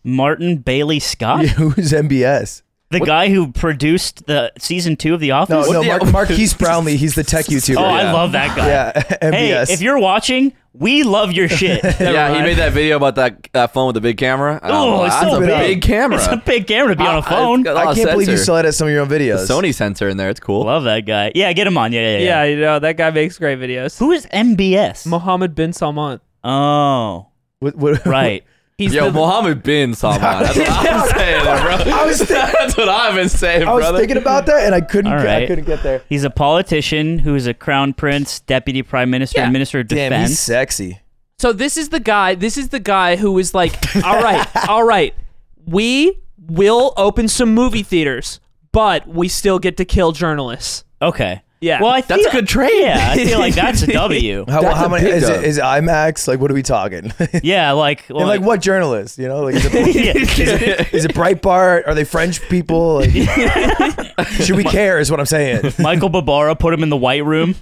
[SPEAKER 3] Martin Bailey Scott,
[SPEAKER 4] <laughs> Who's MBS?
[SPEAKER 3] the guy who produced the season two of The
[SPEAKER 4] No,
[SPEAKER 3] Office.
[SPEAKER 4] no,
[SPEAKER 2] the-
[SPEAKER 4] Mar- Marquise Brownlee. He's the tech YouTuber.
[SPEAKER 3] oh, I
[SPEAKER 2] yeah.
[SPEAKER 3] love that guy.
[SPEAKER 4] yeah, <laughs>
[SPEAKER 3] Hey,
[SPEAKER 4] MBS.
[SPEAKER 3] if you're watching, we love
[SPEAKER 1] <laughs>
[SPEAKER 3] your
[SPEAKER 2] <laughs>
[SPEAKER 3] shit.
[SPEAKER 2] yeah, he made that video about that that phone with the big camera.
[SPEAKER 3] Oh, it's
[SPEAKER 2] that's
[SPEAKER 3] so
[SPEAKER 2] a
[SPEAKER 3] big.
[SPEAKER 2] camera.
[SPEAKER 3] It's a big camera to be on a
[SPEAKER 2] Uh,
[SPEAKER 3] phone.
[SPEAKER 2] it's got a
[SPEAKER 4] I
[SPEAKER 2] lot
[SPEAKER 4] can't
[SPEAKER 2] of
[SPEAKER 4] believe you
[SPEAKER 2] sensor.
[SPEAKER 4] still edit some of your own videos.
[SPEAKER 2] Sony sensor in there. It's cool.
[SPEAKER 3] love that guy. Yeah, get him on. Yeah, yeah, yeah.
[SPEAKER 1] you know that guy makes great videos.
[SPEAKER 3] Who is MBS?
[SPEAKER 1] Mohammed bin Salman.
[SPEAKER 3] oh,
[SPEAKER 4] What-
[SPEAKER 3] <laughs>
[SPEAKER 4] what-
[SPEAKER 3] right.
[SPEAKER 1] He's
[SPEAKER 2] Yo,
[SPEAKER 1] the,
[SPEAKER 2] Mohammed bin
[SPEAKER 3] <laughs>
[SPEAKER 2] Salman. That's what I'm saying, bro.
[SPEAKER 4] I was, thi-
[SPEAKER 2] <laughs> That's what I've been saying,
[SPEAKER 4] I was
[SPEAKER 2] brother.
[SPEAKER 4] thinking about that and I couldn't.
[SPEAKER 3] All
[SPEAKER 4] I
[SPEAKER 3] right.
[SPEAKER 4] couldn't get there.
[SPEAKER 3] He's a politician who is a crown prince, deputy prime minister, and minister of
[SPEAKER 4] Damn, he's
[SPEAKER 3] defense.
[SPEAKER 4] sexy.
[SPEAKER 1] So this is the guy. This is the guy who was <laughs> like, "All right, all right, we will open some movie theaters, but we still get to kill journalists."
[SPEAKER 3] okay.
[SPEAKER 1] Yeah.
[SPEAKER 3] Well, I
[SPEAKER 2] That's
[SPEAKER 3] feel-
[SPEAKER 2] a good trade.
[SPEAKER 3] Yeah, I feel like that's a W.
[SPEAKER 4] How,
[SPEAKER 2] That's
[SPEAKER 4] how
[SPEAKER 2] a
[SPEAKER 4] many
[SPEAKER 2] big
[SPEAKER 4] is
[SPEAKER 2] dub.
[SPEAKER 4] it? Is it IMAX? Like, what are we talking? <laughs> and
[SPEAKER 3] yeah, like, well,
[SPEAKER 4] like, what journalist? You know, like, is
[SPEAKER 3] <laughs>
[SPEAKER 4] it,
[SPEAKER 3] yeah.
[SPEAKER 4] is it Breitbart? Are they French people?
[SPEAKER 3] <laughs>
[SPEAKER 4] Like, should we care? Is what I'm saying.
[SPEAKER 3] Michael Barbara put him in the white room.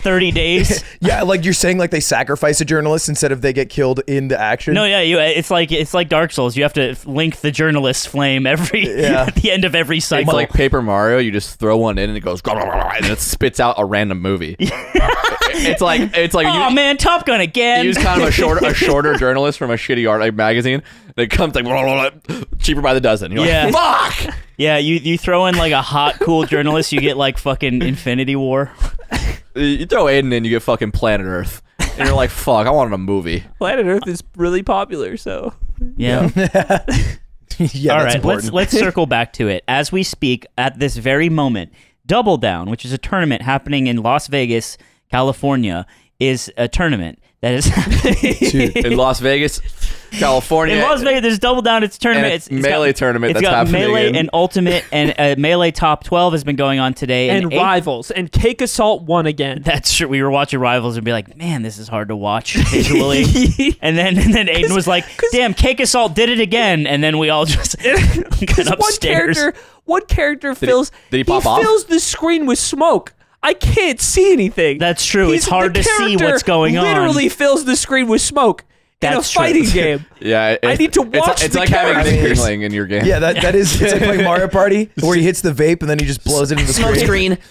[SPEAKER 3] Thirty days.
[SPEAKER 4] Yeah, like you're saying, like they sacrifice a journalist instead of they get killed in the action.
[SPEAKER 3] No, yeah, you. It's like it's like Dark Souls. You have to link the journalist flame every
[SPEAKER 4] Yeah.
[SPEAKER 3] at <laughs> the end of every cycle.
[SPEAKER 2] It's like Paper Mario. You just throw one in and it goes, <laughs> and it spits out a random
[SPEAKER 3] <laughs>
[SPEAKER 2] movie. it's like it's like
[SPEAKER 3] oh
[SPEAKER 2] you,
[SPEAKER 3] man, Top Gun again.
[SPEAKER 2] you use kind of a shorter
[SPEAKER 3] <laughs>
[SPEAKER 2] a shorter journalist from a shitty art like magazine. And it comes like blah, blah, blah, cheaper by the dozen. You're
[SPEAKER 3] Yeah.
[SPEAKER 2] like, fuck.
[SPEAKER 3] yeah, you you throw in like a hot, cool journalist, you get like fucking Infinity War.
[SPEAKER 2] You throw Aiden in, you get fucking Planet Earth, and you're like, fuck. I wanted a movie.
[SPEAKER 1] Planet Earth is really popular, so
[SPEAKER 3] Yeah.
[SPEAKER 4] <laughs>
[SPEAKER 3] All
[SPEAKER 4] yeah, that's
[SPEAKER 3] right, let's
[SPEAKER 2] <laughs>
[SPEAKER 4] important.
[SPEAKER 3] let's circle back to it as we speak at this very moment. Double Down, which is a tournament happening in Las Vegas, California, is a tournament that is <laughs>
[SPEAKER 4] Dude,
[SPEAKER 2] in Las Vegas, California.
[SPEAKER 3] in Las Vegas. There's Double Down. It's a tournament.
[SPEAKER 2] And it's melee tournament
[SPEAKER 3] It's
[SPEAKER 2] that's
[SPEAKER 3] got
[SPEAKER 2] happening
[SPEAKER 3] melee
[SPEAKER 2] in-
[SPEAKER 3] and ultimate and
[SPEAKER 2] <laughs>
[SPEAKER 3] uh, melee top twelve has been going on today.
[SPEAKER 1] and,
[SPEAKER 3] eight-
[SPEAKER 1] rivals and Cake Assault won again.
[SPEAKER 3] <laughs> That's true. We were watching Rivals and be like, man, this is hard
[SPEAKER 2] <laughs>
[SPEAKER 3] to watch visually. and then and then Aiden was like, damn, Cake Assault did it again. And then we
[SPEAKER 2] <laughs>
[SPEAKER 3] all just <laughs> got
[SPEAKER 1] one
[SPEAKER 3] upstairs.
[SPEAKER 1] character, one character
[SPEAKER 2] he-
[SPEAKER 1] fills
[SPEAKER 2] did he pop off?
[SPEAKER 1] fills the screen with smoke. I can't see anything.
[SPEAKER 3] That's true. It's hard
[SPEAKER 1] the
[SPEAKER 3] to see
[SPEAKER 1] character
[SPEAKER 3] what's going on.
[SPEAKER 1] Literally fills the screen with smoke in a
[SPEAKER 3] That's true.
[SPEAKER 1] fighting
[SPEAKER 3] <laughs>
[SPEAKER 1] game.
[SPEAKER 2] Yeah, it-
[SPEAKER 1] I need to
[SPEAKER 2] it's-
[SPEAKER 1] watch
[SPEAKER 2] It's,
[SPEAKER 1] the
[SPEAKER 2] like having Nick
[SPEAKER 4] characters.
[SPEAKER 2] Yingling in your game.
[SPEAKER 3] <laughs>
[SPEAKER 4] yeah, that, that is it's like playing Mario Party where he hits the vape and then he just blows it into the screen.
[SPEAKER 1] <laughs>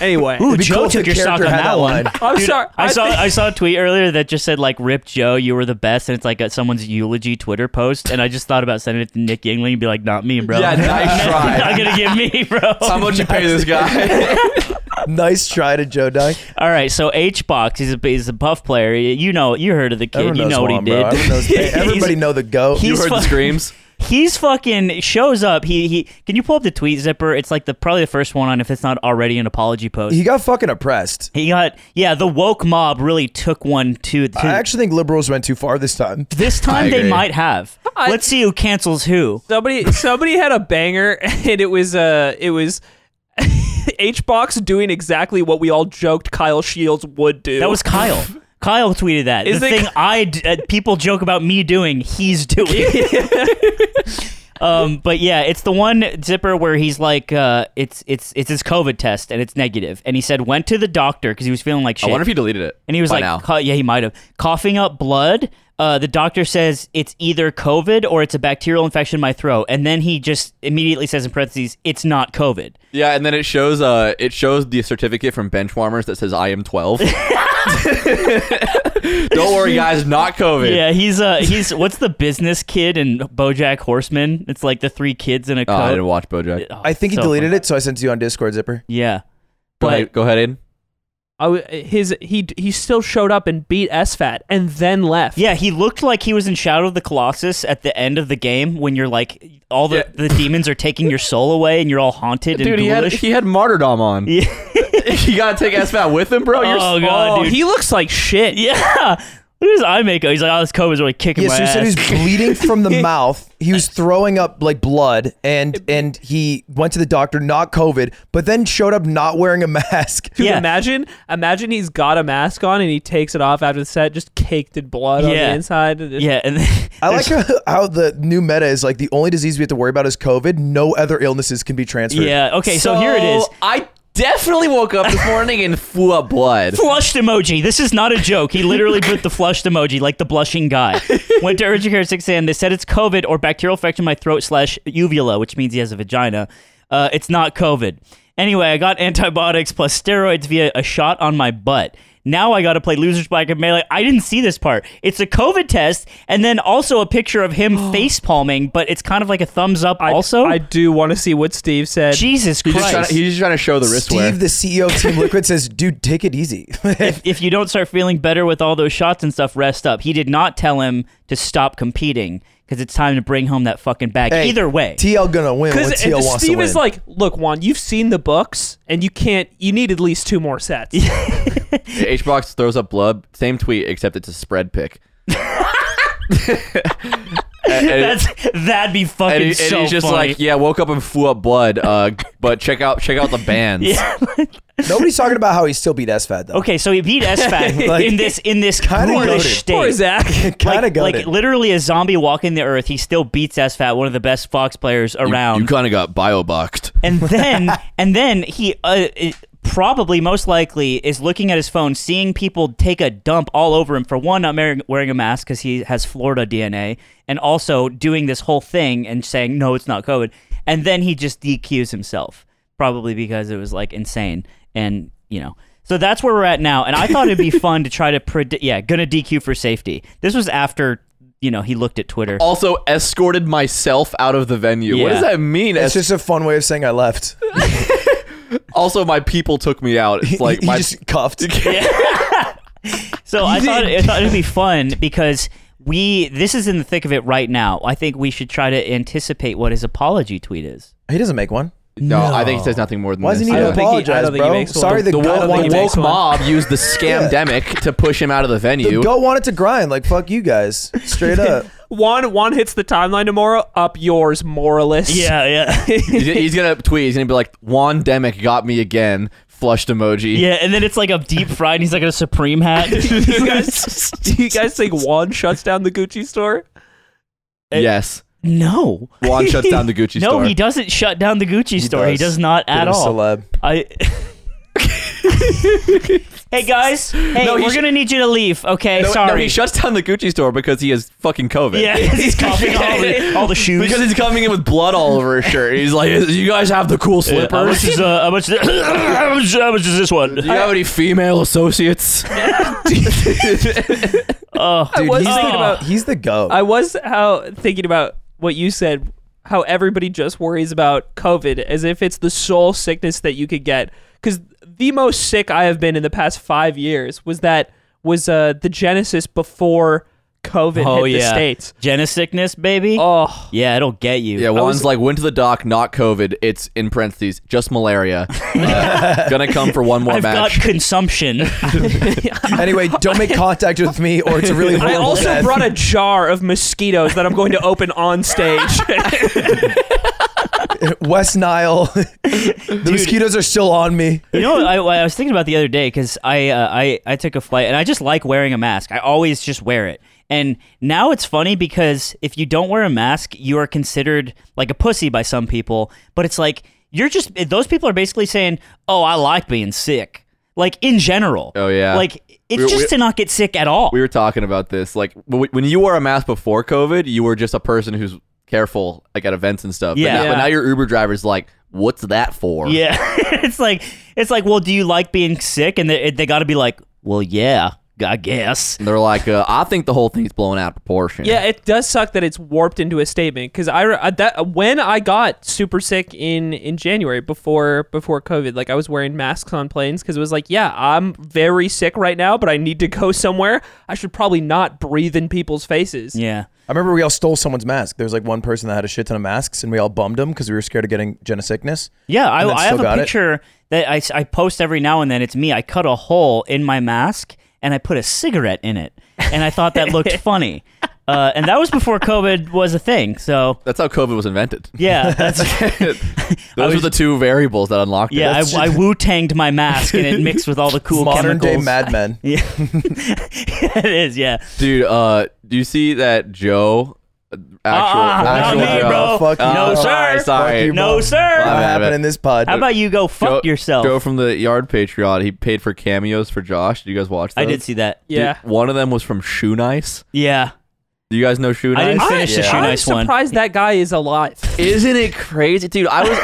[SPEAKER 1] Anyway,
[SPEAKER 3] Ooh,
[SPEAKER 4] It'd be
[SPEAKER 3] Joe
[SPEAKER 4] cool if
[SPEAKER 3] took
[SPEAKER 4] the
[SPEAKER 3] your sock
[SPEAKER 4] character
[SPEAKER 3] on
[SPEAKER 4] had
[SPEAKER 3] that,
[SPEAKER 4] that
[SPEAKER 3] one.
[SPEAKER 4] line.
[SPEAKER 1] I'm sorry.
[SPEAKER 3] I saw
[SPEAKER 1] think-
[SPEAKER 3] I saw a tweet earlier that just said like "Rip Joe, you were the best," and it's like a, someone's eulogy Twitter post, and I just thought about sending it to Nick Yingling and be like, "Not me, bro. <laughs>
[SPEAKER 2] Yeah, nice try.
[SPEAKER 3] Not gonna give me, bro."
[SPEAKER 2] How much you pay
[SPEAKER 3] <laughs>
[SPEAKER 2] this guy? <laughs>
[SPEAKER 4] Nice try to Joe Dye.
[SPEAKER 3] All right, so H Box, he's a he's a buff player. You know, you heard of the kid.
[SPEAKER 4] Everyone
[SPEAKER 3] you
[SPEAKER 4] knows
[SPEAKER 3] know what
[SPEAKER 4] Juan,
[SPEAKER 3] he
[SPEAKER 4] bro.
[SPEAKER 3] did.
[SPEAKER 4] Everyone knows-
[SPEAKER 3] He's-
[SPEAKER 4] everybody know the goat.
[SPEAKER 2] you
[SPEAKER 3] He's
[SPEAKER 2] heard the
[SPEAKER 3] fu-
[SPEAKER 2] screams.
[SPEAKER 3] <laughs> He's fucking shows up. He he. Can you pull up the tweet zipper? It's like the probably the first one on if it's not already an apology post.
[SPEAKER 4] he
[SPEAKER 3] He,
[SPEAKER 4] got fucking oppressed.
[SPEAKER 3] got yeah. The woke mob really took one to. to
[SPEAKER 4] I actually think liberals went too far this time.
[SPEAKER 3] this
[SPEAKER 2] I
[SPEAKER 3] time they
[SPEAKER 2] agree.
[SPEAKER 3] might have.
[SPEAKER 1] I-
[SPEAKER 3] Let's see who cancels who.
[SPEAKER 1] somebody somebody had a banger, <laughs> and it was uh it was. <laughs> H box doing exactly what we all joked Kyle Shields would do.
[SPEAKER 3] That
[SPEAKER 2] <laughs>
[SPEAKER 3] was Kyle. Kyle tweeted that.
[SPEAKER 1] Is
[SPEAKER 3] the
[SPEAKER 1] it-
[SPEAKER 3] thing I d- uh, people joke about me doing,
[SPEAKER 2] <laughs>
[SPEAKER 3] he's doing. <laughs> um, but yeah, it's the one zipper where he's like, uh, it's it's it's his COVID test and it's negative, and he said went to the doctor because he was feeling like
[SPEAKER 2] I
[SPEAKER 3] shit.
[SPEAKER 2] wonder if he deleted it.
[SPEAKER 3] and he was
[SPEAKER 2] by
[SPEAKER 3] like,
[SPEAKER 2] now.
[SPEAKER 3] "Cau- yeah, he might have coughing up blood. Uh, the doctor says it's either COVID or it's a bacterial infection in my throat, and then he just immediately says in parentheses, it's not COVID.
[SPEAKER 2] yeah, and then it shows uh it shows the certificate from Benchwarmers that says I am <laughs>
[SPEAKER 3] <laughs>
[SPEAKER 2] 12. Don't worry guys, not COVID.
[SPEAKER 3] Yeah, he's uh he's what's the business kid in BoJack Horseman? It's like the three kids in a
[SPEAKER 2] Oh, I
[SPEAKER 3] coat.
[SPEAKER 2] didn't watch BoJack.
[SPEAKER 3] Oh,
[SPEAKER 4] I think he
[SPEAKER 3] so
[SPEAKER 4] deleted
[SPEAKER 3] funny.
[SPEAKER 4] it, so I sent it to you on Discord, Zipper.
[SPEAKER 3] Yeah.
[SPEAKER 2] Go
[SPEAKER 3] But-
[SPEAKER 2] ahead, go ahead, Aiden.
[SPEAKER 1] I w- his he he still showed up and beat SFAT and then left.
[SPEAKER 3] Yeah, he looked like he was in Shadow of the Colossus at the end of the game when you're like all the,
[SPEAKER 2] Yeah.
[SPEAKER 3] the demons are taking your soul away and you're all haunted and
[SPEAKER 2] Dude, he had,
[SPEAKER 3] ghoulish.
[SPEAKER 2] he had martyrdom on. <laughs> you gotta take SFAT with him, bro. You're
[SPEAKER 3] Oh,
[SPEAKER 2] s-
[SPEAKER 3] God,
[SPEAKER 1] Oh,
[SPEAKER 3] dude.
[SPEAKER 1] he looks like shit.
[SPEAKER 3] yeah. <laughs> Look at his eye makeup. He's like, oh, this COVID's really kicking
[SPEAKER 4] Yeah,
[SPEAKER 3] my
[SPEAKER 4] so he
[SPEAKER 3] ass.
[SPEAKER 4] said he was bleeding from
[SPEAKER 3] <laughs>
[SPEAKER 4] the mouth. He was throwing up like blood, and and he went to the doctor, not COVID, but then showed up not wearing a <laughs> mask.
[SPEAKER 1] Dude,
[SPEAKER 3] Yeah.
[SPEAKER 1] imagine, imagine he's got a mask on and he takes it off after the set, just caked in blood on the
[SPEAKER 3] Yeah.
[SPEAKER 1] inside. And
[SPEAKER 3] yeah, and then,
[SPEAKER 4] <laughs> I
[SPEAKER 3] <laughs>
[SPEAKER 4] like how, how the new meta is like the only disease we have to worry about is COVID. No other illnesses can be transferred.
[SPEAKER 3] yeah. Okay, so, here it is.
[SPEAKER 2] I definitely woke up this morning in full of
[SPEAKER 3] <laughs>
[SPEAKER 2] blood.
[SPEAKER 3] Flushed emoji. This is not a joke. He literally put the flushed emoji, like the
[SPEAKER 2] <laughs>
[SPEAKER 3] blushing guy. Went to urgent care at 6 a.m. They said it's COVID or bacterial infection in my throat slash uvula, which means he has a vagina. Uh, it's not COVID. Anyway, I got antibiotics plus steroids via a shot on my butt. Now I got to play Loser's Black and Melee. I didn't see this part. It's a COVID test and then also a picture of him
[SPEAKER 2] <gasps>
[SPEAKER 3] face palming, but it's kind of like a thumbs up
[SPEAKER 1] I,
[SPEAKER 3] also.
[SPEAKER 1] I do want to see what Steve said.
[SPEAKER 3] Jesus
[SPEAKER 2] He's just,
[SPEAKER 3] Christ.
[SPEAKER 2] trying to, he's just trying to show the wrist wear.
[SPEAKER 4] Steve, the CEO
[SPEAKER 3] <laughs>
[SPEAKER 4] of Team Liquid, says, "Dude, take it easy." <laughs>
[SPEAKER 3] if, if you don't start feeling better with all those shots and stuff, rest up. He did not tell him to stop competing because it's time to bring home that fucking bag.
[SPEAKER 4] Hey,
[SPEAKER 3] Either way,
[SPEAKER 4] TL gonna win when
[SPEAKER 1] Because
[SPEAKER 4] TL wants to
[SPEAKER 1] Steve
[SPEAKER 4] win.
[SPEAKER 1] is like, look, Juan, you've seen the books, and you can't. You need at least two more sets.
[SPEAKER 2] HBox throws up blood. Same tweet, except it's a spread <laughs>
[SPEAKER 3] <laughs>
[SPEAKER 2] pick. And- and-
[SPEAKER 3] <laughs> that's that'd be fucking
[SPEAKER 2] and, he- and
[SPEAKER 3] so
[SPEAKER 2] he's just
[SPEAKER 3] funny.
[SPEAKER 2] like, yeah, woke up and flew up blood. Uh, <laughs> but check out check out the bands.
[SPEAKER 4] Nobody's talking about how he still beat SFAD <laughs> though.
[SPEAKER 3] okay, so he beat SFAT
[SPEAKER 4] Like,
[SPEAKER 3] in this in this
[SPEAKER 4] kinda
[SPEAKER 3] ghoulish
[SPEAKER 4] goated.
[SPEAKER 3] state.
[SPEAKER 1] Poor Zach.
[SPEAKER 4] kind of
[SPEAKER 3] like,
[SPEAKER 4] got
[SPEAKER 3] like
[SPEAKER 4] it.
[SPEAKER 3] literally a zombie walking the earth, he still beats SFAT, one of the best Fox players around.
[SPEAKER 2] You, kind of got bioboxed.
[SPEAKER 3] and then and then he uh, i- probably most likely is looking at his phone seeing people take a dump all over him for one not wearing, wearing a mask because he has florida dna and also doing this whole thing and saying no it's not covid and then he just dqs himself probably because it was like insane and you know so that's where we're at now and i thought it'd be fun to try to predict yeah gonna dq for safety this was after you know he looked at twitter
[SPEAKER 2] Also escorted myself out of the venue. What does
[SPEAKER 3] Yeah.
[SPEAKER 2] that mean? Es-
[SPEAKER 4] It's just a fun way of saying I left.
[SPEAKER 2] also, my people took me out.
[SPEAKER 4] <laughs>
[SPEAKER 2] It's <laughs> like
[SPEAKER 4] he
[SPEAKER 2] my <laughs>
[SPEAKER 4] just cuffed.
[SPEAKER 3] So I thought, I thought it'd be fun because we this is in the thick of it right now. I think we should try to anticipate what his apology tweet is.
[SPEAKER 4] He doesn't make one.
[SPEAKER 2] no, I think he says nothing more than
[SPEAKER 4] Why
[SPEAKER 2] this.
[SPEAKER 4] doesn't he
[SPEAKER 1] I
[SPEAKER 4] even
[SPEAKER 1] don't think he- I
[SPEAKER 4] apologize,
[SPEAKER 1] don't think he
[SPEAKER 4] bro?
[SPEAKER 1] makes one.
[SPEAKER 4] Sorry, the,
[SPEAKER 2] the
[SPEAKER 4] goat
[SPEAKER 1] don't think
[SPEAKER 2] woke,
[SPEAKER 1] he
[SPEAKER 4] wanted,
[SPEAKER 1] makes
[SPEAKER 2] woke
[SPEAKER 1] one.
[SPEAKER 2] mob used the scamdemic to push him out of the venue.
[SPEAKER 4] the goat wanted to grind. Like fuck you guys, straight up.
[SPEAKER 1] Juan, Juan hits the timeline tomorrow. Up yours, moralist. <laughs>
[SPEAKER 3] yeah, <laughs>
[SPEAKER 2] he's, he's gonna tweet. He's gonna be like, "Juan Demic got me again." Flushed emoji.
[SPEAKER 3] yeah. And then it's like a deep fried, and he's like a supreme hat.
[SPEAKER 1] do you guys, do you guys think Juan shuts down the Gucci store?
[SPEAKER 2] <laughs> Yes.
[SPEAKER 3] no,
[SPEAKER 2] Juan shuts
[SPEAKER 3] <laughs>
[SPEAKER 2] down the Gucci
[SPEAKER 3] no,
[SPEAKER 2] store.
[SPEAKER 3] he doesn't shut down the Gucci store. He
[SPEAKER 4] does.
[SPEAKER 3] does not <laughs> at
[SPEAKER 4] Bit of a
[SPEAKER 3] all.
[SPEAKER 4] Celeb.
[SPEAKER 3] I. hey guys, hey,
[SPEAKER 2] No, he
[SPEAKER 3] we're
[SPEAKER 2] sh-
[SPEAKER 3] gonna need you to leave. Okay,
[SPEAKER 2] No,
[SPEAKER 3] sorry.
[SPEAKER 2] No, he shuts down the Gucci store because he has fucking COVID.
[SPEAKER 3] yeah, <laughs> he's coughing all the, all the shoes.
[SPEAKER 2] Because he's coming in with blood all over his shirt. He's like, "You guys have the cool slippers.
[SPEAKER 3] how much is <coughs> uh, how much, how much? How much is this one?
[SPEAKER 2] Do you have any female associates?"
[SPEAKER 3] Oh,
[SPEAKER 4] Dude,
[SPEAKER 1] was
[SPEAKER 4] he's,
[SPEAKER 1] thinking
[SPEAKER 4] the,
[SPEAKER 3] <laughs>
[SPEAKER 1] about-
[SPEAKER 4] he's the goat.
[SPEAKER 1] I was how thinking about what you said, how everybody just worries about COVID as if it's the sole sickness that you could get. Because the most sick I have been in the past five years was that was uh, the Genesis before COVID
[SPEAKER 3] oh
[SPEAKER 1] hit
[SPEAKER 3] yeah,
[SPEAKER 1] the
[SPEAKER 3] <laughs>
[SPEAKER 1] states.
[SPEAKER 3] Genesis sickness, baby.
[SPEAKER 1] Oh,
[SPEAKER 3] Yeah, it'll get you.
[SPEAKER 2] yeah,
[SPEAKER 1] was-
[SPEAKER 2] Juan's like, "Went to the doc, not COVID. It's in parentheses, just malaria. Uh, gonna come for one more
[SPEAKER 3] I've got
[SPEAKER 2] match." <laughs>
[SPEAKER 3] consumption.
[SPEAKER 4] anyway, don't make contact with me, or it's a really
[SPEAKER 1] I
[SPEAKER 4] horrible
[SPEAKER 1] also
[SPEAKER 4] death.
[SPEAKER 1] brought a jar of mosquitoes that I'm going to open on stage.
[SPEAKER 4] <laughs> West Nile. the mosquitoes are still on me.
[SPEAKER 3] you know, what I, what I was thinking about the other day because I, uh, I I took a flight and I just like wearing a mask. I always just wear it. And now it's funny because if you don't wear a mask, you are considered like a pussy by some people. But it's like you're just those people are basically saying, "Oh, I like being sick." Like in general.
[SPEAKER 2] Oh, yeah.
[SPEAKER 3] Like it's
[SPEAKER 2] We-
[SPEAKER 3] just
[SPEAKER 2] we-
[SPEAKER 3] to not get sick at all.
[SPEAKER 2] we were talking about this. Like w- when you wore a mask before COVID, you were just a person who's careful, like at events and stuff.
[SPEAKER 3] Yeah.
[SPEAKER 2] But now, but now your Uber driver's like, "What's that for?"
[SPEAKER 3] <laughs> Yeah, it's like it's like, well, do you like being sick? And they, they got to be like, well, yeah, I guess.
[SPEAKER 2] And they're like, uh, I think the whole thing's blown out of proportion.
[SPEAKER 1] Yeah, it does suck that it's warped into a statement because I, re- I- that when I got super sick in in January before before COVID, like I was wearing masks on planes because it was like, yeah, I'm very sick right now, but I need to go somewhere. I should probably not breathe in people's faces.
[SPEAKER 3] Yeah.
[SPEAKER 4] I remember we all stole someone's mask. There was like one person that had a shit ton of masks, and we all bummed him because we were scared of getting Jenna sickness.
[SPEAKER 3] Yeah, I,
[SPEAKER 4] And then
[SPEAKER 3] I
[SPEAKER 4] still
[SPEAKER 3] have a
[SPEAKER 4] got it.
[SPEAKER 3] picture that I, s- I post every now and then. It's me. I cut a hole in my mask and I put a cigarette in it. And I thought that looked funny. Uh, and that was before COVID was a thing. So,
[SPEAKER 2] That's how COVID was invented.
[SPEAKER 3] yeah, that's.
[SPEAKER 2] Those were
[SPEAKER 3] was-
[SPEAKER 2] the two variables that unlocked it.
[SPEAKER 3] Yeah,
[SPEAKER 2] That's-
[SPEAKER 3] I, I Wu Tanged my mask and
[SPEAKER 4] <laughs>
[SPEAKER 3] it mixed with all the cool
[SPEAKER 4] Modern
[SPEAKER 3] chemicals.
[SPEAKER 4] day Mad Men.
[SPEAKER 3] Yeah. <laughs> it is, yeah.
[SPEAKER 2] dude, uh, do you see that Joe? uh, Actual,
[SPEAKER 3] Uh-uh, not
[SPEAKER 2] actual
[SPEAKER 3] me,
[SPEAKER 2] Joe.
[SPEAKER 3] bro.
[SPEAKER 4] Fuck
[SPEAKER 2] Oh,
[SPEAKER 4] you,
[SPEAKER 3] No,
[SPEAKER 4] bro.
[SPEAKER 3] sir.
[SPEAKER 2] Sorry, sorry.
[SPEAKER 4] Fuck you,
[SPEAKER 3] No,
[SPEAKER 4] bro.
[SPEAKER 3] sir.
[SPEAKER 2] Wow.
[SPEAKER 4] What
[SPEAKER 2] I have
[SPEAKER 4] happened
[SPEAKER 2] it.
[SPEAKER 4] in this pod?
[SPEAKER 3] How about you go fuck
[SPEAKER 2] Joe-
[SPEAKER 3] yourself?
[SPEAKER 2] Joe from the Yard Patriot. He paid for cameos for Josh. Did you guys watch? Those?
[SPEAKER 3] I did see that.
[SPEAKER 2] Dude,
[SPEAKER 1] Yeah.
[SPEAKER 2] one of them was from Shoe Nice.
[SPEAKER 3] Yeah.
[SPEAKER 2] Do you guys know Shoe Nice?
[SPEAKER 3] I didn't finish the
[SPEAKER 2] Yeah.
[SPEAKER 3] shoe
[SPEAKER 1] I'm
[SPEAKER 3] nice one.
[SPEAKER 1] surprised that guy is alive.
[SPEAKER 2] <laughs> Isn't it crazy, dude? I
[SPEAKER 3] <laughs>
[SPEAKER 2] was,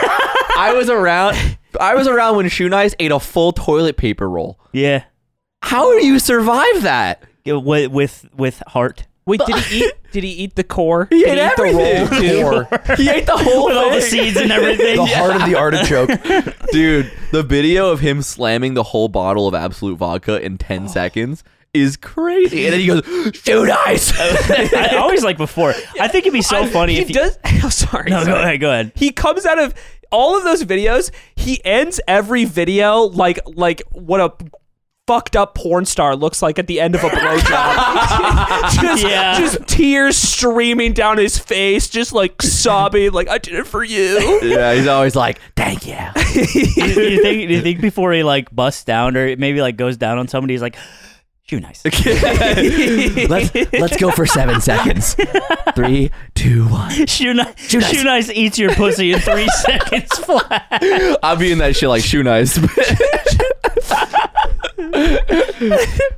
[SPEAKER 2] I was around, I was around when Shoe Nice ate a full toilet paper roll.
[SPEAKER 3] Yeah.
[SPEAKER 2] How do you survive that?
[SPEAKER 3] Yeah, With with, with heart.
[SPEAKER 1] Wait, did
[SPEAKER 2] <laughs>
[SPEAKER 1] he eat? Did he eat the core?
[SPEAKER 2] He
[SPEAKER 1] did
[SPEAKER 2] ate
[SPEAKER 1] he eat
[SPEAKER 2] everything.
[SPEAKER 1] the roll too?
[SPEAKER 3] <laughs>
[SPEAKER 2] <laughs>
[SPEAKER 4] Or
[SPEAKER 2] He ate
[SPEAKER 1] <laughs>
[SPEAKER 2] the whole
[SPEAKER 3] With all the
[SPEAKER 2] thing.
[SPEAKER 3] seeds
[SPEAKER 2] <laughs>
[SPEAKER 3] and everything.
[SPEAKER 4] the heart of the artichoke.
[SPEAKER 2] dude. The video of him slamming the whole bottle of absolute vodka in ten seconds is crazy. And then he goes, "Shoe Nice."
[SPEAKER 3] I always like before. I think it'd be so
[SPEAKER 1] I-
[SPEAKER 3] funny
[SPEAKER 1] He
[SPEAKER 3] if you.
[SPEAKER 1] does. <laughs> I'm sorry.
[SPEAKER 3] no, go
[SPEAKER 1] sorry.
[SPEAKER 3] ahead. Go ahead.
[SPEAKER 1] He comes out of all of those videos. He ends every video like like what a fucked up porn star looks like at the end of a
[SPEAKER 3] <laughs>
[SPEAKER 1] blowjob. just,
[SPEAKER 3] Yeah.
[SPEAKER 1] just tears streaming down his face, just like sobbing, like I did it for you.
[SPEAKER 2] yeah, he's always like, "Thank you."
[SPEAKER 3] do you think? Do you think before he like busts down or maybe like goes down on somebody, he's like,
[SPEAKER 2] <laughs>
[SPEAKER 3] "Shoe nice."
[SPEAKER 2] let's let's go for seven seconds. Three, two, one.
[SPEAKER 3] Shoe nice. Shoe nice. eats your pussy in three seconds flat.
[SPEAKER 2] I'll be in that shit like shoe nice. <laughs>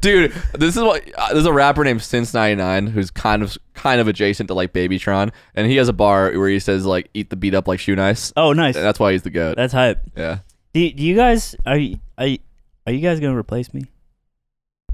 [SPEAKER 2] Dude, this is what uh, there's a rapper named Since 99 who's kind of kind of adjacent to like Babytron and he has a bar where he says like eat the beat up like shoe nice.
[SPEAKER 3] Oh, nice.
[SPEAKER 2] And that's why he's the goat.
[SPEAKER 3] That's hype.
[SPEAKER 2] yeah.
[SPEAKER 3] Do, do you guys are you, are you are you guys gonna replace me?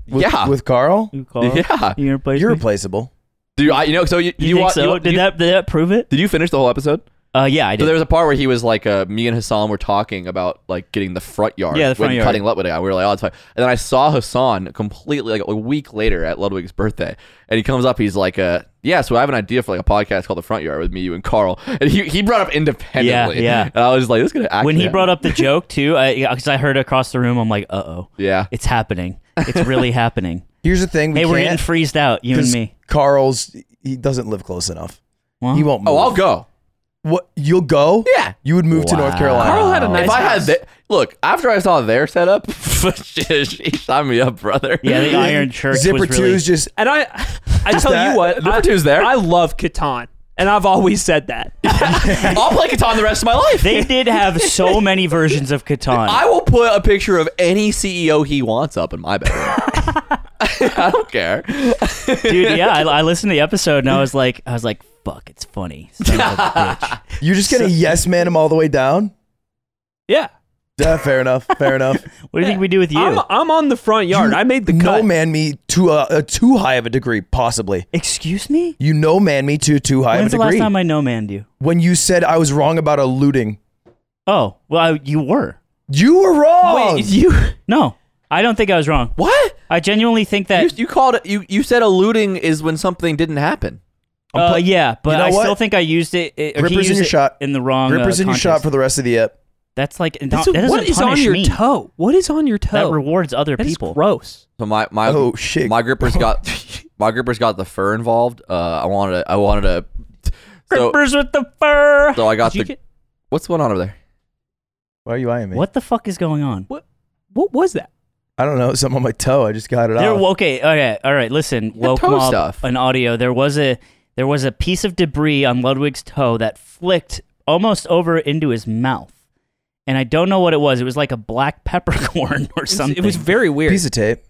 [SPEAKER 4] With,
[SPEAKER 2] yeah.
[SPEAKER 4] With Carl,
[SPEAKER 3] You call?
[SPEAKER 2] yeah.
[SPEAKER 3] You gonna replace
[SPEAKER 4] you're
[SPEAKER 3] me?
[SPEAKER 4] replaceable.
[SPEAKER 2] Dude, I you know so you
[SPEAKER 3] you,
[SPEAKER 2] you,
[SPEAKER 3] think
[SPEAKER 2] wa-
[SPEAKER 3] so?
[SPEAKER 2] you-
[SPEAKER 3] did
[SPEAKER 2] you-
[SPEAKER 3] that did that prove it?
[SPEAKER 2] Did you finish the whole episode?
[SPEAKER 3] Uh, yeah, I
[SPEAKER 2] So
[SPEAKER 3] did.
[SPEAKER 2] there was a part where he was like, uh, me and Hassan were talking about like getting the front yard.
[SPEAKER 3] Yeah, the front
[SPEAKER 2] when
[SPEAKER 3] yard.
[SPEAKER 2] Cutting Ludwig out. We were like, oh, it's fine. And then I saw Hassan completely like a week later at Ludwig's birthday, and he comes up, he's like, uh, yeah, so I have an idea for like a podcast called The Front Yard with me, you, and Carl. <laughs> And he, he brought up independently.
[SPEAKER 3] yeah.
[SPEAKER 2] And I was like, this is gonna act.
[SPEAKER 3] when he brought up the
[SPEAKER 4] <laughs>
[SPEAKER 3] joke too, because I, heard across the room, I'm like, uh oh,
[SPEAKER 2] Yeah.
[SPEAKER 3] it's happening. It's really
[SPEAKER 4] <laughs>
[SPEAKER 3] happening.
[SPEAKER 4] Here's the thing. We
[SPEAKER 3] Hey, we're getting
[SPEAKER 4] can't
[SPEAKER 3] freezed out, you and
[SPEAKER 4] 'cause
[SPEAKER 3] me.
[SPEAKER 4] Carl's he doesn't live close enough.
[SPEAKER 3] Well,
[SPEAKER 4] He won't move.
[SPEAKER 2] Oh, I'll go.
[SPEAKER 4] What you'll go?
[SPEAKER 2] Yeah.
[SPEAKER 4] You would move to North
[SPEAKER 3] Wow.
[SPEAKER 4] Carolina.
[SPEAKER 1] Carl had a
[SPEAKER 2] If
[SPEAKER 1] nice.
[SPEAKER 2] I had
[SPEAKER 1] house.
[SPEAKER 2] th- look, after I saw their setup, <laughs> shit, she signed me up, brother.
[SPEAKER 3] Yeah, the
[SPEAKER 4] <laughs>
[SPEAKER 3] Iron Church
[SPEAKER 4] Zipper
[SPEAKER 3] was really.
[SPEAKER 4] two's just
[SPEAKER 1] and I, I tell
[SPEAKER 4] that.
[SPEAKER 1] you what,
[SPEAKER 2] Number
[SPEAKER 1] I,
[SPEAKER 2] two's there.
[SPEAKER 1] I love Catan, and I've always said
[SPEAKER 4] <laughs>
[SPEAKER 1] that.
[SPEAKER 2] <laughs> I'll play guitar the rest of my life.
[SPEAKER 3] they did have
[SPEAKER 4] <laughs>
[SPEAKER 3] so many versions of Catan.
[SPEAKER 2] I will put a picture of any CEO he wants up in
[SPEAKER 1] <laughs>
[SPEAKER 2] my bedroom. <laughs> I don't care.
[SPEAKER 3] Dude, yeah, I, I listened to the episode and I was like, I was like, fuck, it's funny. Son of a
[SPEAKER 4] <laughs>
[SPEAKER 3] bitch.
[SPEAKER 4] you're just gonna yes man him all the way down.
[SPEAKER 1] Yeah.
[SPEAKER 4] Yeah, fair enough.
[SPEAKER 3] <laughs>
[SPEAKER 4] Fair enough.
[SPEAKER 3] What do you think we do with you?
[SPEAKER 1] I'm, I'm on the front yard.
[SPEAKER 4] You
[SPEAKER 1] I made the
[SPEAKER 4] no
[SPEAKER 1] cut.
[SPEAKER 4] man me to a, a too high of a degree, possibly.
[SPEAKER 3] Excuse me?
[SPEAKER 4] You no man me to too high
[SPEAKER 3] When's the
[SPEAKER 4] of a
[SPEAKER 3] last
[SPEAKER 4] degree.
[SPEAKER 3] time I no manned you?
[SPEAKER 4] when you said I was wrong about eluding,
[SPEAKER 3] Oh, well, I, you were.
[SPEAKER 4] you were wrong.
[SPEAKER 1] Wait, you
[SPEAKER 3] No, I don't think I was wrong.
[SPEAKER 2] What?
[SPEAKER 3] I genuinely think
[SPEAKER 4] Eh.
[SPEAKER 2] You,
[SPEAKER 3] that.
[SPEAKER 2] you called it. You you said alluding is when something didn't happen.
[SPEAKER 3] Uh, yeah, but
[SPEAKER 4] You know
[SPEAKER 3] I still
[SPEAKER 4] what?
[SPEAKER 3] think I used it. it or he
[SPEAKER 4] Grippers in
[SPEAKER 3] used
[SPEAKER 4] your
[SPEAKER 3] it
[SPEAKER 4] shot.
[SPEAKER 3] In the wrong.
[SPEAKER 4] Grippers
[SPEAKER 3] uh,
[SPEAKER 4] in your
[SPEAKER 3] context.
[SPEAKER 4] shot for the rest of the ep.
[SPEAKER 3] That's like.
[SPEAKER 1] That's
[SPEAKER 3] Not, that
[SPEAKER 1] a-
[SPEAKER 3] doesn't
[SPEAKER 1] what is
[SPEAKER 3] punish
[SPEAKER 1] on your
[SPEAKER 3] me.
[SPEAKER 1] toe? What is on your toe?
[SPEAKER 3] That rewards other
[SPEAKER 1] That is
[SPEAKER 3] people.
[SPEAKER 1] gross.
[SPEAKER 2] So my my
[SPEAKER 4] Oh, shit.
[SPEAKER 2] My grippers
[SPEAKER 4] <laughs>
[SPEAKER 2] got my grippers got the fur involved. Uh, I wanted to, I wanted to. So,
[SPEAKER 3] Grippers with the fur.
[SPEAKER 2] so I got
[SPEAKER 1] Did you
[SPEAKER 2] the.
[SPEAKER 1] get-
[SPEAKER 2] what's going on over there?
[SPEAKER 4] Why are you eyeing me?
[SPEAKER 3] What the fuck is going on?
[SPEAKER 1] what? What was that?
[SPEAKER 4] I don't know. <laughs> Something on my toe. I just got it
[SPEAKER 3] There,
[SPEAKER 4] off.
[SPEAKER 3] okay, okay, all right. Listen, woke
[SPEAKER 2] toe
[SPEAKER 3] mob
[SPEAKER 2] stuff.
[SPEAKER 3] an audio. There was a there was a piece of debris on Ludwig's toe that flicked almost over into his mouth, and I don't know what it was. It was like a black <laughs> peppercorn or
[SPEAKER 1] It was-
[SPEAKER 3] something.
[SPEAKER 1] It was very weird.
[SPEAKER 4] Piece of tape.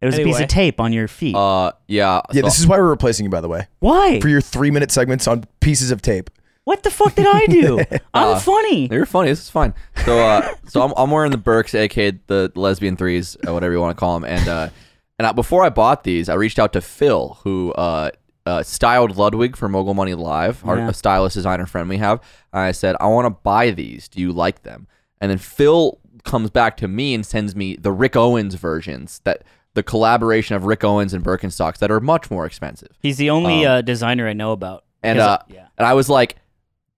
[SPEAKER 3] It was a piece
[SPEAKER 1] Anyway.
[SPEAKER 3] of tape on your feet.
[SPEAKER 2] Uh, yeah.
[SPEAKER 4] Yeah,
[SPEAKER 2] so-
[SPEAKER 4] this is why we're replacing you, by the way,
[SPEAKER 3] Why?
[SPEAKER 4] for your three minute segments on pieces of tape.
[SPEAKER 3] what the fuck did
[SPEAKER 2] <laughs>
[SPEAKER 3] I do?
[SPEAKER 2] Uh,
[SPEAKER 3] I'm funny.
[SPEAKER 2] You're funny. This is fine.
[SPEAKER 3] <laughs>
[SPEAKER 2] So, uh, so I'm, I'm wearing the Burks, aka the lesbian threes, uh, whatever you want to call them, and uh, And I, before I bought these, I reached out to Phil, who uh, uh, styled Ludwig for Mogul Money Live, our
[SPEAKER 3] Yeah.
[SPEAKER 2] a stylist designer friend we have. And I said, I want to buy these. Do you like them? And then Phil comes back to me and sends me the Rick Owens versions that the collaboration of Rick Owens and Birkenstocks that are much more expensive.
[SPEAKER 3] He's the only uh, designer I know about.
[SPEAKER 2] Um, And
[SPEAKER 3] 'Cause,
[SPEAKER 2] uh,
[SPEAKER 3] yeah.
[SPEAKER 2] and I was like,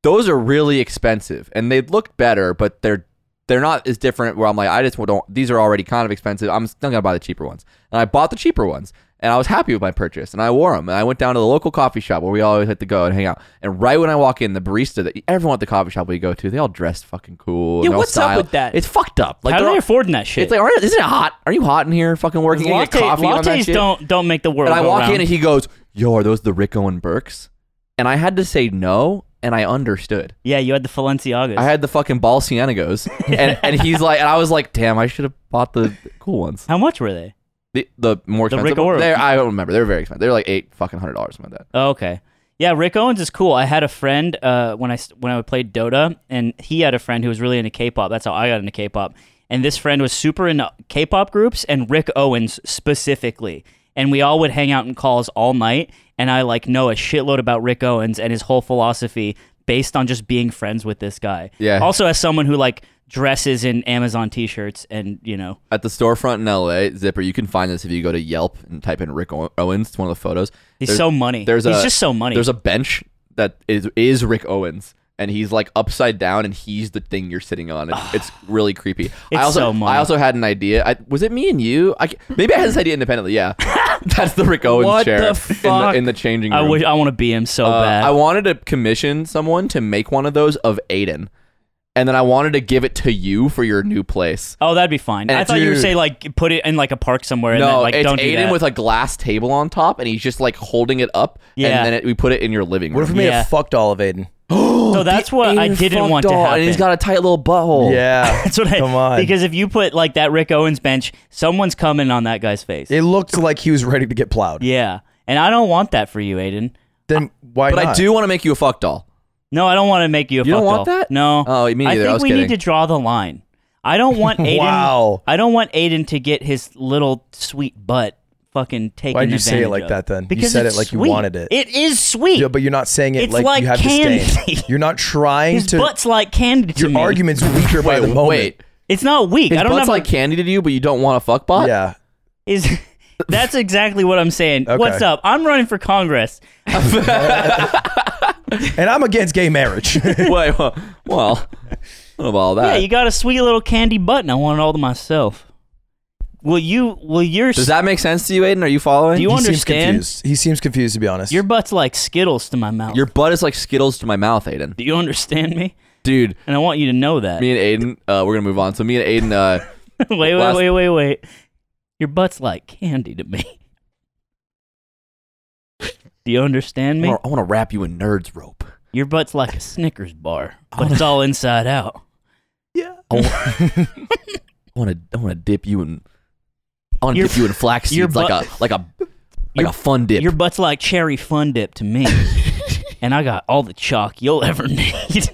[SPEAKER 2] those are really expensive, and they look better, but they're they're not as different. Where I'm like, I just don't. These are already kind of expensive. I'm still gonna buy the cheaper ones, and I bought the cheaper ones, and I was happy with my purchase, and I wore them, and I went down to the local coffee shop where we always had to go and hang out. And right when I walk in, the barista that everyone at the coffee shop we go to, they all dressed fucking cool.
[SPEAKER 1] Yeah,
[SPEAKER 2] and all
[SPEAKER 1] what's up
[SPEAKER 2] styled.
[SPEAKER 1] with that?
[SPEAKER 2] It's fucked up. Like
[SPEAKER 3] How
[SPEAKER 2] they're
[SPEAKER 3] are they
[SPEAKER 2] all-
[SPEAKER 3] affording that shit?
[SPEAKER 2] It's like, aren't, isn't it hot? Are you hot in here? Fucking working? You
[SPEAKER 3] Latte-
[SPEAKER 2] get coffee on that
[SPEAKER 3] lattes
[SPEAKER 2] shit?
[SPEAKER 3] don't don't make the world.
[SPEAKER 2] And I
[SPEAKER 3] go
[SPEAKER 2] walk in
[SPEAKER 3] round.
[SPEAKER 2] and he goes, Yo, are those the Rick Owen Burks? And I had to say no, and I understood.
[SPEAKER 3] yeah, you had the Falenciagas.
[SPEAKER 2] I had the fucking
[SPEAKER 3] <laughs>
[SPEAKER 2] Balcianagos. and, and he's like, and I was like, damn, I should have bought the cool ones.
[SPEAKER 3] How much were they?
[SPEAKER 2] The, the more
[SPEAKER 3] The
[SPEAKER 2] expensive
[SPEAKER 3] Rick Owens.
[SPEAKER 2] They're- I don't remember. They were very expensive. They were like eight fucking hundred dollars, something like that.
[SPEAKER 3] Oh, okay. Yeah, Rick Owens is cool. I had a friend uh, when I s- when I played Dota, and he had a friend who was really into K-pop. That's how I got into K-pop. And this friend was super into K-pop groups and Rick Owens specifically. And we all would hang out in calls all night. And I like know a shitload about Rick Owens and his whole philosophy based on just being friends with this guy.
[SPEAKER 2] Yeah.
[SPEAKER 3] Also, as someone who like dresses in Amazon T-shirts and you know
[SPEAKER 2] At the storefront in LA, Zipper, you can find this if you go to Yelp and type in Rick Ow- Owens. It's one of the photos.
[SPEAKER 3] he's
[SPEAKER 2] There's-
[SPEAKER 3] so money.
[SPEAKER 2] There's
[SPEAKER 3] he's
[SPEAKER 2] a,
[SPEAKER 3] just so money.
[SPEAKER 2] There's a bench that is is Rick Owens, and he's like upside down, and he's the thing you're sitting on. It's, it's really creepy. I
[SPEAKER 3] It's
[SPEAKER 2] also
[SPEAKER 3] so money.
[SPEAKER 2] I also had an idea. I, was it me and you? I, ca- maybe I had this idea independently. Yeah,
[SPEAKER 3] <laughs>
[SPEAKER 2] that's the Rick Owens
[SPEAKER 1] What
[SPEAKER 2] chair
[SPEAKER 1] the
[SPEAKER 2] In,
[SPEAKER 1] fuck?
[SPEAKER 2] the, in the changing
[SPEAKER 3] I
[SPEAKER 2] room.
[SPEAKER 3] wish I want to be him so
[SPEAKER 2] Uh,
[SPEAKER 3] bad.
[SPEAKER 2] I wanted to commission someone to make one of those of Aiden, and then I wanted to give it to you for your new place.
[SPEAKER 3] Oh, that'd be fine.
[SPEAKER 2] And
[SPEAKER 3] I thought you were
[SPEAKER 2] dude-
[SPEAKER 3] say like put it in like a park somewhere. and
[SPEAKER 2] no,
[SPEAKER 3] then, like
[SPEAKER 2] it's
[SPEAKER 3] don't do
[SPEAKER 2] Aiden
[SPEAKER 3] that.
[SPEAKER 2] with a glass table on top, and he's just like holding it up,
[SPEAKER 3] Yeah.
[SPEAKER 2] and then it, we put it in your living room.
[SPEAKER 4] What if we made
[SPEAKER 3] Yeah.
[SPEAKER 4] a fucked all of Aiden?
[SPEAKER 3] so that's what I
[SPEAKER 2] Aiden
[SPEAKER 3] didn't
[SPEAKER 2] fucked
[SPEAKER 3] want to
[SPEAKER 2] all,
[SPEAKER 3] happen.
[SPEAKER 2] And he's got a tight little
[SPEAKER 3] Oh.
[SPEAKER 2] butthole.
[SPEAKER 4] Yeah.
[SPEAKER 3] <laughs> that's what I,
[SPEAKER 4] Come on.
[SPEAKER 3] Because if you put like that Rick Owens bench, someone's coming on that guy's face.
[SPEAKER 4] it looked like he was ready to get plowed.
[SPEAKER 3] yeah, and I don't want that for you, Aiden.
[SPEAKER 4] Then why
[SPEAKER 2] But
[SPEAKER 4] not?
[SPEAKER 2] I do want to make you a fuck doll.
[SPEAKER 3] No, I don't want to make you. A
[SPEAKER 2] You don't
[SPEAKER 3] fuck
[SPEAKER 2] want
[SPEAKER 3] doll.
[SPEAKER 2] that?
[SPEAKER 3] No.
[SPEAKER 2] Oh, me neither.
[SPEAKER 3] I
[SPEAKER 2] I
[SPEAKER 3] think
[SPEAKER 2] was
[SPEAKER 3] we need
[SPEAKER 2] kidding.
[SPEAKER 3] to draw the line. I don't
[SPEAKER 4] <laughs>
[SPEAKER 3] want Aiden.
[SPEAKER 4] Wow.
[SPEAKER 3] I don't want Aiden to get his little sweet butt fucking taken.
[SPEAKER 4] Why'd you say it
[SPEAKER 3] advantage
[SPEAKER 4] like
[SPEAKER 3] of.
[SPEAKER 4] that, then? You
[SPEAKER 3] Because
[SPEAKER 4] said
[SPEAKER 3] it's
[SPEAKER 4] it like you
[SPEAKER 3] sweet.
[SPEAKER 4] wanted it.
[SPEAKER 3] It is sweet.
[SPEAKER 4] Yeah, but you're not saying it
[SPEAKER 3] It's
[SPEAKER 4] like,
[SPEAKER 3] like
[SPEAKER 4] you have
[SPEAKER 3] candy.
[SPEAKER 4] disdain. You're not trying
[SPEAKER 3] his
[SPEAKER 4] to.
[SPEAKER 3] butt's like candy to
[SPEAKER 4] your
[SPEAKER 3] me.
[SPEAKER 4] argument's weaker
[SPEAKER 2] Wait,
[SPEAKER 4] by the moment.
[SPEAKER 2] wait.
[SPEAKER 3] It's not weak.
[SPEAKER 2] His
[SPEAKER 3] I don't
[SPEAKER 2] butt's
[SPEAKER 3] have
[SPEAKER 2] like
[SPEAKER 3] like
[SPEAKER 2] candy to you, but you don't want a fuck bot.
[SPEAKER 4] Yeah.
[SPEAKER 3] <laughs> is. That's exactly what I'm saying.
[SPEAKER 4] Okay.
[SPEAKER 3] What's up? I'm running for Congress.
[SPEAKER 4] And I'm against gay marriage.
[SPEAKER 2] <laughs>
[SPEAKER 4] <laughs>
[SPEAKER 2] wait. Well, well I don't know about all
[SPEAKER 3] Yeah,
[SPEAKER 2] that.
[SPEAKER 3] you got a sweet little candy button. I want it all to myself. Will you? Will your
[SPEAKER 2] Does that make sense to you, Aiden? Are you following?
[SPEAKER 3] Do you
[SPEAKER 4] he
[SPEAKER 3] understand?
[SPEAKER 4] seems confused. He seems confused, to be honest.
[SPEAKER 3] your butt's like Skittles to my mouth?
[SPEAKER 2] Your butt is like Skittles to my mouth, Aiden.
[SPEAKER 3] Do you understand me?
[SPEAKER 2] Dude,
[SPEAKER 3] And I want you to know that.
[SPEAKER 2] me and Aiden, uh, we're gonna move on. So me and Aiden, uh,
[SPEAKER 3] <laughs> wait, wait,
[SPEAKER 2] last-
[SPEAKER 3] wait, wait, wait. Your butt's like candy to me. <laughs> Do you understand
[SPEAKER 2] I
[SPEAKER 3] <laughs> me?
[SPEAKER 2] wanna- I want to wrap you in nerds rope.
[SPEAKER 3] Your butt's like a Snickers bar, but
[SPEAKER 2] oh.
[SPEAKER 3] it's all
[SPEAKER 2] <laughs>
[SPEAKER 3] inside out.
[SPEAKER 2] I want to, I want to dip you in. I want to
[SPEAKER 3] Your-
[SPEAKER 2] dip you in flax
[SPEAKER 3] your
[SPEAKER 2] seeds, like a,
[SPEAKER 3] butt-
[SPEAKER 2] like a, like
[SPEAKER 3] Your-
[SPEAKER 2] a fun dip.
[SPEAKER 3] Your butt's like cherry fun dip
[SPEAKER 2] <laughs>
[SPEAKER 3] to me. and I got all the chalk you'll ever need.
[SPEAKER 2] <clears throat>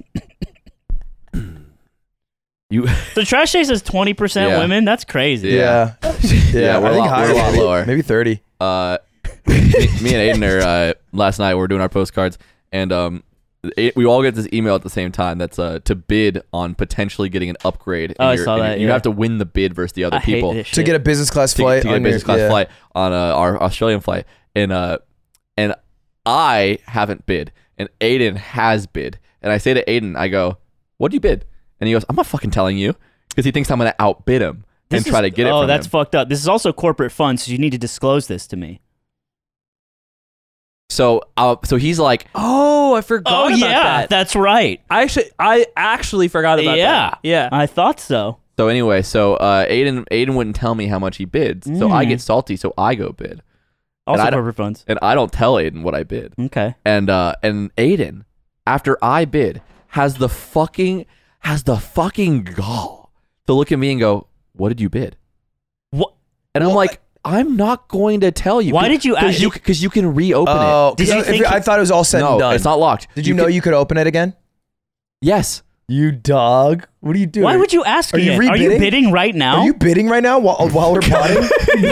[SPEAKER 2] You, <laughs>
[SPEAKER 3] so Trash Taste is 20%
[SPEAKER 2] Yeah.
[SPEAKER 3] women? That's crazy.
[SPEAKER 4] yeah. Yeah.
[SPEAKER 2] Yeah, we're
[SPEAKER 4] I
[SPEAKER 2] a
[SPEAKER 4] think
[SPEAKER 2] lot-
[SPEAKER 4] higher,
[SPEAKER 2] we're a lot
[SPEAKER 4] maybe-
[SPEAKER 2] lower.
[SPEAKER 4] Maybe 30.
[SPEAKER 2] uh,
[SPEAKER 4] <laughs>
[SPEAKER 2] me, me and Aiden are uh, last night. We are doing our postcards, and um, it, we all get this email at the same time. That's uh, to bid on potentially getting an upgrade. in
[SPEAKER 3] Oh, I
[SPEAKER 2] your-
[SPEAKER 3] saw
[SPEAKER 2] in your-
[SPEAKER 3] that,
[SPEAKER 2] You
[SPEAKER 3] yeah.
[SPEAKER 2] have to win the bid versus the other
[SPEAKER 3] I hate
[SPEAKER 2] people
[SPEAKER 3] this shit.
[SPEAKER 4] To get a business class
[SPEAKER 2] to,
[SPEAKER 4] flight.
[SPEAKER 2] to get a
[SPEAKER 4] on your-
[SPEAKER 2] business class
[SPEAKER 4] yeah.
[SPEAKER 2] flight on uh, our Australian flight, and uh, and I haven't bid, and Aiden has bid, and I say to Aiden, I go, "What'd you bid?" And he goes, "I'm not fucking telling you," because he thinks I'm gonna outbid him
[SPEAKER 3] This
[SPEAKER 2] and try
[SPEAKER 3] is-
[SPEAKER 2] to get it.
[SPEAKER 3] Oh,
[SPEAKER 2] from
[SPEAKER 3] that's
[SPEAKER 2] him.
[SPEAKER 3] fucked up. This is also corporate fun, so you need to disclose this to me.
[SPEAKER 2] so. Uh, so he's like,
[SPEAKER 1] Oh, I forgot
[SPEAKER 3] oh,
[SPEAKER 1] about
[SPEAKER 3] yeah.
[SPEAKER 1] that.
[SPEAKER 3] That's right.
[SPEAKER 1] I actually, I actually forgot about
[SPEAKER 3] Yeah.
[SPEAKER 1] that. Yeah.
[SPEAKER 3] I thought so.
[SPEAKER 2] So anyway, so uh, Aiden Aiden wouldn't tell me how much he bids, so I
[SPEAKER 3] Mm.
[SPEAKER 2] get salty, so I go bid,
[SPEAKER 3] Also
[SPEAKER 2] I don't-
[SPEAKER 3] corporate funds.
[SPEAKER 2] and I don't tell Aiden what I bid,
[SPEAKER 3] Okay.
[SPEAKER 2] and uh, and Aiden, after I bid, has the fucking has the fucking gall to look at me and go, "What did you bid?"
[SPEAKER 3] What?
[SPEAKER 2] And I'm like, "I'm not going to tell you."
[SPEAKER 3] Why did you
[SPEAKER 2] Because
[SPEAKER 3] ask-
[SPEAKER 2] you, 'cause you can reopen
[SPEAKER 4] Oh,
[SPEAKER 2] it.
[SPEAKER 3] Did
[SPEAKER 4] 'cause
[SPEAKER 3] you
[SPEAKER 4] I- if
[SPEAKER 3] think
[SPEAKER 4] I
[SPEAKER 3] you-
[SPEAKER 4] thought it was all said
[SPEAKER 2] no,
[SPEAKER 4] and done.
[SPEAKER 2] it's not locked.
[SPEAKER 4] Did you, know
[SPEAKER 2] can-
[SPEAKER 4] you could open it again?
[SPEAKER 2] Yes.
[SPEAKER 4] You dog. What are you doing?
[SPEAKER 3] Why would you ask
[SPEAKER 4] Are
[SPEAKER 3] me?
[SPEAKER 4] you
[SPEAKER 3] that? Are you
[SPEAKER 4] rebidding?
[SPEAKER 3] bidding right now?
[SPEAKER 4] Are you bidding right now while, while <laughs> we're potting?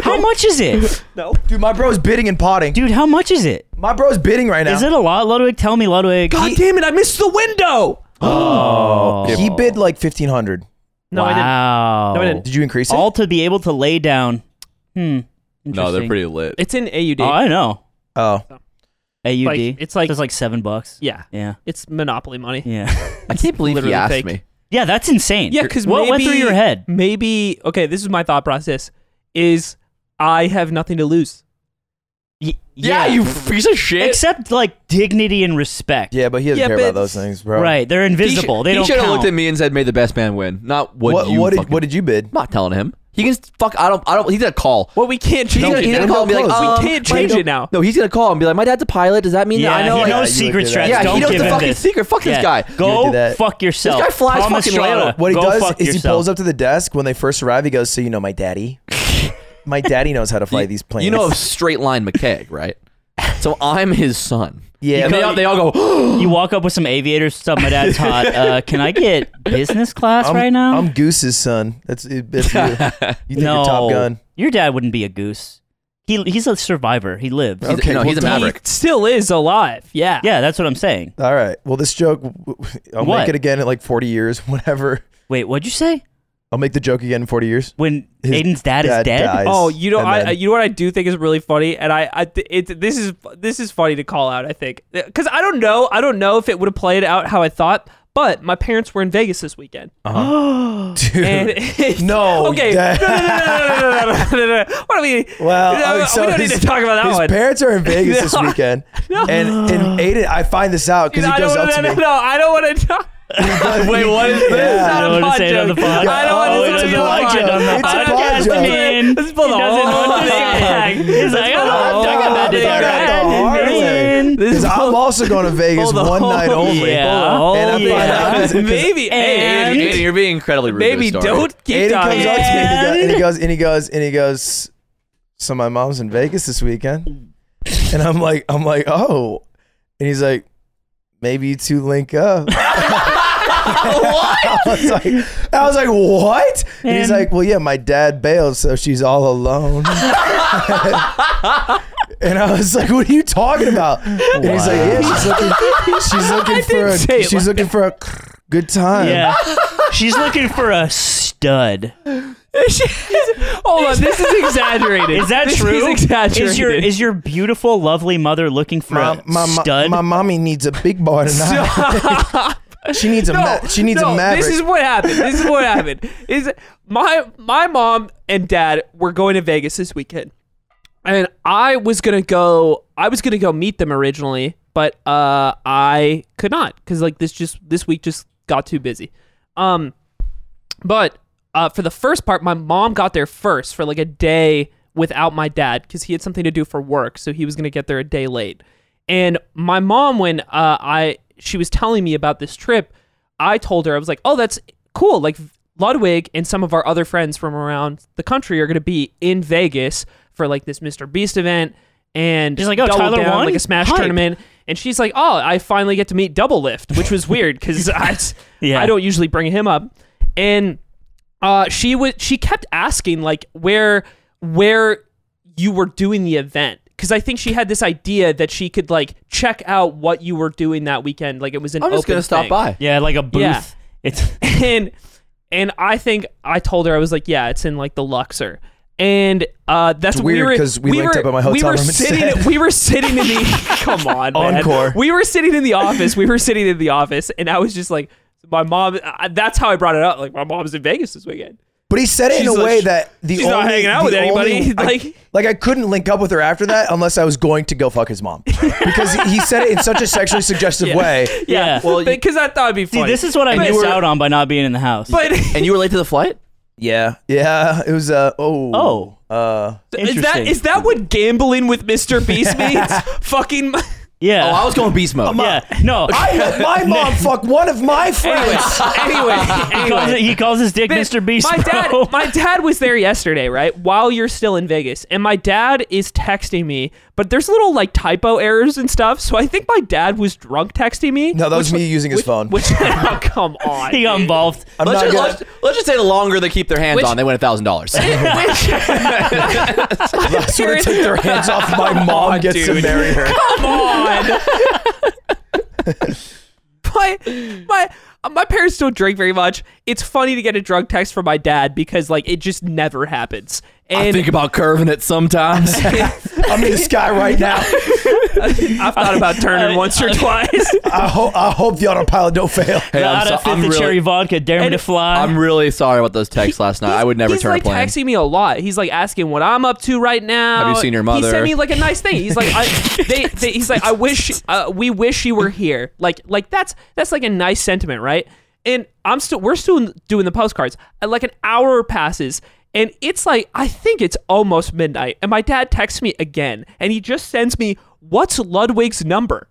[SPEAKER 3] How much is it,
[SPEAKER 1] No.
[SPEAKER 4] Dude, my bro's bidding and potting.
[SPEAKER 3] dude? How much is it?
[SPEAKER 4] my bro's bidding right now.
[SPEAKER 3] Is it a lot, Ludwig? Tell me, Ludwig. <gasps> Oh.
[SPEAKER 1] God damn it! I missed the window.
[SPEAKER 4] he bid like 1500
[SPEAKER 1] No, I didn't.
[SPEAKER 3] wow.
[SPEAKER 1] No, I didn't.
[SPEAKER 4] Did you increase it?
[SPEAKER 3] All to be able to lay down. Hmm.
[SPEAKER 2] No, they're
[SPEAKER 3] Interesting.
[SPEAKER 2] pretty lit.
[SPEAKER 1] It's in AUD.
[SPEAKER 3] Oh, I know.
[SPEAKER 4] oh.
[SPEAKER 3] AUD.
[SPEAKER 1] Like, it's like-
[SPEAKER 3] it's like seven bucks.
[SPEAKER 1] yeah,
[SPEAKER 3] Yeah.
[SPEAKER 1] it's Monopoly money.
[SPEAKER 3] Yeah. <laughs>
[SPEAKER 2] I can't believe
[SPEAKER 1] literally
[SPEAKER 2] he asked
[SPEAKER 1] fake.
[SPEAKER 2] me.
[SPEAKER 3] Yeah, that's insane.
[SPEAKER 1] Yeah, because
[SPEAKER 3] what went through your head?
[SPEAKER 1] Maybe okay. This is my thought process: is I have nothing to lose.
[SPEAKER 3] Y-
[SPEAKER 2] Yeah, you piece of shit.
[SPEAKER 3] except like dignity and respect.
[SPEAKER 4] Yeah, but he doesn't
[SPEAKER 1] Yeah,
[SPEAKER 4] care
[SPEAKER 1] but
[SPEAKER 4] about those things, bro.
[SPEAKER 3] Right, they're invisible. they
[SPEAKER 2] he
[SPEAKER 3] don't
[SPEAKER 2] should have
[SPEAKER 3] count.
[SPEAKER 2] looked at me and said, "May the best man win." Not what,
[SPEAKER 4] What,
[SPEAKER 2] you.
[SPEAKER 4] what, did,
[SPEAKER 2] fucking-
[SPEAKER 4] what did you bid?
[SPEAKER 2] I'm not telling him. He can fuck. I don't. I don't. He's gonna call.
[SPEAKER 1] Well, we can't change
[SPEAKER 2] He's gonna,
[SPEAKER 1] it.
[SPEAKER 2] he's gonna
[SPEAKER 1] now.
[SPEAKER 2] call and be like,
[SPEAKER 4] Window
[SPEAKER 1] closed.
[SPEAKER 2] um,
[SPEAKER 1] We can't change
[SPEAKER 2] window-
[SPEAKER 1] it now.
[SPEAKER 2] No, he's gonna call and be like, my dad's a pilot. Does that mean
[SPEAKER 3] Yeah,
[SPEAKER 2] that I know?
[SPEAKER 3] he
[SPEAKER 2] like,
[SPEAKER 3] knows
[SPEAKER 4] yeah, you would
[SPEAKER 3] secret
[SPEAKER 4] do that.
[SPEAKER 3] strategy.
[SPEAKER 2] yeah,
[SPEAKER 3] don't
[SPEAKER 2] he knows
[SPEAKER 3] give
[SPEAKER 2] the
[SPEAKER 3] him
[SPEAKER 2] fucking
[SPEAKER 3] this.
[SPEAKER 2] secret. Fuck
[SPEAKER 3] Yeah.
[SPEAKER 2] this guy.
[SPEAKER 4] would do
[SPEAKER 3] Go
[SPEAKER 4] that.
[SPEAKER 3] fuck yourself.
[SPEAKER 2] This guy flies
[SPEAKER 3] Thomas
[SPEAKER 2] fucking
[SPEAKER 3] Strada,
[SPEAKER 2] Lando.
[SPEAKER 4] What he
[SPEAKER 3] go
[SPEAKER 4] does
[SPEAKER 3] fuck
[SPEAKER 4] is he
[SPEAKER 3] yourself.
[SPEAKER 4] pulls up to the desk when they first arrive. He goes, "So you know, my
[SPEAKER 3] <laughs>
[SPEAKER 4] daddy, my daddy knows how to fly these planes."
[SPEAKER 2] You know, straight line McKeg, right? So I'm his son.
[SPEAKER 4] <laughs> Yeah,
[SPEAKER 2] And they, all, they all go. <gasps>
[SPEAKER 3] You walk up with some aviators stuff. My
[SPEAKER 2] <laughs>
[SPEAKER 3] dad's hot. Uh, can I get business class
[SPEAKER 4] I'm,
[SPEAKER 3] right now?
[SPEAKER 4] I'm Goose's son. That's, <laughs> that's you. You think
[SPEAKER 3] no.
[SPEAKER 4] you're Top Gun?
[SPEAKER 3] Your dad wouldn't be a goose. He he's a survivor. He lives.
[SPEAKER 2] He's,
[SPEAKER 4] Okay,
[SPEAKER 2] no,
[SPEAKER 4] well,
[SPEAKER 2] he's a
[SPEAKER 4] don't-
[SPEAKER 2] maverick.
[SPEAKER 1] Still is alive. Yeah.
[SPEAKER 3] yeah, that's what I'm saying.
[SPEAKER 4] All right. Well, this joke, w- w- I'll
[SPEAKER 3] What?
[SPEAKER 4] make it again in like 40 years, <laughs> whatever.
[SPEAKER 3] Wait, what'd you say?
[SPEAKER 4] I'll make the joke again in 40 years. <laughs>
[SPEAKER 3] When
[SPEAKER 4] His
[SPEAKER 3] Aiden's dad, is
[SPEAKER 4] dad
[SPEAKER 3] dead?
[SPEAKER 4] dies.
[SPEAKER 1] Oh, you know,
[SPEAKER 4] And
[SPEAKER 1] I,
[SPEAKER 4] then-
[SPEAKER 1] you know what I do think is really funny, and I, I it, this is this is funny to call out. I think because I don't know, I don't know if it would have played out how I thought, but my parents were in Vegas this weekend.
[SPEAKER 4] Dude.
[SPEAKER 1] And
[SPEAKER 4] No,
[SPEAKER 1] okay, no,
[SPEAKER 4] that-
[SPEAKER 1] no, no, no, no, no, no, no, no. What do we?
[SPEAKER 4] <laughs> Well,
[SPEAKER 1] <laughs> no,
[SPEAKER 4] okay, so
[SPEAKER 1] we don't
[SPEAKER 4] his,
[SPEAKER 1] need to talk about that
[SPEAKER 4] his
[SPEAKER 1] one.
[SPEAKER 4] parents
[SPEAKER 1] <laughs>
[SPEAKER 4] are in Vegas this
[SPEAKER 1] No.
[SPEAKER 4] weekend, and and Aiden, I find this out
[SPEAKER 1] Dude,
[SPEAKER 4] because
[SPEAKER 1] I
[SPEAKER 4] he goes
[SPEAKER 1] don't
[SPEAKER 4] up
[SPEAKER 1] wanna-
[SPEAKER 4] to
[SPEAKER 1] no,
[SPEAKER 4] me.
[SPEAKER 1] no, I don't want to talk.
[SPEAKER 4] <laughs>
[SPEAKER 2] Wait, what is
[SPEAKER 1] This Oh, is not a
[SPEAKER 3] You
[SPEAKER 4] Yeah.
[SPEAKER 3] don't wanna
[SPEAKER 1] pod
[SPEAKER 3] say it on
[SPEAKER 1] joke.
[SPEAKER 3] the pod?
[SPEAKER 1] I don't want
[SPEAKER 4] Oh,
[SPEAKER 1] this to
[SPEAKER 4] it
[SPEAKER 1] be
[SPEAKER 4] doesn't
[SPEAKER 1] a
[SPEAKER 4] like
[SPEAKER 1] pod
[SPEAKER 4] it on the
[SPEAKER 1] It's a
[SPEAKER 4] podcast,
[SPEAKER 1] pod joke.
[SPEAKER 3] man.
[SPEAKER 1] Let's pull the
[SPEAKER 3] He doesn't
[SPEAKER 1] whole
[SPEAKER 3] want to
[SPEAKER 1] thing
[SPEAKER 3] say
[SPEAKER 1] back.
[SPEAKER 3] <laughs> it. He's like, I
[SPEAKER 1] Oh,
[SPEAKER 3] don't wanna talk about
[SPEAKER 1] dude,
[SPEAKER 3] this
[SPEAKER 1] all
[SPEAKER 4] alright.
[SPEAKER 1] right.
[SPEAKER 4] The hard
[SPEAKER 3] already.
[SPEAKER 4] way.
[SPEAKER 1] This
[SPEAKER 4] Because
[SPEAKER 1] is
[SPEAKER 4] I'm also
[SPEAKER 1] <laughs>
[SPEAKER 4] going to Vegas
[SPEAKER 1] the
[SPEAKER 4] one
[SPEAKER 1] whole-
[SPEAKER 4] night only.
[SPEAKER 3] Yeah.
[SPEAKER 4] And I
[SPEAKER 1] Oh,
[SPEAKER 4] find out
[SPEAKER 1] yeah.
[SPEAKER 4] because- because
[SPEAKER 1] Maybe,
[SPEAKER 3] And-
[SPEAKER 1] and
[SPEAKER 2] Aiden, you're being incredibly rude. to
[SPEAKER 1] maybe
[SPEAKER 2] this story.
[SPEAKER 1] don't keep
[SPEAKER 4] Aiden comes
[SPEAKER 1] talking.
[SPEAKER 4] up to me and he,
[SPEAKER 3] And-
[SPEAKER 4] go- and he goes and he goes and he goes. So my mom's in Vegas this weekend, and I'm like, I'm like, oh, and he's like, maybe you two link up.
[SPEAKER 1] <laughs>
[SPEAKER 4] what? I was like, I was like, what? And, he's
[SPEAKER 3] And-
[SPEAKER 4] like, well, yeah, my dad bailed, so she's
[SPEAKER 1] <laughs>
[SPEAKER 4] all alone. And I was like, "What are you talking about?" And he's like, "Yeah, she's
[SPEAKER 1] <laughs>
[SPEAKER 4] looking, she's looking for
[SPEAKER 1] didn't say
[SPEAKER 4] a,
[SPEAKER 1] it
[SPEAKER 4] she's
[SPEAKER 1] like
[SPEAKER 4] looking for a good time."
[SPEAKER 3] Yeah. She's looking for a stud.
[SPEAKER 1] Hold on, this is exaggerated.
[SPEAKER 3] Is that
[SPEAKER 1] This
[SPEAKER 3] true?
[SPEAKER 1] Is exaggerated.
[SPEAKER 3] Is your is your beautiful, lovely mother looking for
[SPEAKER 4] my,
[SPEAKER 3] a
[SPEAKER 4] my, my-
[SPEAKER 3] stud?
[SPEAKER 4] my mommy needs a big boy tonight. <laughs> she needs a
[SPEAKER 1] no,
[SPEAKER 4] ma- she needs
[SPEAKER 1] no,
[SPEAKER 4] a maverick.
[SPEAKER 1] This is what happened. This is
[SPEAKER 4] <laughs>
[SPEAKER 1] what happened. Is my my mom and dad were going to Vegas this weekend, and I was gonna go. I was gonna go meet them originally, but uh, I could not because like this just this week just got too busy. Um, but uh, for the first part, my mom got there first for like a day without my dad because he had something to do for work, so he was gonna get there a day late. And my mom, when uh, I she was telling me about this trip, I told her I was like, "Oh, that's cool. Like Ludwig and some of our other friends from around the country are gonna be in Vegas for like this Mr. Beast event." And
[SPEAKER 3] She's like, "Oh,
[SPEAKER 1] double
[SPEAKER 3] Tyler
[SPEAKER 1] down,
[SPEAKER 3] won?
[SPEAKER 1] like a Smash
[SPEAKER 3] Hype."
[SPEAKER 1] tournament, and she's like, "Oh, I finally get to meet Double Lift," which was weird
[SPEAKER 2] <laughs>
[SPEAKER 1] because I,
[SPEAKER 3] Yeah.
[SPEAKER 1] I don't usually bring him up, and uh, she was she kept asking like where where you were doing the event because I think she had this idea that she could like check out what you were doing that weekend, like it was an
[SPEAKER 2] I'm just
[SPEAKER 1] open
[SPEAKER 2] gonna stop
[SPEAKER 1] thing.
[SPEAKER 2] by.
[SPEAKER 3] yeah, like a booth.
[SPEAKER 1] Yeah.
[SPEAKER 3] It's
[SPEAKER 1] and and I think I told her I was like, yeah, it's in like the Luxor. And uh, that's
[SPEAKER 4] It's
[SPEAKER 1] what we
[SPEAKER 4] weird
[SPEAKER 1] were-
[SPEAKER 4] 'cause we
[SPEAKER 1] we
[SPEAKER 4] linked
[SPEAKER 1] were,
[SPEAKER 4] up at my
[SPEAKER 1] we
[SPEAKER 4] hotel
[SPEAKER 1] were
[SPEAKER 4] room
[SPEAKER 1] sitting,
[SPEAKER 4] instead.
[SPEAKER 1] We were sitting in the
[SPEAKER 4] <laughs>
[SPEAKER 1] come on man.
[SPEAKER 4] Encore.
[SPEAKER 1] We were sitting in the office. We were sitting in the office, and I was just like, my mom. I, that's how I brought it up. Like my mom's in Vegas this weekend.
[SPEAKER 4] but he said it in
[SPEAKER 1] She's
[SPEAKER 4] a
[SPEAKER 1] like,
[SPEAKER 4] way that the
[SPEAKER 1] she's
[SPEAKER 4] only,
[SPEAKER 1] not hanging out
[SPEAKER 4] the
[SPEAKER 1] with anybody,
[SPEAKER 4] only- I-
[SPEAKER 1] <laughs>
[SPEAKER 4] <laughs>
[SPEAKER 1] like-
[SPEAKER 4] like I couldn't link up with her after that unless I was going to go fuck his mom because he, he said it in such a sexually suggestive way.
[SPEAKER 3] Yeah.
[SPEAKER 1] Well, <laughs> because I thought it'd be
[SPEAKER 3] see,
[SPEAKER 1] funny.
[SPEAKER 3] this is what I
[SPEAKER 1] But-
[SPEAKER 3] missed out on by not being in the house.
[SPEAKER 1] <laughs> But
[SPEAKER 2] And you were late to the flight.
[SPEAKER 4] Yeah, yeah, it was uh oh
[SPEAKER 3] Oh.
[SPEAKER 4] uh
[SPEAKER 1] is that
[SPEAKER 3] Interesting.
[SPEAKER 4] <laughs>
[SPEAKER 1] is that what gambling with Mr. Beast means? Fucking.
[SPEAKER 3] Yeah.
[SPEAKER 2] Oh, I was going beast mode.
[SPEAKER 3] yeah. No.
[SPEAKER 4] I
[SPEAKER 1] <laughs>
[SPEAKER 4] let my mom fuck one of my friends.
[SPEAKER 1] anyway,
[SPEAKER 4] <laughs>
[SPEAKER 3] he, calls it, he calls his dick Mr. Beast.
[SPEAKER 1] My dad,
[SPEAKER 3] bro.
[SPEAKER 1] my dad was there yesterday, right? While you're still in Vegas, and my dad is texting me, but there's little like typo errors and stuff. So I think my dad was drunk texting me.
[SPEAKER 4] No, that was me using his phone.
[SPEAKER 1] Which, <laughs> oh, come on.
[SPEAKER 3] <laughs> he got involved.
[SPEAKER 4] I'm
[SPEAKER 2] let's,
[SPEAKER 4] not
[SPEAKER 2] just,
[SPEAKER 4] gonna-
[SPEAKER 2] let's, let's just say the longer they keep their hands
[SPEAKER 1] Which-
[SPEAKER 2] on, they win a thousand
[SPEAKER 1] <laughs>
[SPEAKER 2] dollars.
[SPEAKER 4] That's where they take their hands off
[SPEAKER 1] <laughs>
[SPEAKER 4] my mom
[SPEAKER 1] on,
[SPEAKER 4] gets to
[SPEAKER 1] dude.
[SPEAKER 4] marry her.
[SPEAKER 1] on. <laughs> but my my parents don't drink very much. It's funny to get a drug text from my dad because like it just never happens. And
[SPEAKER 2] about curving it
[SPEAKER 1] <laughs>
[SPEAKER 2] sometimes.
[SPEAKER 4] I'm in the sky right now.
[SPEAKER 1] I've thought about
[SPEAKER 3] <laughs>
[SPEAKER 1] turning
[SPEAKER 3] I-
[SPEAKER 1] once or twice.
[SPEAKER 4] I hope I hope the autopilot don't fail.
[SPEAKER 2] Hey,
[SPEAKER 3] Out
[SPEAKER 2] I'm, so-
[SPEAKER 3] of fifth
[SPEAKER 2] I'm
[SPEAKER 3] of
[SPEAKER 2] really,
[SPEAKER 3] cherry vodka, dare me
[SPEAKER 1] And
[SPEAKER 3] to fly.
[SPEAKER 2] I'm really sorry about those texts last night.
[SPEAKER 1] He's-
[SPEAKER 2] I would never
[SPEAKER 1] he's
[SPEAKER 2] turn
[SPEAKER 1] like
[SPEAKER 2] a plane.
[SPEAKER 1] texting me a lot. He's like asking what I'm up to right now.
[SPEAKER 2] Have you seen your
[SPEAKER 1] He
[SPEAKER 2] mother?
[SPEAKER 1] sent me like a nice thing. He's
[SPEAKER 2] <laughs>
[SPEAKER 1] like, I, they, they, he's like, I wish, uh, we wish you were here. Like, like that's that's like a nice sentiment, right? And I'm still, we're still doing the postcards. And like an hour passes, and it's like I think it's almost midnight, and my dad texts me again, and he just sends me, "What's Ludwig's number?"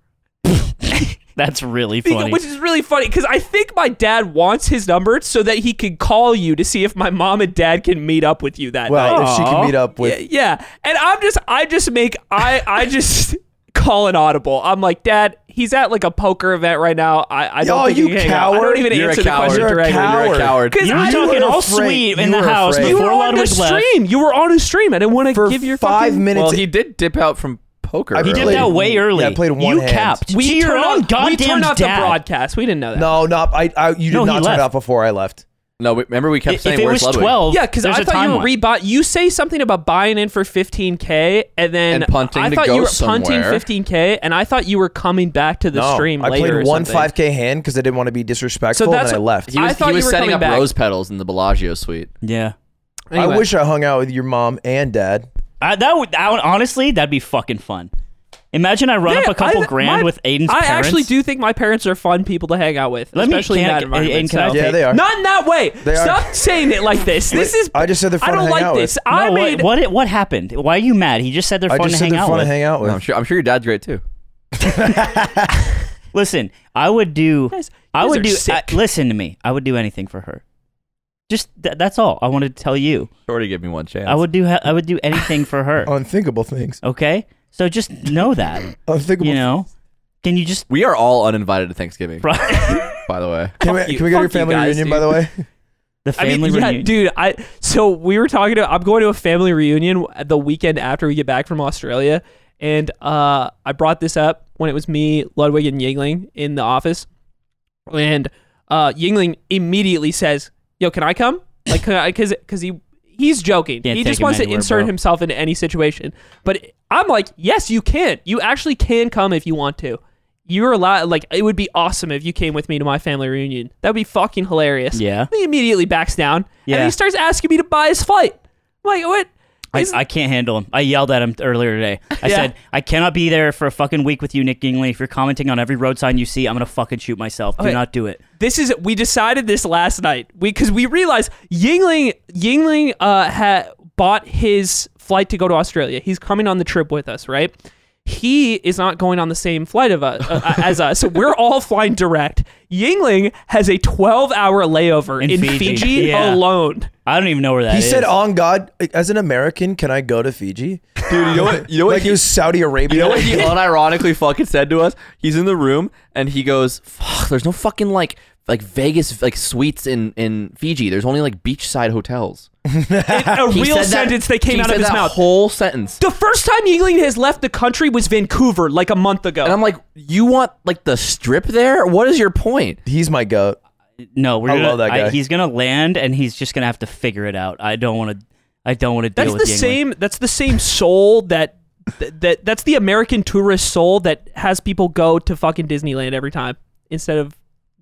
[SPEAKER 3] That's really
[SPEAKER 1] Because-
[SPEAKER 3] funny.
[SPEAKER 1] Which is really funny because I think my dad wants his number so that he can call you to see if my mom and dad can meet up with you that
[SPEAKER 4] Well,
[SPEAKER 1] night.
[SPEAKER 4] if she
[SPEAKER 3] Aw.
[SPEAKER 4] can meet up with
[SPEAKER 1] Yeah, yeah, and I'm just, I just make, I, I just <laughs> call an audible. I'm like, Dad, he's at like a poker event right now. I, I don't
[SPEAKER 4] Oh,
[SPEAKER 1] think
[SPEAKER 4] you
[SPEAKER 1] he can hang out." I
[SPEAKER 4] coward.
[SPEAKER 1] don't even
[SPEAKER 2] You're a
[SPEAKER 1] answer the
[SPEAKER 2] coward.
[SPEAKER 1] question
[SPEAKER 4] You're a
[SPEAKER 1] directly.
[SPEAKER 4] coward.
[SPEAKER 2] You're a coward.
[SPEAKER 1] 'Cause
[SPEAKER 3] you
[SPEAKER 1] I-
[SPEAKER 3] were talking
[SPEAKER 4] were
[SPEAKER 3] all
[SPEAKER 4] afraid.
[SPEAKER 3] sweet in
[SPEAKER 4] You
[SPEAKER 3] the
[SPEAKER 4] were
[SPEAKER 3] house
[SPEAKER 4] afraid.
[SPEAKER 1] You
[SPEAKER 3] before
[SPEAKER 1] were on the
[SPEAKER 3] Ludwig left.
[SPEAKER 1] stream. You were on a stream. I didn't want to
[SPEAKER 4] for
[SPEAKER 1] give your
[SPEAKER 4] five
[SPEAKER 1] fucking-
[SPEAKER 4] minutes.
[SPEAKER 2] Well, he did dip out from poker.
[SPEAKER 4] I
[SPEAKER 2] early.
[SPEAKER 4] played-
[SPEAKER 3] Dipped out way early.
[SPEAKER 4] Yeah, I played one
[SPEAKER 3] You
[SPEAKER 4] hand.
[SPEAKER 3] capped.
[SPEAKER 1] We
[SPEAKER 3] to your
[SPEAKER 1] turned
[SPEAKER 3] own
[SPEAKER 1] off-
[SPEAKER 3] goddamn
[SPEAKER 1] We turned off
[SPEAKER 3] dad.
[SPEAKER 1] the broadcast. We didn't know that.
[SPEAKER 4] no, no, I, I you did
[SPEAKER 3] No, he
[SPEAKER 4] not turn
[SPEAKER 3] left.
[SPEAKER 4] it off before I left.
[SPEAKER 2] No, we- remember we kept
[SPEAKER 3] If
[SPEAKER 2] saying
[SPEAKER 3] it
[SPEAKER 2] where's
[SPEAKER 3] was
[SPEAKER 2] Ludwig?
[SPEAKER 3] twelve,
[SPEAKER 1] Yeah, because
[SPEAKER 3] there's
[SPEAKER 1] I
[SPEAKER 3] a
[SPEAKER 1] thought you were
[SPEAKER 3] timeline.
[SPEAKER 1] rebought. You say something about buying in for 15k, and then
[SPEAKER 2] And punting
[SPEAKER 1] I
[SPEAKER 2] to
[SPEAKER 1] thought
[SPEAKER 2] go
[SPEAKER 1] you were
[SPEAKER 2] somewhere.
[SPEAKER 1] punting 15k, and I thought you were coming back to the
[SPEAKER 4] No,
[SPEAKER 1] stream
[SPEAKER 4] I
[SPEAKER 1] later.
[SPEAKER 4] played
[SPEAKER 1] or
[SPEAKER 4] one
[SPEAKER 1] something.
[SPEAKER 4] 5K hand because I didn't want to be disrespectful,
[SPEAKER 1] So
[SPEAKER 4] and
[SPEAKER 1] that's
[SPEAKER 4] then I
[SPEAKER 1] what-
[SPEAKER 4] left.
[SPEAKER 2] He was,
[SPEAKER 1] I thought
[SPEAKER 2] he
[SPEAKER 1] you
[SPEAKER 2] was
[SPEAKER 1] were
[SPEAKER 2] setting
[SPEAKER 1] coming
[SPEAKER 2] up
[SPEAKER 1] back.
[SPEAKER 2] rose petals in the Bellagio suite.
[SPEAKER 3] Yeah.
[SPEAKER 1] Anyway.
[SPEAKER 4] I wish I hung out with your mom and dad.
[SPEAKER 3] I, that would that would, honestly, that'd be fucking fun. Imagine I run
[SPEAKER 1] Yeah,
[SPEAKER 3] up a couple
[SPEAKER 1] I-
[SPEAKER 3] grand
[SPEAKER 1] my-
[SPEAKER 3] with Aiden's
[SPEAKER 1] I
[SPEAKER 3] parents.
[SPEAKER 1] actually do think my parents are fun people to hang out with,
[SPEAKER 3] Let me-
[SPEAKER 1] especially in
[SPEAKER 3] can I-
[SPEAKER 1] that environment.
[SPEAKER 3] Aiden, can I
[SPEAKER 1] so-
[SPEAKER 3] take-
[SPEAKER 4] Yeah, they are.
[SPEAKER 1] Not in that way.
[SPEAKER 4] are.
[SPEAKER 1] Stop saying it like this. This is.
[SPEAKER 4] I just said they're fun
[SPEAKER 1] I
[SPEAKER 4] to
[SPEAKER 1] don't
[SPEAKER 4] hang
[SPEAKER 1] like
[SPEAKER 4] out with.
[SPEAKER 1] this.
[SPEAKER 4] No,
[SPEAKER 1] I
[SPEAKER 3] No, what-
[SPEAKER 1] made.
[SPEAKER 3] what, what happened? Why are you mad? He just said they're
[SPEAKER 4] I
[SPEAKER 3] fun to
[SPEAKER 4] just said
[SPEAKER 3] hang
[SPEAKER 4] they're
[SPEAKER 3] out
[SPEAKER 4] fun to
[SPEAKER 3] with.
[SPEAKER 4] hang out with.
[SPEAKER 2] I'm sure. I'm sure your dad's great too.
[SPEAKER 3] Listen, I would do.
[SPEAKER 1] Guys-
[SPEAKER 3] I
[SPEAKER 1] guys
[SPEAKER 3] would
[SPEAKER 1] are
[SPEAKER 3] do.
[SPEAKER 1] sick.
[SPEAKER 3] I- listen to me. I would do anything for her. Just th- that's all I wanted to tell you.
[SPEAKER 2] Shorty gave me one chance.
[SPEAKER 3] I would do. I would do anything for
[SPEAKER 4] <laughs>
[SPEAKER 3] her.
[SPEAKER 4] Oh. Unthinkable things.
[SPEAKER 3] Okay, so just know that.
[SPEAKER 4] Unthinkable. <laughs>
[SPEAKER 3] You know, can you just?
[SPEAKER 2] We are all uninvited to Thanksgiving,
[SPEAKER 3] Pro- <laughs>
[SPEAKER 2] by the way.
[SPEAKER 4] Can we,
[SPEAKER 1] Fuck you.
[SPEAKER 4] can we go to your
[SPEAKER 1] Fuck you
[SPEAKER 4] family
[SPEAKER 1] guys,
[SPEAKER 4] reunion,
[SPEAKER 1] dude.
[SPEAKER 4] by the way?
[SPEAKER 1] I
[SPEAKER 3] the family
[SPEAKER 1] mean, yeah,
[SPEAKER 3] reunion.
[SPEAKER 1] dude. I so we were talking to. I'm going to a family reunion the weekend after we get back from Australia, and uh, I brought this up when it was me, Ludwig, and Yingling in the office, and uh, Yingling immediately says, "Yo, can I come? Like, because because he he's joking.
[SPEAKER 3] Can't
[SPEAKER 1] he
[SPEAKER 3] take
[SPEAKER 1] just
[SPEAKER 3] him
[SPEAKER 1] wants to
[SPEAKER 3] anywhere,
[SPEAKER 1] insert
[SPEAKER 3] bro.
[SPEAKER 1] himself into any situation. But I'm like, yes, you can. You actually can come if you want to." You're allowed. Like it would be awesome if you came with me to my family reunion. That would be fucking hilarious.
[SPEAKER 3] Yeah.
[SPEAKER 1] He immediately backs down. And
[SPEAKER 3] Yeah.
[SPEAKER 1] then he starts asking me to buy his flight. I'm like, what?
[SPEAKER 3] I,
[SPEAKER 1] Is-
[SPEAKER 3] I can't handle him. I yelled at him earlier today. I
[SPEAKER 1] Yeah.
[SPEAKER 3] said, I cannot be there for a fucking week with you, Nick Gingley. If you're commenting on every road sign you see, I'm going to fucking shoot myself. Do
[SPEAKER 1] Okay.
[SPEAKER 3] not do it.
[SPEAKER 1] this is we decided this last night. We because we realized Yingling Yingling uh had bought his flight to go to Australia. He's coming on the trip with us, right? He is not going on the same flight of us, uh, <laughs> as us. So we're all flying direct. Yingling has a 12-hour layover in,
[SPEAKER 3] In
[SPEAKER 1] Fiji,
[SPEAKER 3] Fiji.
[SPEAKER 1] <laughs>
[SPEAKER 3] Yeah.
[SPEAKER 1] alone.
[SPEAKER 3] I don't even know where that
[SPEAKER 4] He
[SPEAKER 3] is.
[SPEAKER 4] said, "On God, as an American, can I go to Fiji?"
[SPEAKER 2] Dude, you know what? You know what?
[SPEAKER 4] like
[SPEAKER 2] he,
[SPEAKER 4] it was Saudi Arabia.
[SPEAKER 2] you know what <laughs> he unironically fucking said to us? He's in the room and he goes, "Fuck, there's no fucking like like Vegas like suites in in Fiji. There's only like beachside hotels."
[SPEAKER 1] <laughs> A
[SPEAKER 2] He
[SPEAKER 1] real
[SPEAKER 2] said that-
[SPEAKER 1] sentence that came
[SPEAKER 2] he
[SPEAKER 1] out
[SPEAKER 2] said
[SPEAKER 1] of his
[SPEAKER 2] that
[SPEAKER 1] mouth.
[SPEAKER 2] Whole sentence.
[SPEAKER 1] the first time Yingling has left the country was Vancouver like a month ago.
[SPEAKER 2] And I'm like, "You want like the strip there? What is your point?"
[SPEAKER 4] He's my goat.
[SPEAKER 3] no, we're
[SPEAKER 4] I
[SPEAKER 3] gonna,
[SPEAKER 4] love that guy.
[SPEAKER 3] I, he's going to land and he's just going to have to figure it out. I don't want to. I don't want to deal
[SPEAKER 1] That's the
[SPEAKER 3] with Yingling.
[SPEAKER 1] same. That's the same soul that, that that that's the American tourist soul that has people go to fucking Disneyland every time instead of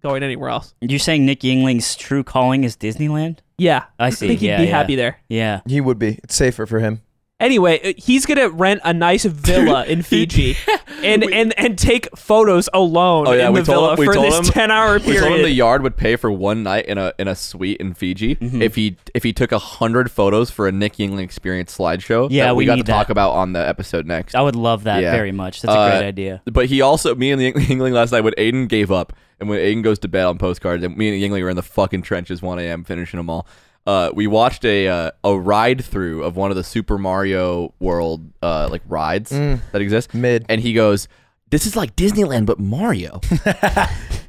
[SPEAKER 1] going anywhere else.
[SPEAKER 3] You're saying Nick Yingling's true calling is Disneyland?
[SPEAKER 1] Yeah,
[SPEAKER 3] I see.
[SPEAKER 1] I think he'd
[SPEAKER 3] yeah,
[SPEAKER 1] be
[SPEAKER 3] yeah.
[SPEAKER 1] happy there.
[SPEAKER 3] Yeah.
[SPEAKER 4] He would be. It's safer for him.
[SPEAKER 2] <laughs>
[SPEAKER 1] Anyway, uh, he's gonna rent a nice villa in Fiji, and and and take photos alone
[SPEAKER 2] Oh yeah,
[SPEAKER 1] in
[SPEAKER 2] we
[SPEAKER 1] the villa
[SPEAKER 2] told him. We
[SPEAKER 1] for
[SPEAKER 2] told
[SPEAKER 1] this
[SPEAKER 2] him
[SPEAKER 1] ten hour
[SPEAKER 2] We
[SPEAKER 1] period.
[SPEAKER 2] told him the yard would pay for one night in a in a suite in Fiji if he if he took a hundred photos for a Nick Yingling experience slideshow.
[SPEAKER 3] Yeah,
[SPEAKER 2] that we,
[SPEAKER 3] we
[SPEAKER 2] got to
[SPEAKER 3] need
[SPEAKER 2] talk
[SPEAKER 3] that.
[SPEAKER 2] about on the episode next.
[SPEAKER 3] I would love that
[SPEAKER 2] Yeah.
[SPEAKER 3] very much. That's a
[SPEAKER 2] Uh,
[SPEAKER 3] great idea.
[SPEAKER 2] But he also, me and the <laughs> Yingling last night when Aiden gave up and when Aiden goes to bed on postcards, and me and Yingling were in the fucking trenches 1 a.m. finishing them all. Uh, we watched a uh, a ride through of one of the Super Mario World uh, like rides that exist.
[SPEAKER 4] Mm. Mid.
[SPEAKER 2] and he goes, "This is like Disneyland but
[SPEAKER 3] <laughs>
[SPEAKER 2] Mario."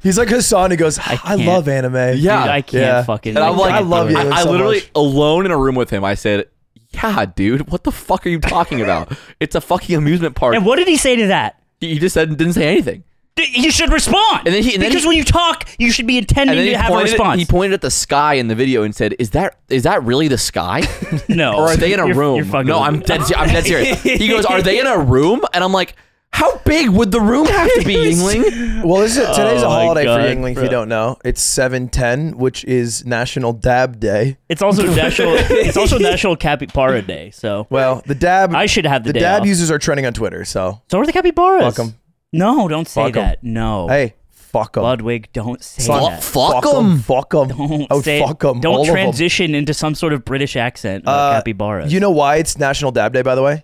[SPEAKER 4] He's like Hassan. He goes, I,
[SPEAKER 3] can't.
[SPEAKER 4] love anime.
[SPEAKER 2] uh, Yeah.
[SPEAKER 3] Dude, I can't
[SPEAKER 4] Yeah.
[SPEAKER 3] fucking.
[SPEAKER 2] And I'm like,
[SPEAKER 4] I love you
[SPEAKER 2] I, I
[SPEAKER 4] so
[SPEAKER 2] literally
[SPEAKER 4] much.
[SPEAKER 2] alone in a room with him. I said, "Yeah, dude, what the fuck are you talking
[SPEAKER 3] <laughs>
[SPEAKER 2] about? it's a fucking amusement park."
[SPEAKER 3] And what did he say to that?
[SPEAKER 2] he just said didn't say anything.
[SPEAKER 3] D- You should respond.
[SPEAKER 2] And then he- and then
[SPEAKER 3] because
[SPEAKER 2] he-
[SPEAKER 3] when you talk, you should be intending
[SPEAKER 2] And then
[SPEAKER 3] to
[SPEAKER 2] he
[SPEAKER 3] have a
[SPEAKER 2] pointed,
[SPEAKER 3] response.
[SPEAKER 2] he pointed at the sky in the video and said, "Is that is that really the
[SPEAKER 3] <laughs>
[SPEAKER 2] sky?"
[SPEAKER 3] no.
[SPEAKER 2] or are they in a
[SPEAKER 3] <laughs> You're-
[SPEAKER 2] room?
[SPEAKER 3] You're fucking
[SPEAKER 2] no, I'm dead. se- I'm dead serious. He goes, "Are they in a room?" And I'm like, "How big would the room have
[SPEAKER 3] <laughs>
[SPEAKER 2] to be, Yingling?"
[SPEAKER 4] Well, this is, today's
[SPEAKER 3] Oh
[SPEAKER 4] a
[SPEAKER 3] my
[SPEAKER 4] holiday
[SPEAKER 3] God,
[SPEAKER 4] for Yingling. If you
[SPEAKER 3] bro.
[SPEAKER 4] don't know, it's seven ten, which is National Dab Day.
[SPEAKER 3] It's
[SPEAKER 2] <laughs>
[SPEAKER 3] also national. It's also National Capybara Day. So
[SPEAKER 4] Well, the dab.
[SPEAKER 3] I should have the,
[SPEAKER 4] the
[SPEAKER 3] day
[SPEAKER 4] dab
[SPEAKER 3] off.
[SPEAKER 4] users are trending on Twitter. So
[SPEAKER 3] so are the capybaras.
[SPEAKER 4] Fuck 'em.
[SPEAKER 3] No, don't say
[SPEAKER 4] Fuck 'em.
[SPEAKER 3] that. No.
[SPEAKER 4] hey, fuck them.
[SPEAKER 3] Ludwig, don't say
[SPEAKER 2] Fuck-
[SPEAKER 3] that.
[SPEAKER 2] Fuck them.
[SPEAKER 4] Fuck them.
[SPEAKER 3] Don't
[SPEAKER 4] Oh,
[SPEAKER 3] say,
[SPEAKER 4] fuck them.
[SPEAKER 3] Don't transition into some sort of British accent uh, about capybaras.
[SPEAKER 4] Uh, You know why it's National Dab Day, by the way?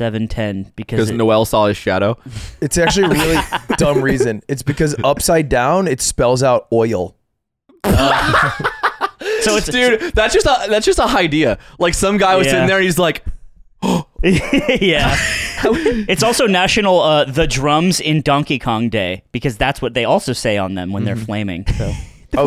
[SPEAKER 3] seven ten because
[SPEAKER 2] Because
[SPEAKER 3] it,
[SPEAKER 2] Noel saw his
[SPEAKER 3] <laughs>
[SPEAKER 2] shadow.
[SPEAKER 4] It's actually a really dumb reason. It's because upside down, it spells out oil.
[SPEAKER 3] so it's
[SPEAKER 2] <laughs> Dude, that's just a that's just a idea. Like some guy was
[SPEAKER 3] Yeah.
[SPEAKER 2] sitting there and he's like,
[SPEAKER 3] <laughs>
[SPEAKER 4] <laughs>
[SPEAKER 3] yeah. it's also National uh, the drums in Donkey Kong Day because that's what they also say on them when
[SPEAKER 4] Mm-hmm.
[SPEAKER 3] they're flaming. So
[SPEAKER 4] Oh,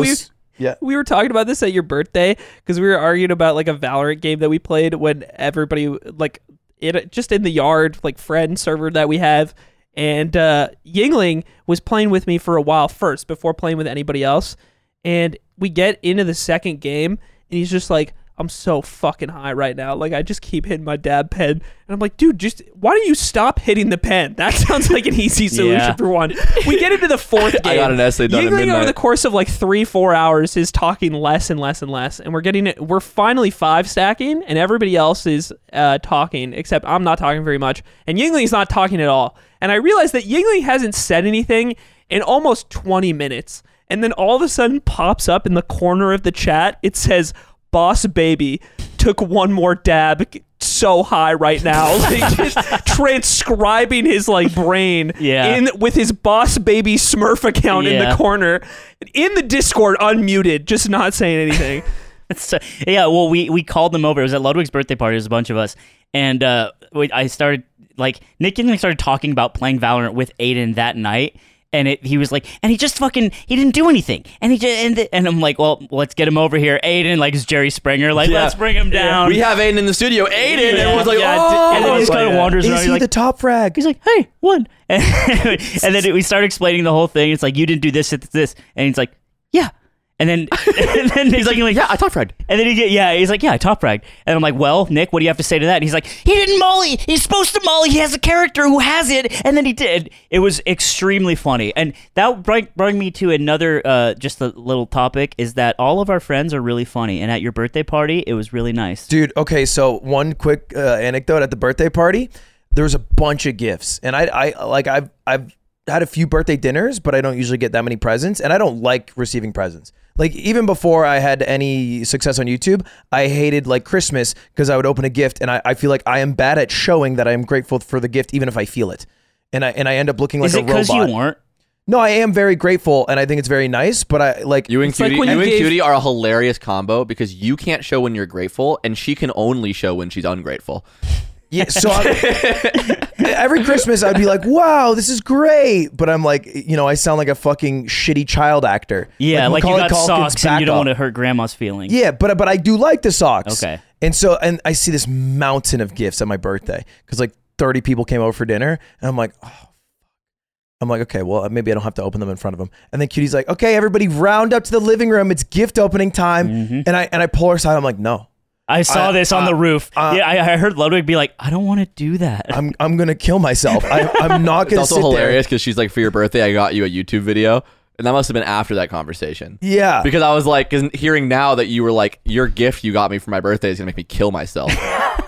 [SPEAKER 1] <laughs> We-
[SPEAKER 4] s- yeah.
[SPEAKER 1] we were talking about this at your birthday because we were arguing about like a Valorant game that we played when everybody like it just in the yard like friend server that we have and uh Yingling was playing with me for a while first before playing with anybody else and we get into the second game and he's just like I'm so fucking high right now. Like I just keep hitting my dab pen, and I'm like, dude, just why don't you stop hitting the pen? That <laughs> sounds like an easy solution
[SPEAKER 3] Yeah.
[SPEAKER 1] for one. We get into the fourth game.
[SPEAKER 2] <laughs> I got an essay done at
[SPEAKER 1] Yingling over
[SPEAKER 2] midnight.
[SPEAKER 1] the course of like three, four hours is talking less and less and less, and we're getting it. We're finally five stacking, and everybody else is uh, talking except I'm not talking very much, and Yingling's not talking at all. And I realized that Yingling hasn't said anything in almost 20 minutes, and then all of a sudden pops up in the corner of the chat. It says, "Boss baby took one more dab." So high right now, <laughs> like just transcribing his like brain
[SPEAKER 3] Yeah.
[SPEAKER 1] in with his boss baby Smurf account in the
[SPEAKER 3] Yeah.
[SPEAKER 1] corner, in the Discord, unmuted, just not saying
[SPEAKER 2] <laughs>
[SPEAKER 1] anything.
[SPEAKER 3] <laughs> So, yeah, well, we we called them over. It was at Ludwig's birthday party. There was a bunch of us, and uh, we, I started like Nick and I started talking about playing Valorant with Aiden that night. And it, he was like, and he just fucking, he didn't do anything. And he just, and, th- and I'm like, well, let's get him over here, Aiden. Like it's Jerry Springer, like
[SPEAKER 2] Yeah.
[SPEAKER 3] let's bring him down.
[SPEAKER 2] "We have Aiden in the studio." Aiden, and everyone's like,
[SPEAKER 1] Yeah,
[SPEAKER 2] "Oh!"
[SPEAKER 3] Um, and then he just kind of wanders
[SPEAKER 4] Is
[SPEAKER 3] around.
[SPEAKER 4] he
[SPEAKER 3] you're like,
[SPEAKER 4] the top frag?
[SPEAKER 3] He's like, hey, one. <laughs> And, and then we start explaining the whole thing. It's like, you didn't do this, it's this. And he's like, yeah. And then, <laughs> and then he's like,
[SPEAKER 2] yeah, I talked fried.
[SPEAKER 3] and then he get, yeah, he's like, yeah, I top fragged. And I'm like, well, Nick, what do you have to say to that? And he's like, he didn't molly. He's supposed to molly. He has a character who has it. And then he did. It was extremely funny. And that brought, brought me to another, uh, just a little topic is that all of our friends are really funny. And at your birthday party, it was really nice.
[SPEAKER 4] Dude, okay, so one quick uh, anecdote at the birthday party, there was a bunch of gifts. And I I like I've I've had a few birthday dinners, but I don't usually get that many presents and I don't like receiving presents. Like even before I had any success on YouTube, I hated like Christmas because I would open a gift and I, I feel like I am bad at showing that I am grateful for the gift even if I feel it. And I and I end up looking like
[SPEAKER 3] Is
[SPEAKER 4] a
[SPEAKER 3] it because
[SPEAKER 4] robot.
[SPEAKER 3] you weren't?
[SPEAKER 4] No, I am very grateful and I think it's very nice, but I like
[SPEAKER 2] You and
[SPEAKER 1] like
[SPEAKER 2] Cutie,
[SPEAKER 1] when
[SPEAKER 2] you
[SPEAKER 1] you
[SPEAKER 2] and
[SPEAKER 1] gave-
[SPEAKER 2] Cutie are a hilarious combo because you can't show when you're grateful, and she can only show when she's ungrateful.
[SPEAKER 4] Yeah, so
[SPEAKER 3] <laughs>
[SPEAKER 4] I- every Christmas I'd be like, "Wow, this is great," but I'm like, you know, I sound like a fucking shitty child actor.
[SPEAKER 3] Yeah, like, you
[SPEAKER 4] Macaulay
[SPEAKER 3] got
[SPEAKER 4] Culkin's
[SPEAKER 3] socks and you
[SPEAKER 4] backup.
[SPEAKER 3] don't want to hurt grandma's feelings.
[SPEAKER 4] Yeah, but but I do like the socks.
[SPEAKER 3] Okay.
[SPEAKER 4] And so and I see this mountain of gifts at my birthday because like 30 people came over for dinner, and I'm like, oh. I'm like, okay, well, maybe I don't have to open them in front of them. And then Cutie's like, okay, everybody, round up to the living room. It's gift opening time.
[SPEAKER 3] Mm-hmm.
[SPEAKER 4] And I and I pull her aside. I'm like, no,
[SPEAKER 3] I saw
[SPEAKER 4] Uh,
[SPEAKER 3] this on
[SPEAKER 4] uh,
[SPEAKER 3] the roof.
[SPEAKER 4] uh,
[SPEAKER 3] yeah, I, I heard Ludwig be like, I don't want to do that.
[SPEAKER 4] I'm I'm gonna kill myself. I,
[SPEAKER 3] <laughs>
[SPEAKER 4] I'm not
[SPEAKER 2] It's
[SPEAKER 4] gonna.
[SPEAKER 2] also
[SPEAKER 4] sit there."
[SPEAKER 2] hilarious because she's like, "For your birthday, I got you a YouTube video," and that must have been after that conversation.
[SPEAKER 4] Yeah. <laughs>
[SPEAKER 2] Because I was like, 'cause hearing now that you were like, your gift you got me for my birthday is gonna make me kill myself.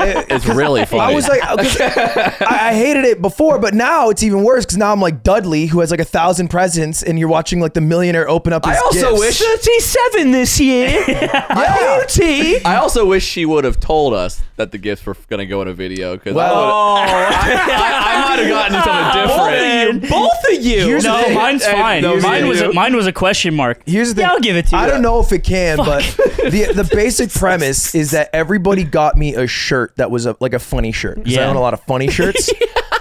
[SPEAKER 2] It's really funny.
[SPEAKER 4] I was like, uh,
[SPEAKER 2] <laughs>
[SPEAKER 4] 'cause I, I hated it before, but now it's even worse because now I'm like Dudley, who has like a thousand presents, and you're watching like the millionaire open up. His
[SPEAKER 2] I also wish.
[SPEAKER 4] gifts.
[SPEAKER 1] 37 this
[SPEAKER 2] <laughs>
[SPEAKER 1] year. Beauty.
[SPEAKER 2] I also wish she would have told us that the gifts were gonna go in a video
[SPEAKER 1] <laughs>
[SPEAKER 2] because
[SPEAKER 4] Well-
[SPEAKER 2] I, would've- Oh. <laughs> I, I might have gotten to something different.
[SPEAKER 1] Both of you.
[SPEAKER 4] Here's the
[SPEAKER 3] No,
[SPEAKER 4] thing.
[SPEAKER 3] Oh,
[SPEAKER 4] <laughs>
[SPEAKER 3] mine's
[SPEAKER 2] Hey,
[SPEAKER 3] fine.
[SPEAKER 2] no,
[SPEAKER 3] mine
[SPEAKER 2] you-
[SPEAKER 3] was a, mine was a question mark.
[SPEAKER 4] Here's the thing.
[SPEAKER 3] Yeah, I'll give it to you.
[SPEAKER 4] I don't know if it can, but the
[SPEAKER 3] <laughs>
[SPEAKER 4] the basic premise is that everybody got me a shirt that was a, like a funny shirt because I
[SPEAKER 3] Yeah.
[SPEAKER 4] own a lot of
[SPEAKER 3] <laughs>
[SPEAKER 4] funny shirts.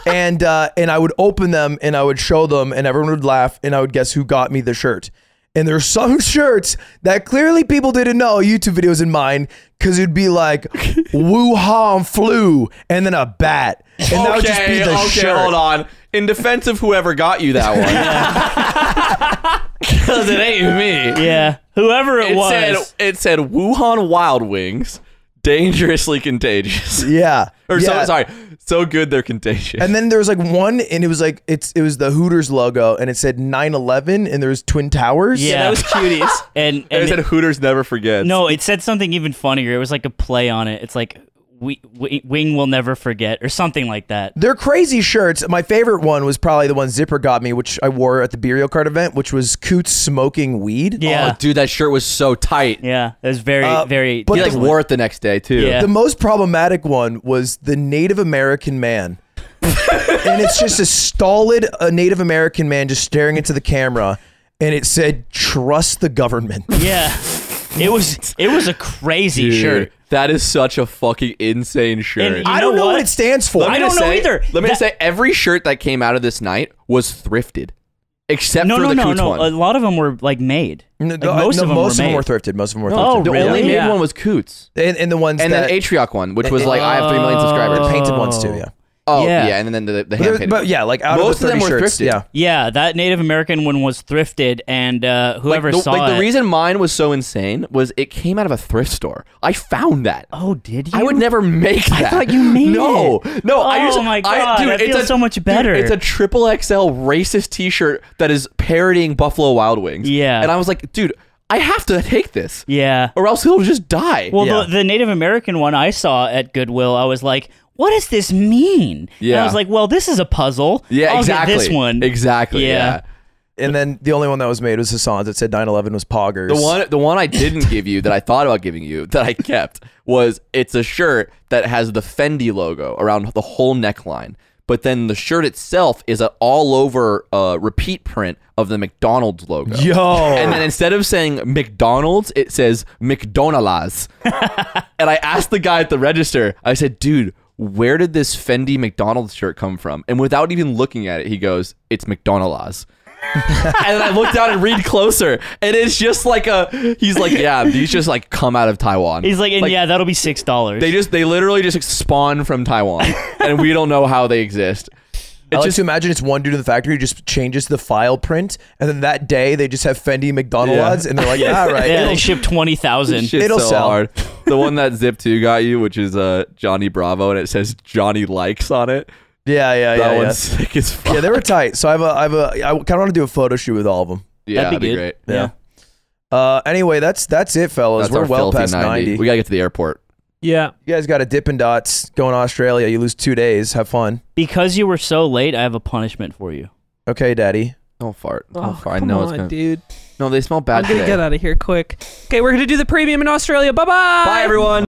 [SPEAKER 4] And uh, and I would open them and I would show them and everyone would laugh and I would guess who got me the shirt. And there's some <laughs> shirts that clearly people didn't know YouTube videos in mine because it'd be like
[SPEAKER 3] <laughs>
[SPEAKER 4] Wuhan flu and then a bat and that would just be
[SPEAKER 2] Okay,
[SPEAKER 4] the
[SPEAKER 2] okay,
[SPEAKER 4] shirt.
[SPEAKER 2] hold on. In defense of whoever got you that one, <laughs> because it ain't me.
[SPEAKER 3] Yeah, whoever it,
[SPEAKER 2] It
[SPEAKER 3] was.
[SPEAKER 2] said it said Wuhan Wild Wings, dangerously contagious.
[SPEAKER 4] Yeah.
[SPEAKER 2] Or
[SPEAKER 4] yeah.
[SPEAKER 2] so sorry, so good they're contagious. <laughs>
[SPEAKER 4] And then there was like one, and it was like it's it was the Hooters logo, and it said 9/11, and there was Twin Towers.
[SPEAKER 3] yeah,
[SPEAKER 1] that was cuties.
[SPEAKER 3] <laughs> and,
[SPEAKER 2] it
[SPEAKER 3] and
[SPEAKER 2] said Hooters never forgets.
[SPEAKER 3] no, it said something even funnier. It was like a play on it. It's like we, we wing will never forget or something like that.
[SPEAKER 2] Oh,
[SPEAKER 4] They're crazy shirts. My favorite one was probably the one Zipper got me, which I wore at the Burial Card event, which was Coots smoking weed.
[SPEAKER 3] Yeah,
[SPEAKER 2] Oh, dude, that shirt was so tight.
[SPEAKER 3] yeah, that was very very.
[SPEAKER 4] but
[SPEAKER 2] He like
[SPEAKER 3] desolate.
[SPEAKER 2] wore it the next day too.
[SPEAKER 3] Yeah.
[SPEAKER 4] The most problematic one was the Native
[SPEAKER 3] <laughs>
[SPEAKER 4] American man. and it's just a stolid a Native American man just staring into the camera, and it said, "Trust the government."
[SPEAKER 3] yeah, it was it was a crazy
[SPEAKER 2] Dude,
[SPEAKER 3] shirt.
[SPEAKER 2] That is such a fucking insane shirt.
[SPEAKER 3] And you
[SPEAKER 4] I don't
[SPEAKER 3] know
[SPEAKER 4] know what?
[SPEAKER 3] what?
[SPEAKER 4] it stands for.
[SPEAKER 2] Let me
[SPEAKER 3] I don't
[SPEAKER 2] just
[SPEAKER 3] know
[SPEAKER 2] say-
[SPEAKER 3] either.
[SPEAKER 2] Let me just
[SPEAKER 3] That-
[SPEAKER 2] say every shirt that came out of this night was thrifted. Except
[SPEAKER 3] No,
[SPEAKER 2] for
[SPEAKER 3] no,
[SPEAKER 2] the
[SPEAKER 3] no,
[SPEAKER 2] Coots
[SPEAKER 3] no. Uh,
[SPEAKER 2] one.
[SPEAKER 3] A lot of them were like made.
[SPEAKER 4] No,
[SPEAKER 3] Like,
[SPEAKER 4] no,
[SPEAKER 3] most
[SPEAKER 4] no,
[SPEAKER 3] of them
[SPEAKER 4] most
[SPEAKER 3] were
[SPEAKER 4] of them
[SPEAKER 3] made.
[SPEAKER 4] were thrifted. Most of them were
[SPEAKER 3] Oh,
[SPEAKER 4] thrifted.
[SPEAKER 2] the
[SPEAKER 3] really?
[SPEAKER 2] only made
[SPEAKER 3] Yeah.
[SPEAKER 2] one was Coots.
[SPEAKER 4] and, and the ones
[SPEAKER 2] And
[SPEAKER 4] that,
[SPEAKER 2] then Atrioc one, which was like I have three million
[SPEAKER 4] The
[SPEAKER 2] subscribers.
[SPEAKER 4] painted ones too, yeah.
[SPEAKER 2] Oh
[SPEAKER 3] Oh. Yeah.
[SPEAKER 2] yeah, and then the the
[SPEAKER 4] But,
[SPEAKER 2] hand
[SPEAKER 4] there-
[SPEAKER 2] painted.
[SPEAKER 4] but yeah, like out
[SPEAKER 2] Most
[SPEAKER 4] of the 30
[SPEAKER 2] of them were
[SPEAKER 4] shirts,
[SPEAKER 2] thrifted.
[SPEAKER 4] yeah.
[SPEAKER 3] Yeah, that Native American one was thrifted, and uh,
[SPEAKER 2] Like,
[SPEAKER 3] whoever
[SPEAKER 2] the,
[SPEAKER 3] saw
[SPEAKER 2] like, the
[SPEAKER 3] it.
[SPEAKER 2] reason mine was so insane was it came out of a thrift store. I found that.
[SPEAKER 3] oh, did you?
[SPEAKER 2] I would never make that.
[SPEAKER 3] thought you made
[SPEAKER 2] no,
[SPEAKER 3] it.
[SPEAKER 2] No, I
[SPEAKER 3] Oh
[SPEAKER 2] just,
[SPEAKER 3] my
[SPEAKER 2] I,
[SPEAKER 3] God,
[SPEAKER 2] dude,
[SPEAKER 3] I
[SPEAKER 2] it's
[SPEAKER 3] feel
[SPEAKER 2] a,
[SPEAKER 3] so much
[SPEAKER 2] dude,
[SPEAKER 3] better.
[SPEAKER 2] it's a triple XL racist T-shirt that is parodying Buffalo Wild Wings.
[SPEAKER 3] Yeah.
[SPEAKER 2] and I was like, dude, I have to take this,
[SPEAKER 3] Yeah.
[SPEAKER 2] or else he'll just die.
[SPEAKER 3] Well,
[SPEAKER 4] Yeah.
[SPEAKER 3] the, the Native American one I saw at Goodwill, I was like, "What does this mean?" And
[SPEAKER 2] Yeah.
[SPEAKER 3] I was like, "Well, this is a puzzle.
[SPEAKER 2] yeah,
[SPEAKER 3] I'll
[SPEAKER 2] exactly.
[SPEAKER 3] Get this one,
[SPEAKER 2] exactly. Yeah.
[SPEAKER 3] Yeah.
[SPEAKER 4] And then the only one that was made was Hassan's. It said 9/11 was poggers.
[SPEAKER 2] The one, the one I didn't give you that I thought about giving you that I kept was it's a shirt that has the Fendi logo around the whole neckline, but then the shirt itself is an all over uh, repeat print of the McDonald's logo.
[SPEAKER 4] Yo.
[SPEAKER 2] And then instead of saying McDonald's, it says McDonald's. <laughs> and I asked the guy at the register, I said, dude, where did this Fendi McDonald's shirt come from? And without even looking at it, he goes, it's McDonald's. and then I looked down and read closer, and it's just like a. He's like, yeah, these just like come out of Taiwan.
[SPEAKER 3] He's like, and yeah, that'll be six dollars.
[SPEAKER 2] They just, they literally just spawn from Taiwan, and we don't know how they exist.
[SPEAKER 4] I like
[SPEAKER 2] just-
[SPEAKER 4] to imagine it's one dude in the factory who just changes the file print, and then that day they just have Fendi McDonald's, and they're
[SPEAKER 2] <laughs>
[SPEAKER 4] like, all right,
[SPEAKER 3] yeah,
[SPEAKER 4] it'll-
[SPEAKER 3] they ship twenty thousand.
[SPEAKER 2] Shit's
[SPEAKER 4] It'll
[SPEAKER 2] so
[SPEAKER 4] sell. <laughs>
[SPEAKER 2] hard. The one that Zip Two got you, which is uh Johnny Bravo, and it says Johnny likes on it.
[SPEAKER 4] yeah, yeah,
[SPEAKER 2] That
[SPEAKER 4] yeah, yeah.
[SPEAKER 2] one's sick as fuck.
[SPEAKER 4] Yeah, they were tight. So I have a, I have a, I kind of want to do a photo shoot with all of them.
[SPEAKER 2] Yeah,
[SPEAKER 3] That'd be good.
[SPEAKER 2] great.
[SPEAKER 4] Yeah. Uh, anyway, that's that's it, fellas.
[SPEAKER 2] That's
[SPEAKER 4] we're
[SPEAKER 2] our
[SPEAKER 4] well
[SPEAKER 2] filthy
[SPEAKER 4] past 90.
[SPEAKER 2] 90. We gotta get to the airport.
[SPEAKER 1] yeah.
[SPEAKER 4] you guys got a Dippin' Dots going to Australia. You lose two days. Have fun.
[SPEAKER 3] Because you were so late, I have a punishment for you.
[SPEAKER 4] Okay, Daddy.
[SPEAKER 2] Don't fart. Don't
[SPEAKER 1] Oh,
[SPEAKER 2] fart. I
[SPEAKER 1] come
[SPEAKER 2] know
[SPEAKER 1] on,
[SPEAKER 2] it's gonna.
[SPEAKER 1] dude.
[SPEAKER 2] No, they smell bad
[SPEAKER 1] I'm going to
[SPEAKER 2] today.
[SPEAKER 1] get out of here quick. Okay, we're going to do the premium in Australia. Bye-bye.
[SPEAKER 2] Bye, everyone.